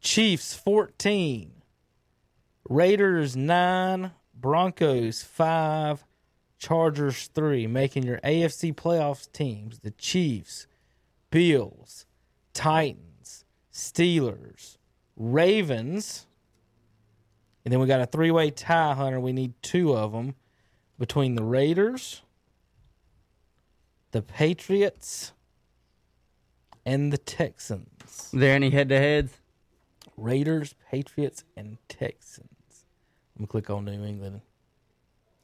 F: Chiefs 14, Raiders 9, Broncos 5, Chargers 3, making your AFC playoffs teams the Chiefs, Bills, Titans, Steelers, Ravens, and then we got a three way tie, Hunter. We need two of them between the Raiders, the Patriots, and the Texans.
E: Are there any head to heads?
F: Raiders, Patriots, and Texans. I'm gonna click on New England.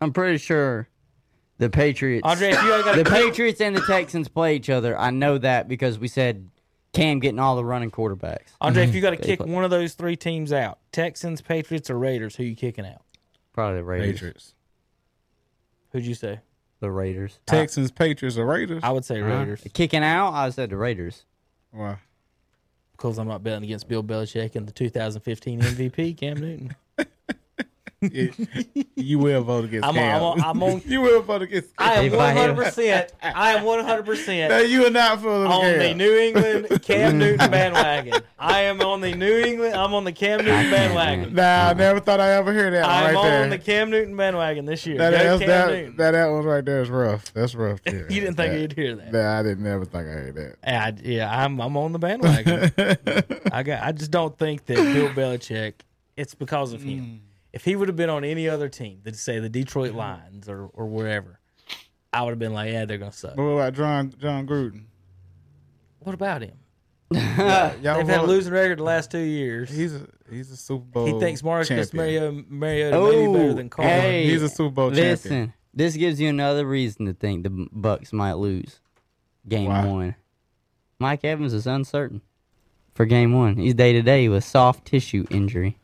E: I'm pretty sure the Patriots.
F: Andre, if you ain't got
E: the Patriots and the Texans play each other. I know that because we said Cam getting all the running quarterbacks.
F: Andre, if you got to kick
E: play.
F: one of those three teams out, Texans, Patriots, or Raiders, who you kicking out?
E: Probably the Raiders.
G: Patriots.
F: Who'd you say?
E: The Raiders.
G: Texans, Patriots, or Raiders?
F: I would say Raiders
E: Kicking out, I said the Raiders.
G: Why?
F: because I'm not betting against Bill Belichick and the 2015 MVP Cam Newton.
G: You will vote against
F: I'm on-
G: Cam.
F: I'm on- I'm on-
G: you will vote against Cam.
F: I am
E: If I am-
F: 100. percent I am 100
G: No,
F: percent
G: you are not voting
F: on
G: Cam.
F: the New England Cam Newton bandwagon. I am on the New England. I'm on the Cam Newton bandwagon.
G: Nah, I never thought I ever hear that
F: I'm
G: one right
F: on the
G: there.
F: Cam Newton bandwagon this year.
G: that,
F: Go
G: that's-
F: Cam Newton.
G: that, that, that one right there is rough. That's rough. Yeah,
F: you didn't think
G: that,
F: you'd hear that?
G: Nah, I didn't never think I heard that.
F: I, yeah, I'm I'm on the bandwagon. I got. I just don't think that Bill Belichick. It's because of
G: Mm.
F: him. If he would have been on any other team, than say the Detroit Lions or or wherever, I would have been like, yeah, they're gonna suck.
G: But what about John John Gruden?
F: What about him?
G: Y'all
F: They've had a
G: vote-
F: losing record the last two years.
G: He's a he's a Super Bowl.
F: He thinks Marcus
G: champion.
F: Mario Mariota may be better
E: Oh,
F: than Carr.
E: hey,
G: He's a Super Bowl
E: Listen,
G: champion.
E: this gives you another reason to think the Bucks might lose game
G: Why?
E: one. Mike Evans is uncertain for game one. He's day to day with soft tissue injury.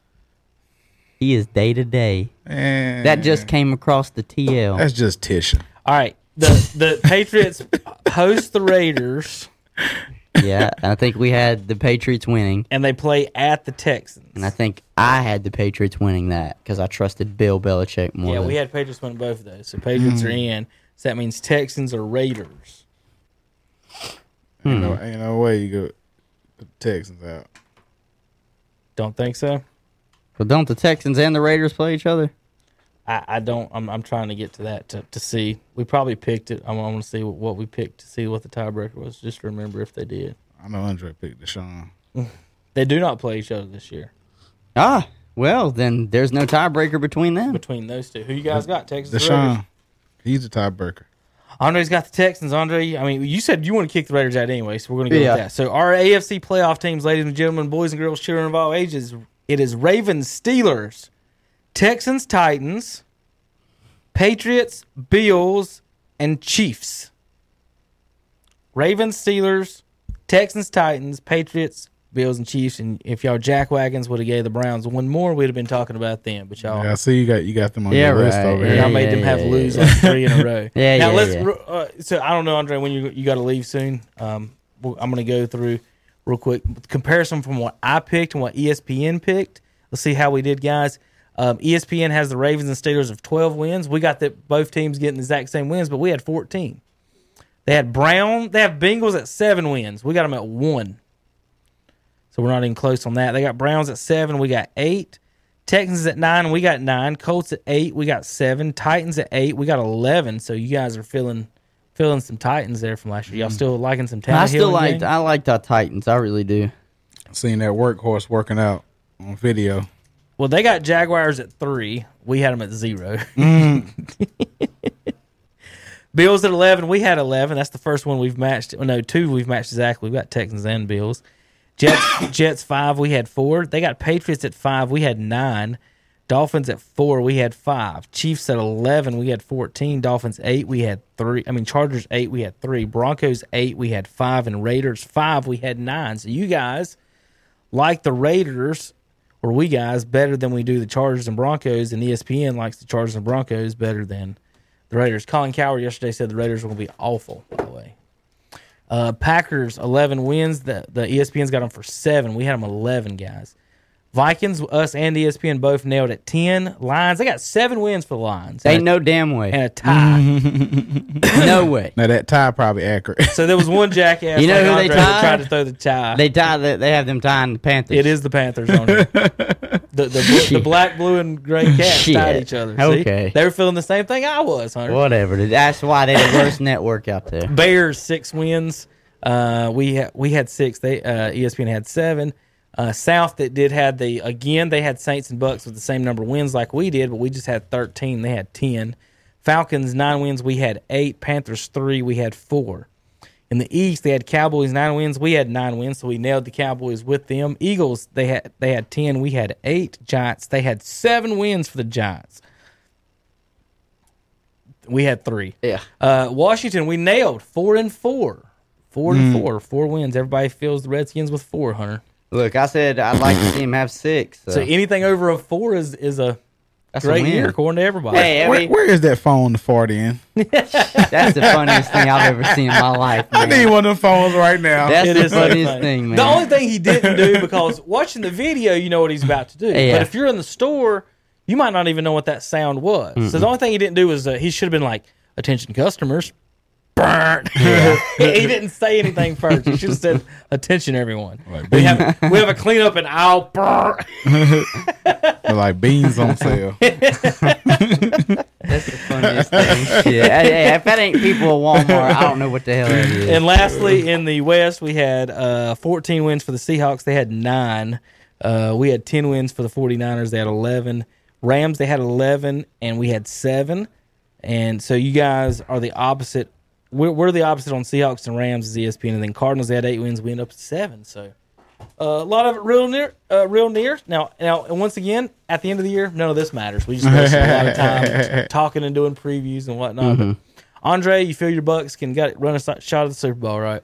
E: He is day to day.
G: Man,
E: That just came across the TL.
G: that's just Tisha.
F: All right, the the Patriots host the Raiders
E: yeah, I think we had the Patriots winning,
F: and they play at the Texans.
E: and I think I had the Patriots winning that because I trusted Bill Belichick more.
F: yeah,
E: than-
F: we had Patriots win both of those, so Patriots are in. So that means Texans are Raiders.
G: Ain't,
E: Hmm.
G: no, ain't no way you go the Texans out.
F: Don't think so.
E: But don't the Texans and the Raiders play each other?
F: I, I don't. I'm, I'm trying to get to that to, to see. We probably picked it. I want to see what, what we picked to see what the tiebreaker was. Just to remember if they did.
G: I know Andre picked Deshaun.
F: They do not play each other this year
E: Ah, well, then there's no tiebreaker between them.
F: between those two. Who you guys got? Texans. or Raiders?
G: Deshaun, he's a tiebreaker.
F: Andre's got the Texans. Andre, I mean, you said you want to kick the Raiders out anyway, so we're going to go
E: Yeah.
F: with that. So our AFC playoff teams, ladies and gentlemen, boys and girls, children of all ages, it is Ravens, Steelers, Texans, Titans, Patriots, Bills, and Chiefs. Ravens, Steelers, Texans, Titans, Patriots, Bills, and Chiefs. And if y'all jack wagons would have gave the Browns one more, we'd have been talking about them. But y'all,
G: Yeah, I see you got you got them on
E: Yeah,
G: your list
E: right.
G: over
E: Yeah,
G: here.
F: y'all made them have
E: yeah,
F: lose
E: yeah.
F: like three in a row.
E: Yeah,
F: now
E: yeah,
F: let's.
E: yeah.
F: ru- Uh, so I don't know, Andre, when you you got to leave soon. Um, we'll- I'm going to go through real quick comparison from what I picked and what E ESPN picked. Let's see how we did, guys. Um, ESPN has the Ravens and Steelers of 12 wins. We got the both teams getting the exact same wins, but we had 14. They had Brown. They have Bengals at seven wins. We got them at one. So we're not even close on that. They got Browns at seven. We got eight. Texans at nine. We got nine. Colts at eight. We got seven. Titans at eight. We got eleven. So you guys are feeling feeling some Titans there from last year. Y'all still liking some Tannehill?
E: Mm. I still
F: and
E: liked
F: gang?
E: I liked our Titans. I really do.
G: Seen that workhorse working out on video.
F: Well, they got Jaguars at three. We had them at zero. Bills at eleven. We had eleven. That's the first one we've matched. well, No, two we've matched exactly. We've got Texans and Bills. Jets Jets five. We had four. They got Patriots at five. We had nine. Dolphins at four. We had five. Chiefs at eleven. We had fourteen. Dolphins eight. We had three. I mean Chargers eight. We had three. Broncos eight. We had five. And Raiders five. We had nine. So you guys like the Raiders or we guys better than we do the Chargers and Broncos, and E ESPN likes the Chargers and Broncos better than the Raiders. Colin Coward yesterday said the Raiders were going to be awful. By the way, uh, Packers eleven wins. The the E ESPN's got them for seven. We had them eleven guys. Vikings, us and E ESPN both nailed at ten. Lions, they got seven wins for the Lions
E: Ain't
F: and,
E: no damn
F: a, and
E: way.
F: a tie.
E: no way.
G: Now that tie probably accurate.
F: so there was one jackass.
E: You know
F: like
E: who they
F: Andre that
E: tied?
F: Tried to throw the tie.
E: They tie. They, they have them tying the Panthers.
F: It is the Panthers on here. the, the, bl- the
E: Shit.
F: black, blue, and gray cats tied
E: Shit.
F: each other. See?
E: Okay.
F: They were feeling the same thing I was, Hunter.
E: Whatever. dude. That's why they're the worst network out there.
F: Bears, six wins. Uh, we, ha- we had six. They uh, ESPN had seven. Uh, South that did had the again they had Saints and Bucks with the same number of wins like we did, but we just had thirteen. They had ten. Falcons nine wins. We had eight. Panthers three. We had four. In the East, they had Cowboys nine wins. We had nine wins, so we nailed the Cowboys with them. Eagles, they had they had ten. We had eight. Giants, they had seven wins for the Giants. We had three.
E: Yeah.
F: Uh, Washington, we nailed four and four. Four and
E: Mm.
F: four. Four wins. Everybody feels the Redskins with four, Hunter.
E: Look, I said I'd like to see him have six. So,
F: So anything over a four is is a
E: that's a
F: great
E: win.
F: year according to everybody.
E: Hey, I
G: Where,
E: mean,
G: where is that phone to fart in?
E: that's the funniest thing I've ever seen in my life.
G: I
E: Man.
G: need one of them phones right now.
E: That's
F: It
E: the
F: is so
E: funniest
F: funny.
E: thing, man.
F: The only thing he didn't do because watching the video, you know what he's about to do.
E: Yeah.
F: But if you're in the store, you might not even know what that sound was. So the only thing he didn't do was uh, he should have been like, "Attention, customers." Burn. he didn't say anything first. He should have said, "Attention, everyone." we have we have a cleanup and I'll burn.
G: They're like beans on sale.
E: That's the funniest thing. Shit. Hey, hey, if that ain't people at Walmart, I don't know what the hell it is.
F: And lastly, in the West, we had uh, 14 wins for the Seahawks. They had nine. Uh, we had 10 wins for the 49ers. They had 11. Rams, they had 11, and we had seven. And so you guys are the opposite. We're, we're the opposite on Seahawks and Rams E as ESPN. And then Cardinals, they had eight wins. We end up at seven. So uh, a lot of it real near. Uh, real near. Now, now, and once again, at the end of the year, none of this matters. We just wasted a lot of time talking and doing previews and whatnot. But Andre, you feel your Bucks can got run a si- shot at the Super Bowl, right?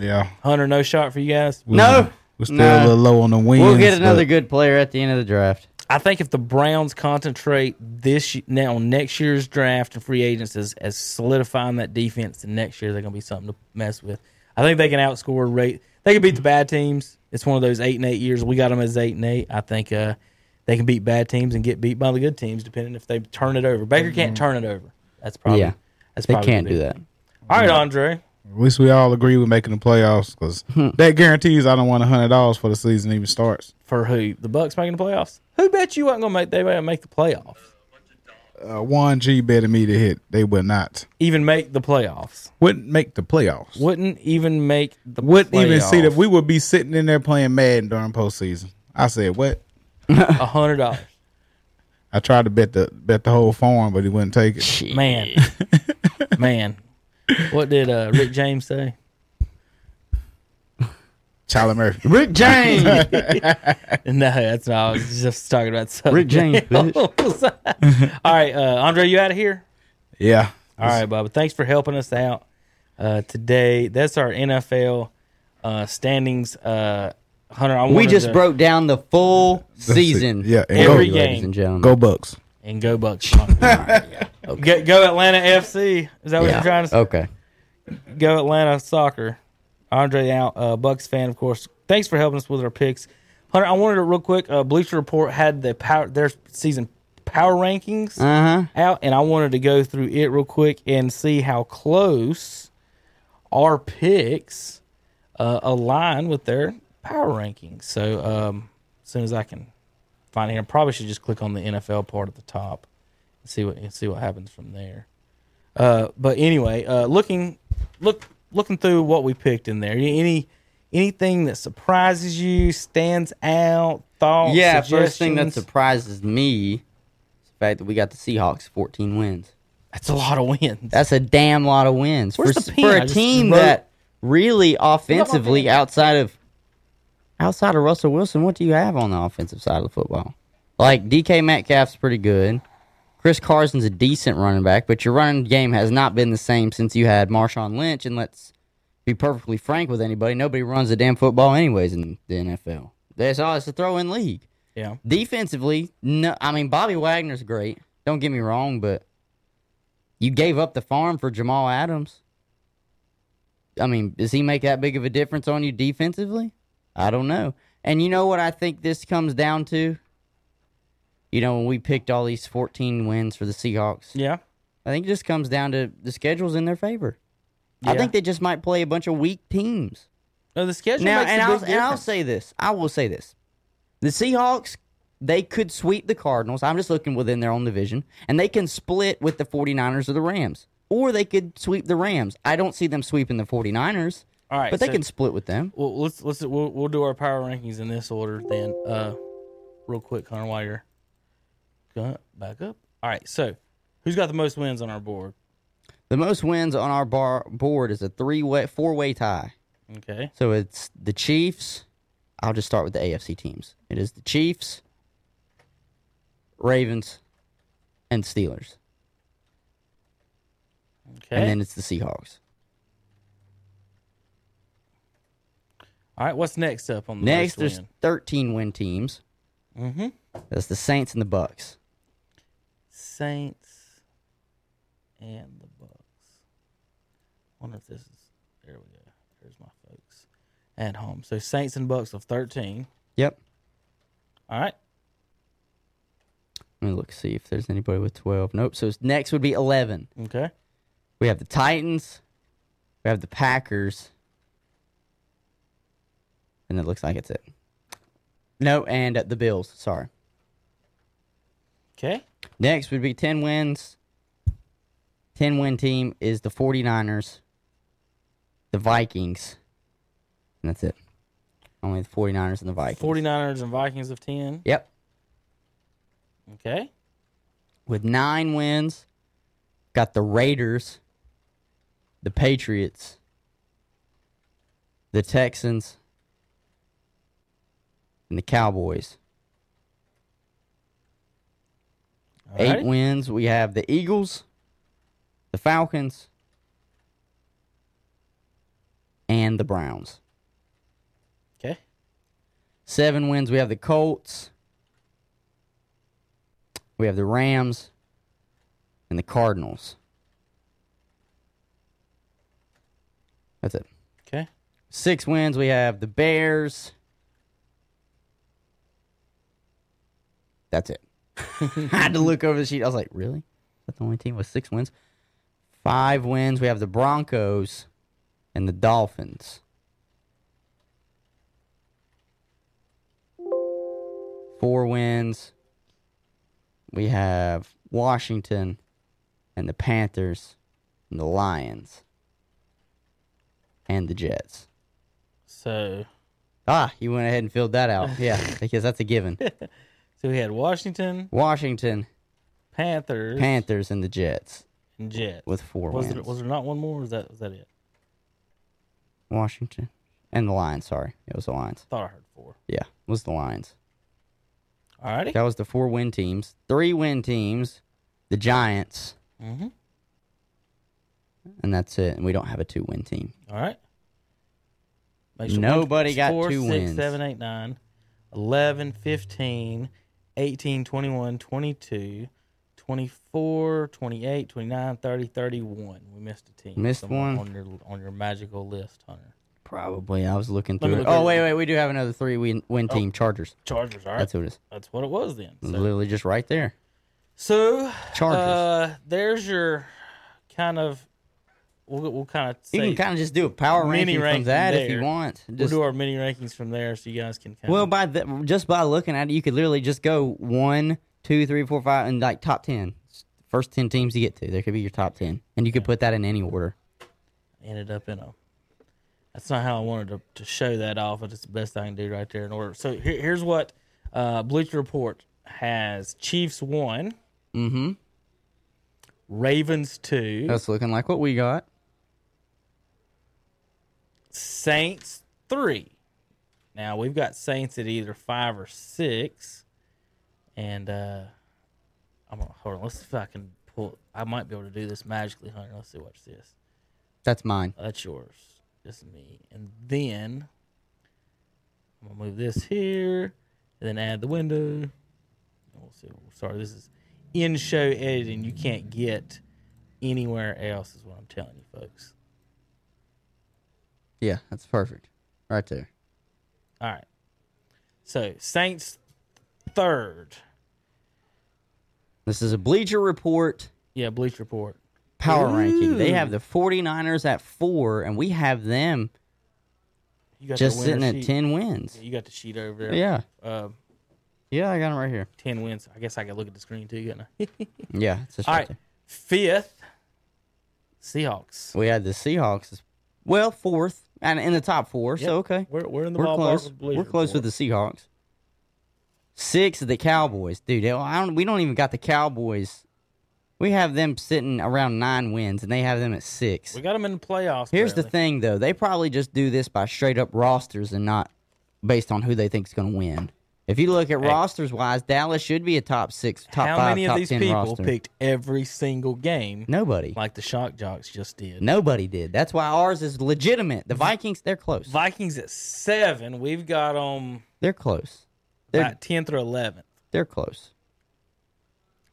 G: Yeah.
F: Hunter, no shot for you guys.
E: No.
G: We're still
E: No.
G: a little low on the wins.
E: We'll get another
G: but
E: good player at the end of the draft.
F: I think if the Browns concentrate this y- now on next year's draft and free agents as, as solidifying that defense, then next year they're going to be something to mess with. I think they can outscore rate. They can beat the bad teams. It's one of those eight and eight years. We got them as eight and eight. I think uh, they can beat bad teams and get beat by the good teams, depending if they turn it over. Baker can't turn it over. That's probably
E: Mm-hmm. Yeah.
F: That's
E: They
F: probably
E: can't
F: the
E: do
F: big-
E: that.
F: All right, Andre.
G: At least we all agree we're making the playoffs because
F: Hmm.
G: that guarantees I don't want $100 for the season even starts.
F: For who? The Bucks making the playoffs? Who bet you wasn't going to make they wouldn't make the playoffs?
G: Uh, one G betted me to hit. They would not.
F: Even make the playoffs?
G: Wouldn't make the playoffs.
F: Wouldn't even make the
G: Wouldn't even see that
F: playoffs.
G: we would be sitting in there playing Madden during postseason. I said, what?
F: A hundred dollars.
G: I tried to bet the bet the whole farm, but he wouldn't take it.
F: Man. Man. What did uh, Rick James say?
G: Charlie Murphy.
E: Rick James.
F: No, that's not. I was just talking about something.
E: Rick James, bitch.
F: All right, uh, Andre, you out of here?
G: Yeah.
F: All right, Bubba. Thanks for helping us out uh, today. That's our NFL uh, standings. Uh, Hunter, I
E: we
F: wanted
E: just
F: to-
E: broke down the full season.
G: Yeah, and
F: Every
G: go,
F: game.
E: Ladies and gentlemen.
G: go Bucks.
F: and go Bucks. go, go Atlanta FC. Is that what you're trying to say?
E: Okay.
F: go Atlanta soccer. Andre out, uh, Bucks fan, of course. Thanks for helping us with our picks, Hunter. I wanted to real quick. Uh, Bleacher Report had the power their season power rankings
E: Uh huh.
F: out, and I wanted to go through it real quick and see how close our picks uh, align with their power rankings. So, um, as soon as I can find it, I probably should just click on the NFL part at the top and see what and see what happens from there. Uh, but anyway, uh, looking look looking through what we picked in there, any anything that surprises you, stands out, thoughts,
E: Yeah, first thing that
F: suggestions?
E: surprises me is the fact that we got the Seahawks 14 wins.
F: that's a lot of wins.
E: That's a damn lot of wins
F: Where's
E: for,
F: the
E: s-
F: pen?
E: for
F: I
E: a
F: just
E: team
F: wrote-
E: that really offensively outside of outside of Russell Wilson. What do you have on the offensive side of the football? Like DK Metcalf's pretty good. Chris Carson's a decent running back, but your running game has not been the same since you had Marshawn Lynch. And let's be perfectly frank with anybody: nobody runs the damn football anyways in the NFL. That's all. It's a throw-in league.
F: yeah.
E: Defensively, no. I mean, Bobby Wagner's great. Don't get me wrong, but you gave up the farm for Jamal Adams. I mean, does he make that big of a difference on you defensively? I don't know. And you know what I think this comes down to? You know, when we picked all these 14 wins for the Seahawks,
F: Yeah.
E: I think it just comes down to the schedule's in their favor. I
F: Yeah.
E: think they just might play a bunch of weak teams.
F: No, the schedule
E: Now,
F: makes
E: and
F: a
E: I'll,
F: big
E: and I'll
F: difference.
E: say this. I will say this. The Seahawks, they could sweep the Cardinals. I'm just looking within their own division. And they can split with the 49ers or the Rams. Or they could sweep the Rams. I don't see them sweeping the 49ers.
F: All right,
E: But they
F: so-
E: can split with them.
F: Well, let's let's we'll, we'll do our power rankings in this order then. Uh, real quick, Connor, while you're Go- back up. All right, so Who's got the most wins on our board?
E: The most wins on our bar board is a three way, four way tie.
F: Okay.
E: So it's the Chiefs. I'll just start with the AFC teams. It is the Chiefs, Ravens, and Steelers,
F: Okay.
E: and then it's the Seahawks.
F: All right. What's next up on the
E: Next,
F: most
E: there's
F: win?
E: 13 win teams. Mm-hmm. That's the Saints and the Bucks.
F: Saints and the Bucks. Wonder if this is. There we go. There's my folks at home. So Saints and Bucks of thirteen.
E: Yep.
F: All right.
E: Let me look see if there's anybody with 12. Nope. So it's- next would be 11.
F: Okay.
E: We have the Titans. We have the Packers. And it looks like it's it. No, and uh, the Bills. Sorry.
F: Okay.
E: Next would be 10 wins. 10 win team is the 49ers, the Vikings, and that's it. Only the 49ers and the Vikings.
F: 49ers and Vikings of ten.
E: Yep.
F: Okay.
E: With nine wins, got the Raiders, the Patriots, the Texans, and the Cowboys.
F: All
E: Eight
F: righty.
E: wins. We have the Eagles, the Falcons, and the Browns.
F: Okay.
E: Seven wins. We have the Colts. We have the Rams and the Cardinals. That's it.
F: Okay.
E: Six wins. We have the Bears. That's it. I had to look over the sheet. I was like, really? Is that the only team with six wins? Five wins. We have the Broncos and the Dolphins. Four wins. We have Washington and the Panthers and the Lions and the Jets.
F: So
E: Ah, you went ahead and filled that out. Yeah, because that's a given.
F: so we had Washington
E: Washington,
F: Panthers
E: Panthers, and the Jets
F: and Jets
E: with four
F: was
E: wins.
F: there, was there not one more? Or was that was that it?
E: Washington and the Lions. Sorry, it was the Lions.
F: Thought I heard four.
E: Yeah, it was the Lions.
F: All righty.
E: That was the four win teams. Three win teams, the Giants,
F: Mhm.
E: and that's it. And we don't have a two win team.
F: All right.
E: Nobody
F: one-
E: got
F: four,
E: two
F: six,
E: wins.
F: seven, eight, nine, 11, 15, 18, 21, 22, 24, 28, 29, 30, 31. We missed a team.
E: Missed
F: somewhere
E: one.
F: on your on your magical list, Hunter.
E: Probably. I was looking
F: me
E: through. It.
F: look
E: Oh
F: at-
E: wait, wait. We do have another three win win team. Chargers.
F: Chargers. All right.
E: That's
F: That's,
E: who it is.
F: what it was then. So,
E: Literally just right there.
F: so,
E: Chargers.
F: uh, there's your kind of. We'll, we'll kind of
E: you can
F: say
E: kind of just do a power ranking
F: mini
E: from
F: ranking
E: that if you
F: there.
E: want.
F: we'll
E: Just
F: do our mini rankings from there, so you guys can kind
E: Well,
F: of
E: by the, just by looking at it, you could literally just go one, two, three, four, five, and like top ten. First ten teams you get to, there could be your top ten, and you could put that in any order.
F: ended up in a. That's not how I wanted to, to show that off, but it's the best I can do right there in order. So here, here's what uh, Bleacher Report has: Chiefs one, mm-hmm. Ravens two,
E: That's looking like what we got.
F: Saints three. Now we've got Saints at either five or six, and uh, I'm gonna hold on. Let's see if I can pull. I might be able to do this magically, Hunter. Let's see. Watch this.
E: That's mine.
F: That's yours. This is me. And then I'm gonna move this here, and then add the window. And We'll see. Sorry, this is in-show editing. You can't get anywhere else, is what I'm telling you, folks.
E: Yeah, that's perfect, right there.
F: All right. So Saints third.
E: This is a Bleacher Report
F: Yeah, Bleach Report.
E: power ranking. They have the 49ers at four, and we have them
F: You got
E: just
F: winner
E: sitting at
F: sheet.
E: ten wins.
F: You got the sheet over there.
E: Yeah,
F: Uh,
E: yeah, I got them right here.
F: ten wins. I guess I could look at the screen too, couldn't I?
E: Yeah, it's just
F: All
E: right
F: right.
E: there.
F: Fifth, Seahawks.
E: We had the Seahawks, as- well, fourth, and in the top four.
F: Yep.
E: So okay,
F: We're, we're in the
E: we're
F: ballpark.
E: close.
F: with Bleacher
E: We're close
F: Report.
E: with the Seahawks. Six of the Cowboys, dude. I don't. We don't even got the Cowboys. We we have them sitting around nine wins, and they have them at six.
F: We got them in the playoffs.
E: Here's the
F: apparently.
E: thing, though. They probably just do this by straight up rosters and not based on who they think's going to win. If you look at rosters wise, Dallas should be a top six, top
F: How
E: five,
F: many
E: top
F: of these
E: ten
F: people
E: roster.
F: picked every single game
E: Nobody.
F: like the shock jocks just did?
E: Nobody did. That's why ours is legitimate. The Vikings, they're close.
F: Vikings at seven. We've got them
E: They're close. They're-
F: about tenth or eleventh.
E: They're close.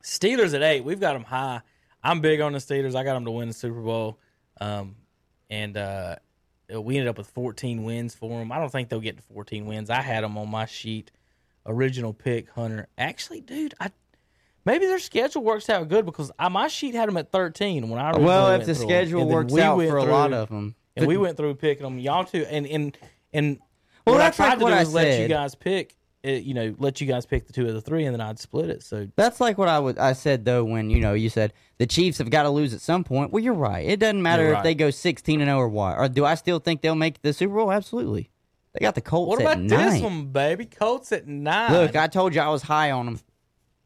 F: Steelers at eight. We've got them high. I'm big on the Steelers. I got them to win the Super Bowl, um, and uh, we ended up with 14 wins for them. I don't think they'll get to 14 wins. I had them on my sheet, original pick, Hunter. Actually, dude, I maybe their schedule works out good because I, my sheet had them at 13 when I originally
E: Well, if
F: went
E: the
F: through 'em.
E: schedule
F: And then
E: works
F: we
E: out
F: went
E: for a lot
F: through-
E: of them,
F: and we went through picking them. Y'all too, and and and
E: Well,
F: what
E: that's
F: I
E: like
F: tried to
E: what
F: do
E: I
F: is let you
E: said.
F: guys pick. uh you know, let you guys pick the two of the three, and then I'd split it. So
E: That's like what I would I said though when you know you said the Chiefs have got to lose at some point. Well, you're right. It doesn't matter
F: You're
E: if
F: right.
E: they go 16 and 0 or what. Or do I still think they'll make the Super Bowl? Absolutely. They got the Colts
F: What
E: at
F: about
E: nine.
F: this one, baby? Colts at nine.
E: Look, I told you I was high on them.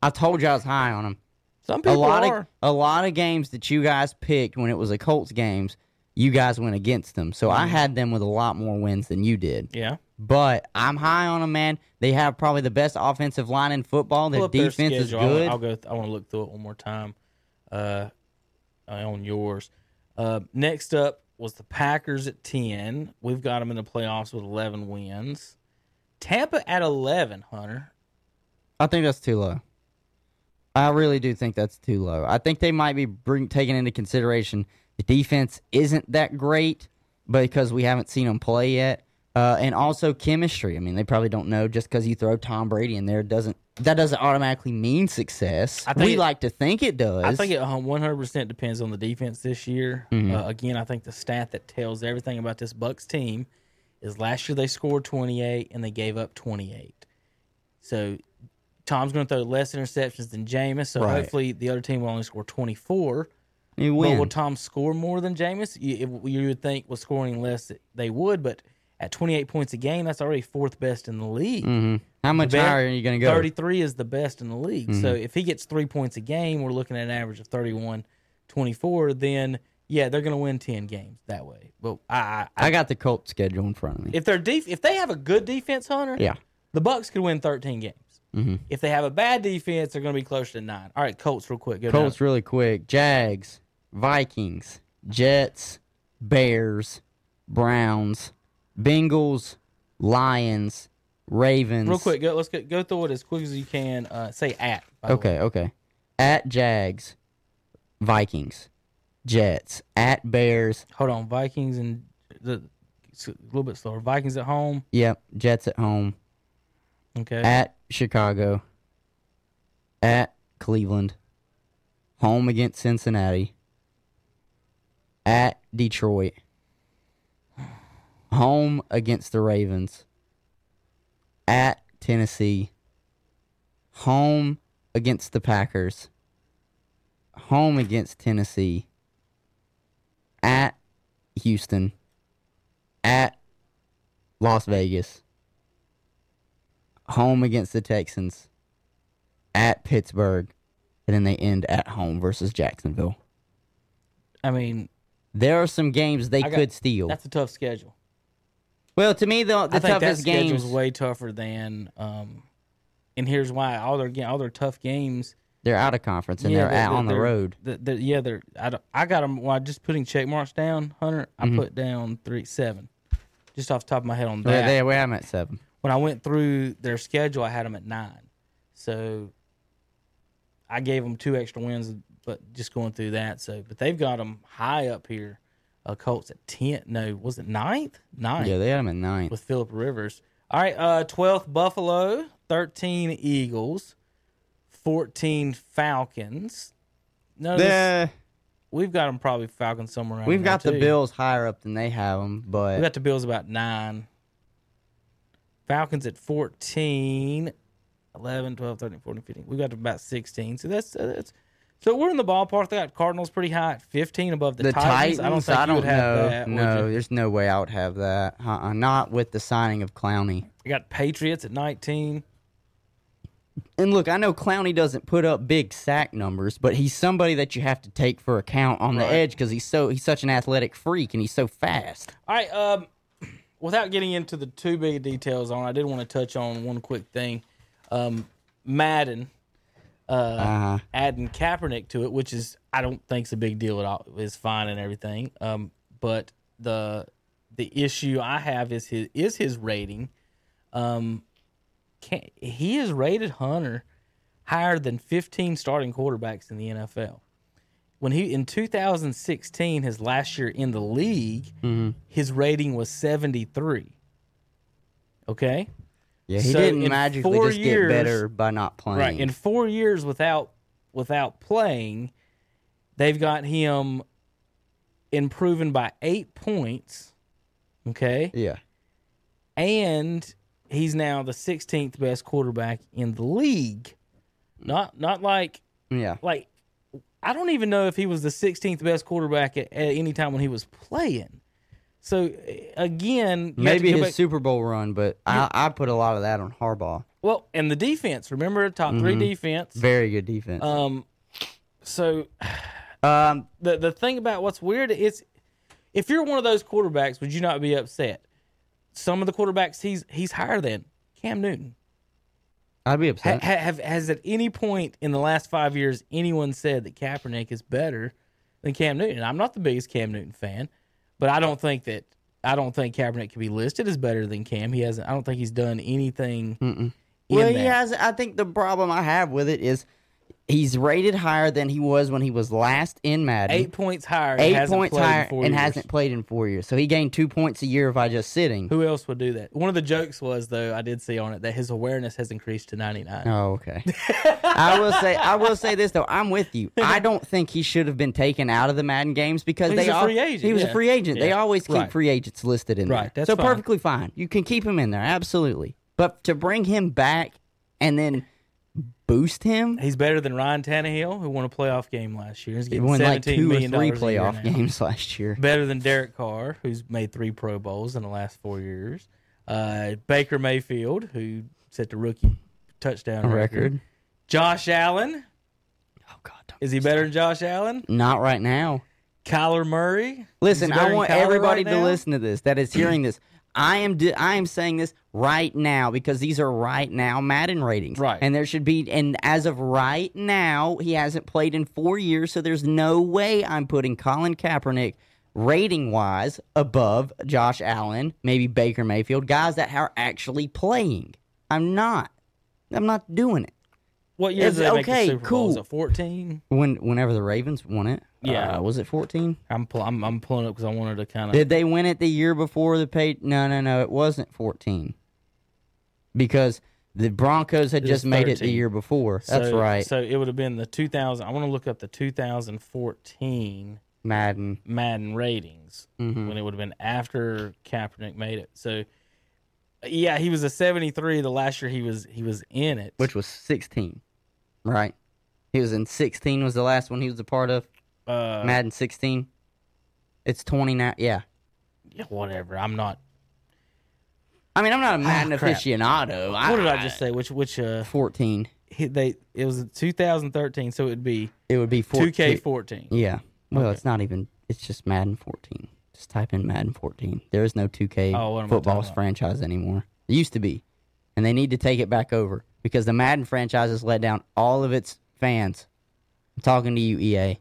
E: I told you I was high on them.
F: some
E: A
F: people
E: lot
F: are.
E: of a lot of games that you guys picked when it was a Colts games, you guys went against them. So
F: Mm.
E: I had them with a lot more wins than you did.
F: yeah,
E: But I'm high on them, man. They have probably the best offensive line in football. Their
F: Pull up their
E: defense is
F: schedule. I'll-
E: good.
F: I'll, go. th- I want to look through it one more time. Uh, uh, on yours. Uh, next up was the Packers at ten. We've got them in the playoffs with eleven wins. Tampa at eleven. Hunter.
E: I think that's too low. I really do think that's too low. I think they might be bring, taking into consideration the defense isn't that great because we haven't seen them play yet, uh, and also chemistry. I mean, they probably don't know just because you throw Tom Brady in there doesn't that doesn't automatically mean success.
F: I think
E: We
F: it-
E: like to think it does.
F: I think it uh, one hundred percent depends on the defense this year.
E: Mm-hmm.
F: Uh, again, I think the stat that tells everything about this Bucks team is last year they scored twenty eight and they gave up twenty eight. So Tom's going to throw less interceptions than Jameis. So
E: Right.
F: hopefully the other team will only score twenty four.
E: you
F: But
E: win.
F: will Tom score more than Jameis? You, it- you would think with scoring less that they would, but at twenty eight points a game, that's already fourth best in the league.
E: Mm-hmm. How much
F: Bear-
E: higher are you going to go? Mm-hmm.
F: 33 is the best in the league. So if he gets three points a game, we're looking at an average of 31 24. Then, yeah, they're going to win 10 games that way. But I, I, I,
E: I got the Colts schedule in front of me.
F: if they're def- if they have a good defense, Hunter,
E: yeah, Mm-hmm.
F: the Bucks could win 13 games. If they have a bad defense, they're going to be closer to nine. All right, Colts, real quick. Go down.
E: Colts really quick. Jags, Vikings, Jets, Bears, Browns, Bengals, Lions, Ravens.
F: Real quick, go, let's go, go through it as quick as you can. Uh, say at. by the way.
E: Okay, okay. At Jags, Vikings, Jets, at Bears.
F: Hold on. Vikings and the it's a little bit slower. Vikings at home.
E: Yep, Jets at home.
F: Okay.
E: At Chicago. At Cleveland. Home against Cincinnati. At Detroit. Home against the Ravens. At Tennessee. Home against the Packers. Home against Tennessee. At Houston. At Las Vegas home against the Texans, at Pittsburgh, and then they end at home versus Jacksonville.
F: I mean,
E: There are some games they
F: I got-
E: could steal.
F: that's a tough schedule.
E: Well, to me, the, the
F: I think that
E: toughest
F: schedule's
E: games.
F: way tougher than. Um, and here's why: all their ga- all their tough games,
E: They're out of conference and they're, out on the road.
F: they they're, yeah, they're. I, don't- I got them. Well, just putting check marks down, Hunter. I
E: Mm-hmm.
F: put down three seven, just off the top of my head on
E: They're
F: that.
E: there. Where I'm at seven.
F: When I went through their schedule, I had them at nine, so I gave them two extra wins. But just going through that, so but they've got them high up here. Uh, Colts at ten. No, was it ninth? Ninth
E: Yeah, they had them at nine.
F: with Philip Rivers. All right, uh, twelfth Buffalo, thirteen Eagles, fourteen Falcons. No, this,
E: The,
F: we've got them probably Falcons somewhere. around
E: we've
F: there,
E: got the
F: too.
E: Bills higher up than they have them,
F: We
E: but
F: got the Bills about nine. Falcons at 14, 11, 12, 13, 14, 15. We got to about 16. So that's, uh, that's so we're in the ballpark. They got Cardinals pretty high at 15 above the,
E: the
F: Titans.
E: Titans.
F: I don't think you would have
E: know.
F: that. would
E: no,
F: you?
E: there's no way I would have that. Uh, Uh-uh, not with the signing of Clowney.
F: We got Patriots at 19.
E: And look, I know Clowney doesn't put up big sack numbers, but he's somebody that you have to take for account on the edge because he's so he's such an athletic freak and he's so fast.
F: All right. Um, without getting into the too big of details on, I did want to touch on one quick thing. Um, Madden
E: Uh,
F: adding Kaepernick to it, which is I don't think's a big deal at all. It's fine and everything. Um, but the the issue I have is his is his rating. Um, can, he has rated Hunter higher than 15 starting quarterbacks in the NFL. When he in 2016, his last year in the league, his rating was 73. Okay.
E: yeah, he
F: so
E: didn't
F: in
E: magically
F: four
E: just
F: years-
E: get better by not playing.
F: Right. In four years without without playing, they've got him improving by eight points. Okay.
E: yeah,
F: And he's now the sixteenth best quarterback in the league. Not not like
E: yeah.
F: like I don't even know if he was the 16th best quarterback at, at any time when he was playing. So eh, again, you have to
E: Maybe
F: go
E: his
F: back-
E: Super Bowl run, but I, I put a lot of that on Harbaugh.
F: well, and the defense. Remember, top three
E: Mm-hmm.
F: defense.
E: Very good defense.
F: Um, so
E: um,
F: the the thing about what's weird is if you're one of those quarterbacks, would you not be upset? Some of the quarterbacks he's he's higher than Cam Newton.
E: I'd be
F: Ha,
E: upset.
F: ha, have has at any point in the last five years anyone said that Kaepernick is better than Cam Newton? I'm not the biggest Cam Newton fan, but I don't think that I don't think Kaepernick can be listed as better than Cam. He hasn't. I don't think he's done anything. in
E: Well,
F: that.
E: he has. I think the problem I have with it is he's rated higher than he was when he was last in Madden.
F: eight points higher.
E: Eight
F: has
E: points higher and
F: years.
E: hasn't played in four years. So he gained two points a year by just sitting.
F: Who else would do that? One of the jokes was though I did see on it that his awareness has increased to 99.
E: Oh, okay. I will say I will say this though. I'm with you. I don't think he should have been taken out of the Madden games because
F: He's
E: they
F: a
E: al-
F: free agent,
E: He was
F: yeah.
E: a free agent. They
F: Yeah.
E: always keep
F: Right.
E: free agents listed in
F: Right,
E: there.
F: that's
E: so
F: fine.
E: perfectly fine. You can keep him in there, absolutely. But to bring him back and then boost him,
F: He's better than Ryan Tannehill, who won a playoff game last year. He's
E: he
F: getting
E: won like
F: seventeen
E: two or
F: million
E: three
F: dollars a year
E: playoff
F: now.
E: games last year.
F: Better than Derek Carr, who's made three Pro Bowls in the last four years. Uh, Baker Mayfield, who set the rookie touchdown record.
E: Record.
F: Josh Allen,
E: Oh God, don't-
F: is he better than Josh Allen?
E: not right now.
F: Kyler Murray.
E: Listen,
F: He's better
E: I
F: than
E: want
F: Kyler
E: everybody
F: right
E: to
F: now?
E: listen to this. That is hearing this. I am di- I am saying this right now because these are right now Madden ratings.
F: Right.
E: And there should be and as of right now, he hasn't played in 4 years, so there's no way I'm putting Colin Kaepernick rating-wise above Josh Allen, maybe Baker Mayfield, guys that are actually playing. I'm not. I'm not doing it.
F: What year
E: It's
F: did they make the
E: okay,
F: Super Bowl? Was
E: cool.
F: it 14?
E: When whenever the Ravens won it,
F: Yeah.
E: uh, was it 14?
F: I'm, pull, I'm, I'm pulling up because I wanted to kind of.
E: Did they win it the year before the pay? No, no, no. It wasn't 14 because the Broncos had
F: It
E: just
F: was
E: made it the
F: 13.
E: year before. That's
F: So-
E: right,
F: So it would have been the 2000. I want to look up the 2014
E: Madden.
F: Madden ratings
E: Mm-hmm.
F: when it would have been after Kaepernick made it. So yeah, he was a 73 the last year he was he was in it.
E: which was 16, right? He was in 16 was the last one he was a part of.
F: uh,
E: Madden 16. It's 29. Yeah,
F: yeah, whatever. I'm not.
E: I mean I'm not a Madden
F: Ah, crap.
E: aficionado. I,
F: What did I just say? Which which uh
E: 14.
F: he- they it was 2013, so it'd be
E: It would be 14.
F: 2K14.
E: Yeah. Well, it's not even. It's just Madden 14. Just type in Madden 14. There is no 2K
F: Oh, what am I talking
E: football
F: about?
E: franchise anymore. It used to be, and they need to take it back over because the Madden franchise has let down all of its fans. I'm talking to you, EA.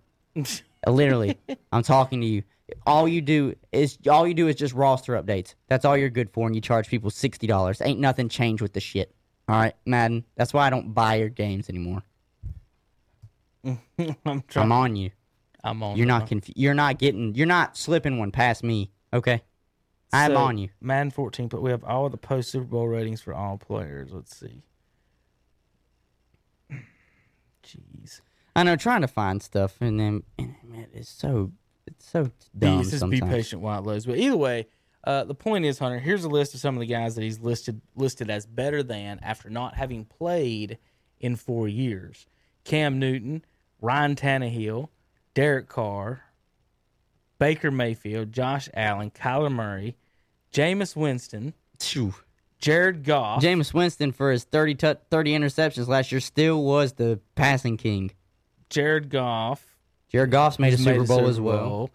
E: Literally, I'm talking to you. All you do is all you do is just roster updates. That's all you're good for, and you charge people sixty dollars. Ain't nothing changed with the shit. All right, Madden. That's why I don't buy your games anymore.
F: I'm
E: I'm
F: trying.
E: on you.
F: I'm on.
E: You're
F: it.
E: not confu- You're not getting. You're not slipping one past me. Okay, I'm
F: So,
E: on you.
F: Madden 14, but we have all the post Super Bowl ratings for all players. Let's see. Jeez.
E: I know. Trying to find stuff and then and man, it's so it's so dumb
F: This is
E: sometimes.
F: be patient while it loads. But either way, uh, the point is, Hunter. Here's a list of some of the guys that he's listed listed as better than after not having played in four years: Cam Newton, Ryan Tannehill, Derek Carr, Baker Mayfield, Josh Allen, Kyler Murray, Jameis Winston,
E: Phew.
F: Jared Goff.
E: Jameis Winston for his 30 tu 30 interceptions last year still was the passing king.
F: Jared Goff
E: Jared Goff's made a
F: made
E: Super
F: the
E: Bowl as well.
F: Bowl.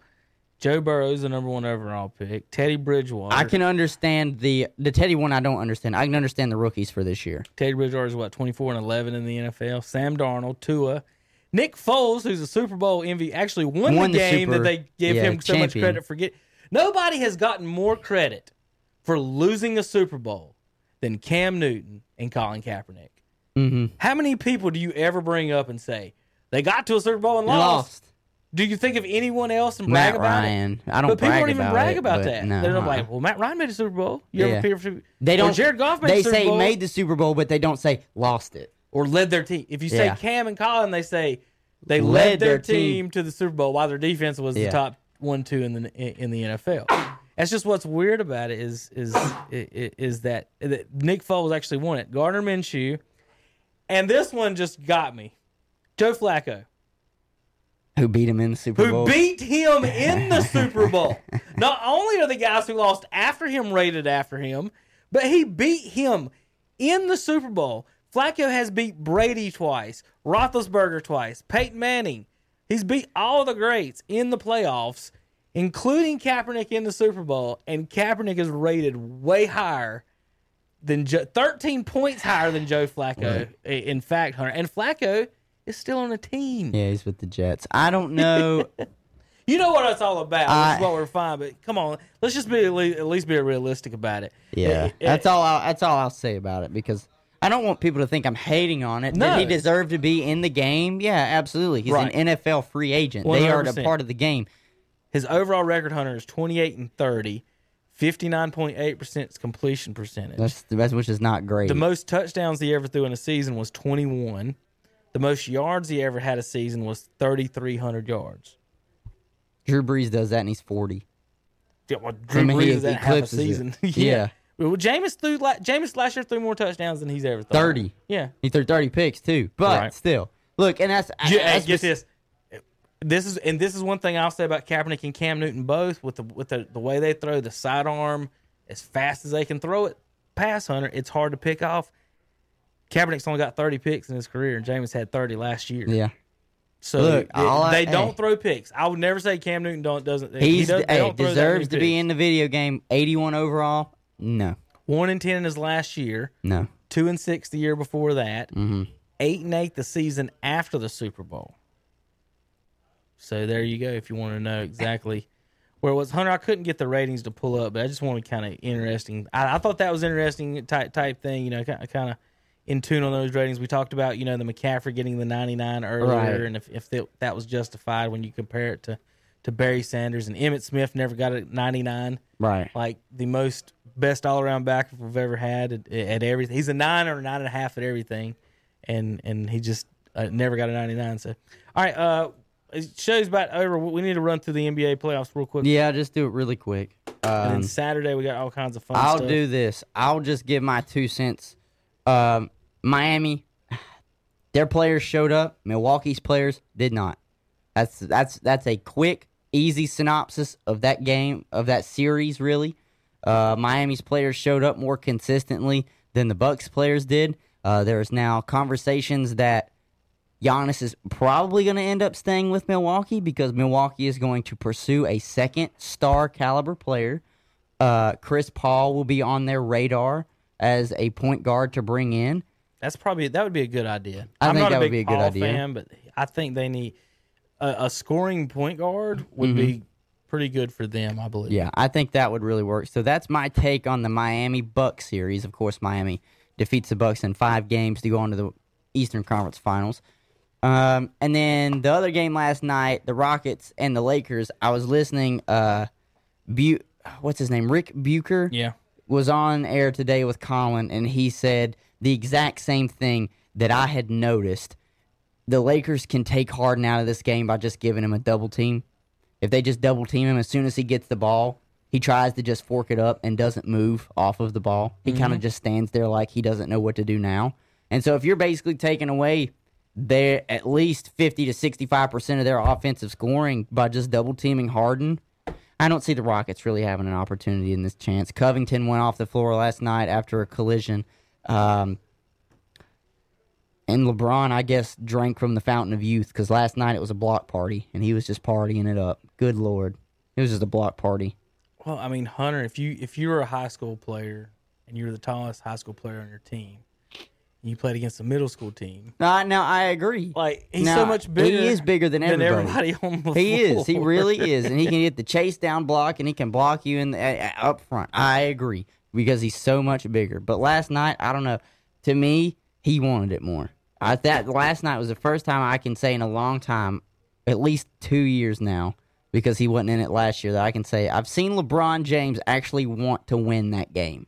F: Joe Burrow's the number one overall pick. Teddy Bridgewater.
E: I can understand the the Teddy one. I don't understand. I can understand the rookies for this year.
F: Teddy Bridgewater is what twenty four and eleven in the NFL. Sam Darnold, Tua, Nick Foles, who's a Super Bowl MVP, actually won,
E: Won
F: the
E: the
F: game
E: Super-
F: that they give
E: yeah,
F: him so much
E: champion.
F: credit for. Get nobody has gotten more credit for losing a Super Bowl than Cam Newton and Colin Kaepernick.
E: Mhm.
F: How many people do you ever bring up and say they got to a Super Bowl and
E: Lost,
F: lost? Do you think of anyone else and brag
E: Matt
F: about it?
E: Ryan. I don't.
F: But people
E: brag
F: don't even
E: about
F: brag
E: it,
F: about
E: but
F: that.
E: no,
F: They're not
E: uh-uh.
F: like, "Well, Matt Ryan made a Super Bowl." You ever
E: Yeah.
F: appear for?
E: They
F: or
E: don't.
F: Jared Goff made a
E: They
F: Super
E: say
F: Bowl
E: made the Super Bowl, but they don't say lost it.
F: or led their team. If you say
E: Yeah.
F: Cam and Colin, they say they led,
E: Led
F: their,
E: their
F: team,
E: team.
F: to the Super Bowl while their defense was the
E: Yeah.
F: top one two in the in the NFL. That's just what's weird about it is is is, is that, that Nick Foles actually won it. Gardner Minshew, and this one just got me. Joe Flacco,
E: Who beat him in the Super
F: who
E: Bowl?
F: beat him in the Super Bowl. Not only are the guys who lost after him rated after him, but he beat him in the Super Bowl. Flacco has beat Brady twice, Roethlisberger twice, Peyton Manning. He's beat all the greats in the playoffs, including Kaepernick in the Super Bowl, and Kaepernick is rated way higher than Joe, 13 points higher than Joe Flacco. In fact, Hunter and Flacco is still on a team.
E: Yeah, he's with the Jets. I don't know.
F: You know what it's all about. This
E: I-
F: is what we're fine, but come on, let's just be at least, at least be realistic about it.
E: yeah,
F: It- it-
E: that's all. I'll, that's all I'll say about it because I don't want people to think I'm hating on it.
F: No.
E: Did he deserve to be in the game? Yeah, absolutely. He's
F: Right.
E: an NFL free agent. They are a
F: 100%.
E: part of the game.
F: His overall record, Hunter, is twenty eight and 30, 59.8 percent completion percentage.
E: That's that's which is not great.
F: the most touchdowns he ever threw in a season was twenty one. The most yards he ever had a season was thirty three hundred yards.
E: Drew Brees does that, and he's forty.
F: Yeah, well, Drew
E: I mean,
F: Brees
E: he
F: is at half a
E: eclipses it.
F: season.
E: Yeah.
F: Well, Jameis threw la- Jameis last year threw more touchdowns than he's ever thrown.
E: 30.
F: Yeah.
E: He threw 30 picks too, but
F: Right.
E: still, look, and that's I-
F: Yeah,
E: that's
F: and get
E: bes-
F: this. This is and this is one thing I'll say about Kaepernick and Cam Newton both with the with the, the way they throw the sidearm as fast as they can throw it pass hunter. It's hard to pick off. Kaepernick's only got thirty picks in his career, and James had thirty last year.
E: Yeah,
F: so
E: Look,
F: they,
E: all I-
F: they don't
E: hey.
F: throw picks. I would never say Cam Newton don't doesn't. he
E: he's
F: does, they
E: hey,
F: don't throw that many
E: deserves to be
F: picks.
E: in the video game. 81 overall. No,
F: one and ten in his last year,
E: no,
F: two and six the year before that,
E: Mm-hmm.
F: eight and eight the season after the Super Bowl. So there you go. If you want to know exactly where it was Hunter, I couldn't get the ratings to pull up, but I just wanted kind of interesting. I, I thought that was interesting type type thing. You know, kind of in tune on those ratings. We talked about you know the McCaffrey getting the ninety nine earlier,
E: Right.
F: and if if that, that was justified when you compare it to to Barry Sanders and Emmett Smith never got a ninety nine
E: right.
F: like the most best all around back we've ever had at, at everything. He's a nine or a nine and a half at everything, and and he just uh, never got a ninety nine. So, all right, uh, it show's about over. We need to run through the NBA playoffs real quick.
E: Yeah, just do it really quick.
F: And
E: Um,
F: then Saturday we got all kinds of fun.
E: I'll
F: stuff.
E: do this. I'll just give my two cents. Um, Miami, their players showed up. Milwaukee's players did not. That's that's that's a quick, easy synopsis of that game of that series. Really, uh, Miami's players showed up more consistently than the Bucks players did. Uh, there is now conversations that Giannis is probably going to end up staying with Milwaukee because Milwaukee is going to pursue a second star caliber player. Uh, Chris Paul will be on their radar as a point guard to bring in.
F: That's probably that would be a good idea.
E: I
F: am
E: think
F: not
E: that
F: a
E: would
F: big
E: be a good
F: Paul
E: idea.
F: fan, but I think they need a, a scoring point guard would be pretty good for them. I believe.
E: Mm-hmm. Yeah, I think that would really work. So that's my take on the Miami Bucks series. Of course, Miami defeats the Bucks in five games to go on to the Eastern Conference Finals. Um, and then the other game last night, the Rockets and the Lakers. I was listening. Uh, Bu- what's his name? Rick Bucher.
F: Yeah.
E: was on air today with Colin, and he said the exact same thing that I had noticed. The Lakers can take Harden out of this game by just giving him a double team. If they just double team him, as soon as he gets the ball, he tries to just fork it up and doesn't move off of the ball. He kind of just stands there like he doesn't know what to do now. And so if you're basically taking away their at least 50 to 65% of their offensive scoring by just double teaming Harden, I don't see the Rockets really having an opportunity in this chance. Covington went off the floor last night after a collision. Um, and LeBron, I guess, drank from the fountain of youth because last night it was a block party and he was just partying it up. Good Lord. It was just a block party.
F: Well, I mean, Hunter, if you if you were a high school player and you were the tallest high school player on your team, and you played against a middle school team,
E: Uh, now, I agree.
F: like he's
E: Now,
F: so much bigger.
E: He is bigger than
F: than
E: everybody.
F: everybody on the
E: He is. He
F: floor.
E: really is, and he can get the chase down block, and he can block you in the, uh, up front. I agree because he's so much bigger. But last night, I don't know. To me, he wanted it more. I that last night was the first time I can say in a long time, at least two years now, because he wasn't in it last year. That I can say I've seen LeBron James actually want to win that game.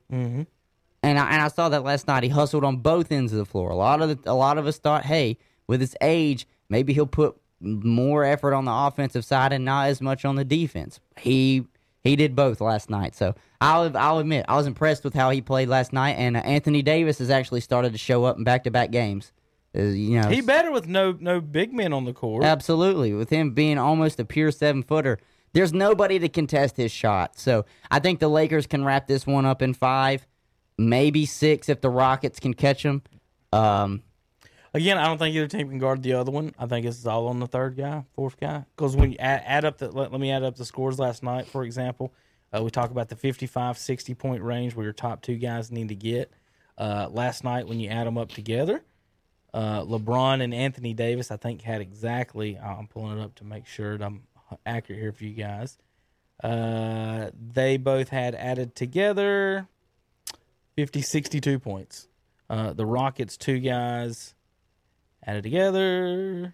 E: And I, and I saw that last night. He hustled on both ends of the floor. A lot of the, a lot of us thought, hey, with his age, maybe he'll put more effort on the offensive side and not as much on the defense. He he did both last night. So I'll I'll admit I was impressed with how he played last night. And uh, Anthony Davis has actually started to show up in back to back games. Uh, you know,
F: He better with no no big men on the court.
E: Absolutely. With him being almost a pure seven footer, there's nobody to contest his shot. So I think the Lakers can wrap this one up in five, maybe six if the Rockets can catch him. Um,
F: Again, I don't think either team can guard the other one. I think it's all on the third guy, fourth guy. Because when you add, add up the let, let me add up the scores last night, for example, uh, we talk about the 55, 60 point range where your top two guys need to get. Uh, last night, when you add them up together, uh, LeBron and Anthony Davis, I think, had exactly. uh, I'm pulling it up to make sure that I'm accurate here for you guys. Uh, they both had added together 50, 62 points. Uh, the Rockets, two guys added together.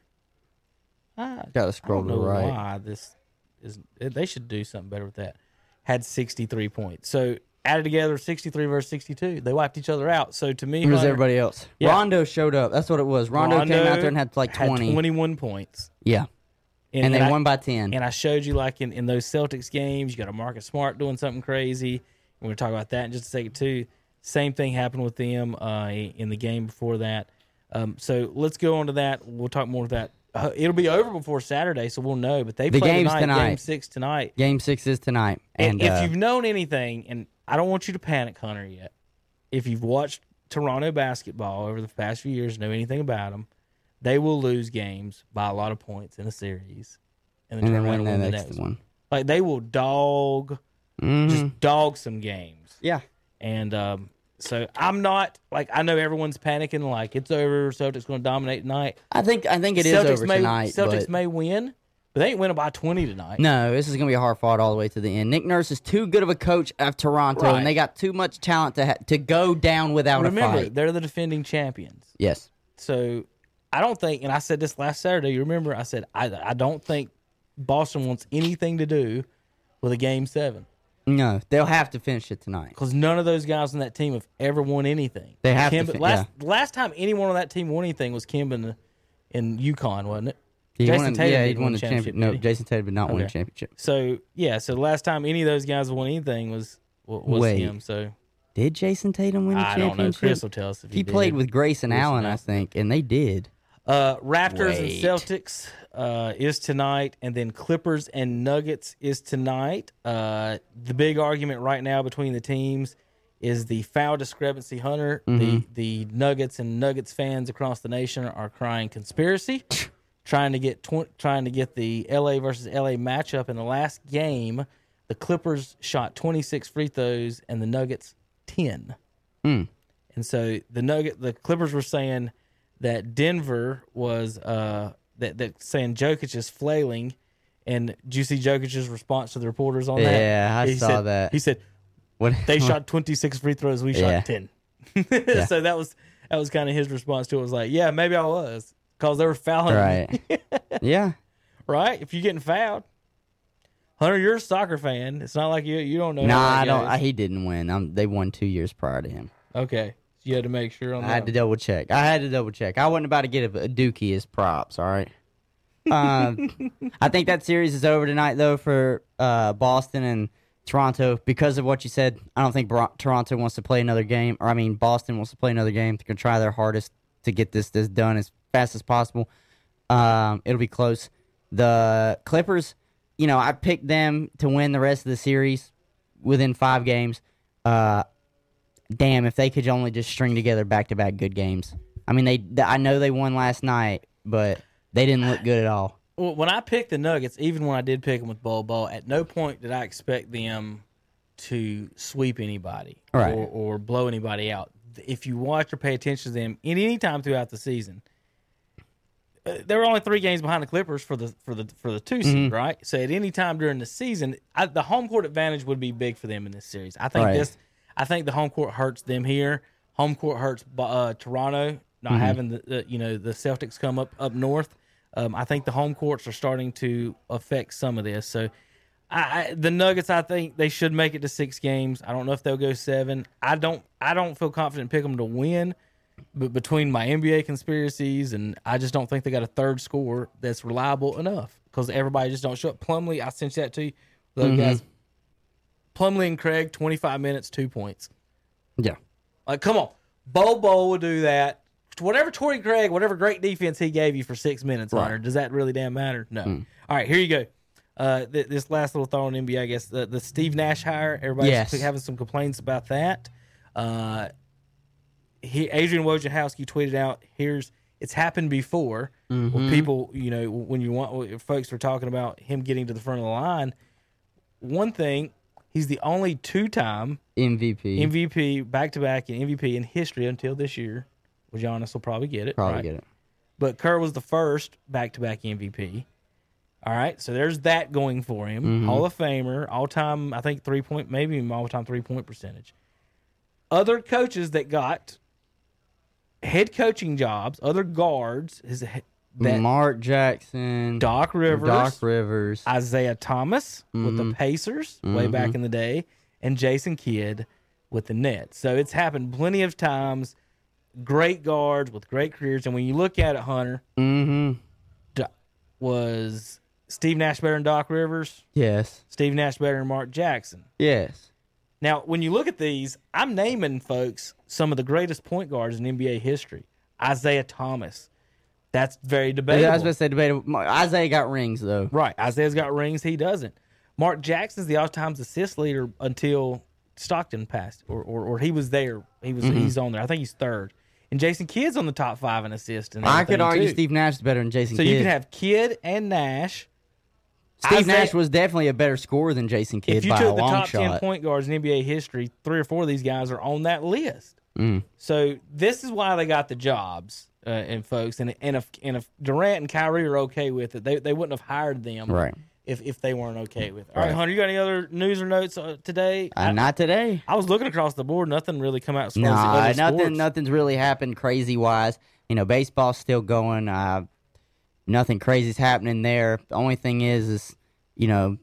F: I,
E: Gotta
F: I
E: scroll
F: don't
E: to the
F: know
E: right.
F: why this is. They should do something better with that. Had 63 points. So added together 63 versus 62. They wiped each other out. So to me,
E: Where's
F: Hunter,
E: everybody else?
F: Yeah.
E: Rondo showed up. That's what it was. Rondo, came out there and had like 20.
F: 21 points.
E: Yeah. And, they
F: I-
E: won by 10.
F: And I showed you like in, in those Celtics games, you got a Marcus Smart doing something crazy. We're gonna talk about that in just a second too. Same thing happened with them uh, in the game before that. Um, so let's go on to that. We'll talk more of that. Uh, it'll be over before Saturday, so we'll know. But they
E: The
F: play
E: game's
F: tonight,
E: tonight.
F: game six tonight.
E: Game six is tonight.
F: And
E: And,
F: if
E: uh,
F: you've known anything, and I don't want you to panic, Hunter, yet. If you've watched Toronto basketball over the past few years, know anything about them, they will lose games by a lot of points in a series, and
E: Mm-hmm. and
F: then turn
E: then
F: around
E: win
F: and
E: the
F: win the
E: next
F: next
E: one. Mm-hmm.
F: Like they will dog, just dog some games.
E: Yeah.
F: And um, so I'm not like I know everyone's panicking, like it's over. Celtics going to dominate tonight.
E: I think I think it is
F: Celtics
E: over
F: may
E: tonight.
F: Celtics
E: but-
F: may win, but they ain't winning by 20 tonight.
E: No, this is going to be a hard fought all the way to the end. Nick Nurse is too good of a coach of Toronto,
F: Right.
E: and they got too much talent to ha- to go down without
F: Remember,
E: a fight.
F: they're the defending champions.
E: Yes,
F: So I don't think, and I said this last Saturday. You remember? I said I I don't think Boston wants anything to do with a game seven
E: no, they'll have to finish it tonight.
F: because none of those guys on that team have ever won anything.
E: They have to
F: Kemba,
E: fin-
F: last last time anyone on that team won anything was Kimba in, in UConn, wasn't it?
E: He
F: Jason
E: won,
F: Tatum
E: yeah, he
F: didn't
E: won
F: win
E: the
F: the
E: championship.
F: championship,
E: No,
F: did he?
E: Jason Tatum did not win a
F: Okay.
E: championship.
F: So yeah, so the last time any of those guys won anything was wa- was
E: Wait.
F: him. So
E: Did Jason Tatum win a
F: I
E: championship?
F: don't know. Chris will tell us if he,
E: he played
F: did.
E: with Grayson
F: Grayson
E: Allen, I
F: Allen.
E: think, and they did.
F: Uh, Raptors
E: Wait.
F: and Celtics uh, is tonight, and then Clippers and Nuggets is tonight. Uh, the big argument right now between the teams is the foul discrepancy. Hunter, the the Nuggets and Nuggets fans across the nation are crying conspiracy, trying to get tw- trying to get the LA versus LA matchup in the last game. The Clippers shot 26 free throws and the Nuggets 10. And so the Nugget, the Clippers were saying that Denver was uh, that that saying Jokic is flailing, and did you see Jokic's response to the reporters on that?
E: Yeah, I
F: He
E: saw
F: said-
E: that.
F: He said
E: What
F: they shot twenty six free throws, we
E: Yeah.
F: shot ten. So that was that was kind of his response to it. Was like, yeah, maybe I was because they were fouling, me."
E: right? yeah,
F: Right? If you're getting fouled, Hunter, you're a soccer fan. It's not like you you don't know.
E: no,
F: how
E: I
F: that
E: don't. I,
F: goes.
E: he didn't win. i they won two years prior to him.
F: okay, you had to make sure on
E: I had
F: that.
E: to double check. I had to double check. I wasn't about to get a, a dookie as props. All right. Um, I think that series is over tonight, though, for uh, Boston and Toronto because of what you said. I don't think Bro- Toronto wants to play another game, or I mean, Boston wants to play another game. They're gonna try their hardest to get this this done as fast as possible. Um, it'll be close. The Clippers, you know, I picked them to win the rest of the series within five games. Uh, damn, if they could only just string together back to back good games. I mean, they. th- I know they won last night, but they didn't look good at all.
F: Well, when I picked the Nuggets, even when I did pick them with Ball Ball, at no point did I expect them to sweep anybody
E: Right.
F: or, or blow anybody out. If you watch or pay attention to them in any time throughout the season, uh, they were only three games behind the Clippers for the for the for the two seed, right? So at any time during the season, I, the home court advantage would be big for them in this series. I think
E: Right.
F: this, I think the home court hurts them here. Home court hurts uh, Toronto not having the, the you know the Celtics come up up north. Um, I think the home courts are starting to affect some of this. So I, I the Nuggets, I think they should make it to six games. I don't know if they'll go seven. I don't I don't feel confident pick them to win but between my NBA conspiracies and I just don't think they got a third score that's reliable enough because everybody just don't show up. Plumlee, I sent you that to you. Those guys, Plumlee and Craig, twenty five minutes, two points.
E: Yeah.
F: Like, come on, Bobo will do that. Whatever Torrey Craig, whatever great defense he gave you for six minutes, Hunter, does that really damn matter? No. All right, here you go. Uh, th- this last little thought on NBA, I guess the, the Steve Nash hire. Everybody's
E: Yes.
F: having some complaints about that. Uh, he, Adrian Wojnarowski tweeted out, "Here's it's happened before. Where people, you know, when you want when folks were talking about him getting to the front of the line. One thing, he's the only two-time
E: MVP.
F: MVP back to back and MVP in history until this year. Well, Giannis will probably get it.
E: Probably
F: right?
E: get it.
F: But Kerr was the first back to back MVP. All right, so there's that going for him.
E: Mm-hmm.
F: Hall of Famer, all time, I think three point, maybe even all time three point percentage. Other coaches that got head coaching jobs, other guards, his that
E: Mark Jackson,
F: Doc Rivers,
E: Doc Rivers.
F: Isaiah Thomas with the Pacers way back in the day, and Jason Kidd with the Nets. So it's happened plenty of times. Great guards with great careers, and when you look at it, Hunter
E: Mm-hmm.
F: Do- was Steve Nash better than Doc Rivers?
E: Yes.
F: Steve Nash better than Mark Jackson?
E: Yes.
F: Now, when you look at these, I'm naming folks some of the greatest point guards in NBA history. Isaiah Thomas, that's very debatable.
E: I was about to say debatable. Mar- Isaiah got rings though.
F: Right. Isaiah's got rings. He doesn't. Mark Jackson's the all-time assist leader until Stockton passed, or or, or he was there. He was
E: Mm-hmm.
F: he's on there. I think he's third. And Jason Kidd's on the top five in assists. And
E: I could
F: everything,
E: argue
F: too.
E: Steve Nash is better than Jason.
F: So
E: Kidd.
F: you could have Kidd and Nash.
E: Steve
F: Isaiah-
E: Nash was definitely a better scorer than Jason Kidd
F: If you
E: by a
F: took the
E: long
F: top ten
E: shot.
F: point guards in NBA history, three or four of these guys are on that list.
E: Mm.
F: So this is why they got the jobs, uh, and folks, and and if and if Durant and Kyrie are okay with it, they they wouldn't have hired them,
E: Right.
F: If if they weren't okay with it. All right,
E: Right.
F: Hunter, you got any other news or notes uh, today?
E: Uh, not today.
F: I was looking across the board, nothing really come out. As far as the
E: Nah,
F: other
E: nothing.
F: sports.
E: Nothing's really happened crazy wise. You know, baseball's still going. Uh, nothing crazy's happening there. The only thing is, is you know,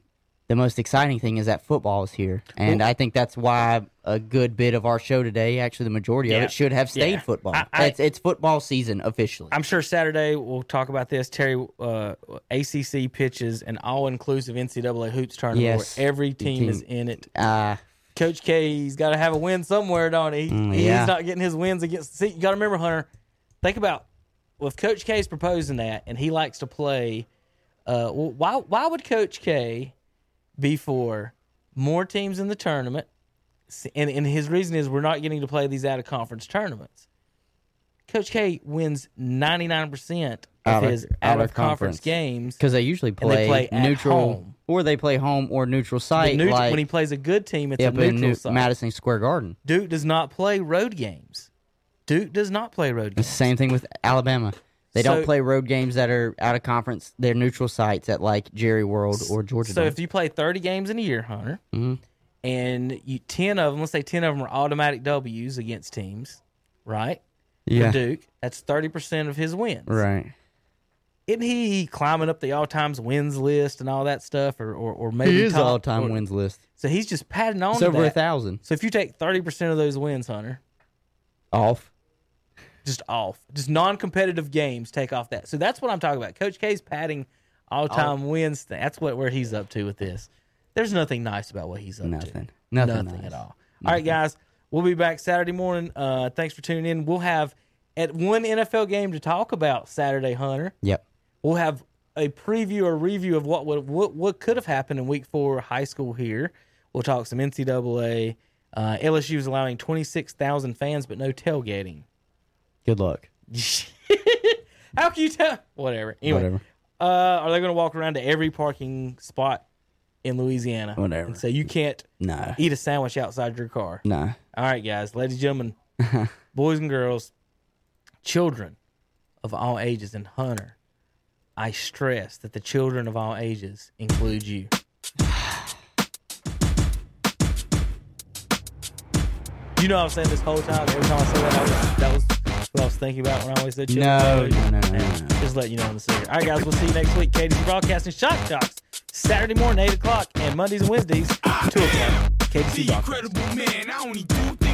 E: the most exciting thing is that football is here, and I think that's why a good bit of our show today, actually the majority of
F: Yeah.
E: it, should have stayed
F: Yeah.
E: football.
F: I- I-
E: it's it's football season officially.
F: I'm sure Saturday we'll talk about this. Terry, uh, ACC pitches an all-inclusive NCAA hoops tournament
E: Yes.
F: where every team is
E: Team.
F: in it.
E: Uh,
F: Coach K, he's got to have a win somewhere, don't he?
E: Mm, yeah.
F: He's not getting his wins against. See, you got to remember, Hunter. Think about well, if Coach K's proposing that, and he likes to play. Uh, well, why why would Coach K be for more teams in the tournament? S- And and his reason is we're not getting to play these out of conference tournaments. Coach K wins ninety nine percent of
E: Out of-
F: his
E: out
F: out
E: of
F: of conference
E: conference.
F: games.
E: Because they usually
F: And they
E: play,
F: play at
E: neutral,
F: home.
E: or they play home or neutral
F: The
E: site,
F: neut-
E: like
F: when he plays a good team, it's a
E: up in
F: neutral
E: New-
F: site.
E: Madison Square Garden.
F: Duke does not play road games. Duke does not play road
E: It's the
F: games.
E: same thing with Alabama. They don't
F: So-
E: play road games that are out of conference. They're neutral sites at like Jerry World or Georgia.
F: So
E: Dome.
F: if you play 30 games in a year, Hunter,
E: Mm-hmm.
F: and you 10 of them, let's say 10 of them are automatic W's against teams, right?
E: yeah,
F: For Duke, that's 30% of his wins.
E: right.
F: Isn't he climbing up the all-times wins list and all that stuff or or, or maybe
E: He is
F: top-
E: all time
F: or-
E: wins list.
F: So he's just padding on
E: It's
F: to
E: over a
F: that.
E: thousand
F: So if you take 30% of those wins, Hunter,
E: off.
F: just off. Just non-competitive games take off that. So that's what I'm talking about. Coach K's padding all-time wins. Thing. That's what where he's up to with this. There's nothing nice about what he's up to.
E: Nothing. Nothing nice.
F: at all. All right, guys, we'll be back Saturday morning. Uh, thanks for tuning in. We'll have at one NFL game to talk about Saturday, Hunter.
E: Yep.
F: We'll have a preview or review of what would what, what could have happened in Week Four high school here. We'll talk some NCAA. Uh, LSU is allowing twenty six thousand fans, but no tailgating.
E: Good luck.
F: How can you tell? Whatever. Anyway,
E: Whatever.
F: Uh, are they going to walk around to every parking spot in Louisiana?
E: Whatever.
F: And say you can't
E: Nah.
F: eat a sandwich outside your car.
E: Nah.
F: All right, guys, ladies, gentlemen, boys and girls, children of all ages, and Hunter, I stress that the children of all ages include you. You know what I'm saying this whole time? Every time I say that, I was, that was what I was thinking about when I always said children. of all
E: No,
F: ages.
E: no, no, no, no, no.
F: Just letting you know on the secret. All right, guys, we'll see you next week. KDC Broadcasting Shock Jocks, Saturday morning, 8 o'clock, and Mondays and Wednesdays, 2 o'clock. KDC
D: The
F: Broadcasting.
D: incredible man, I only do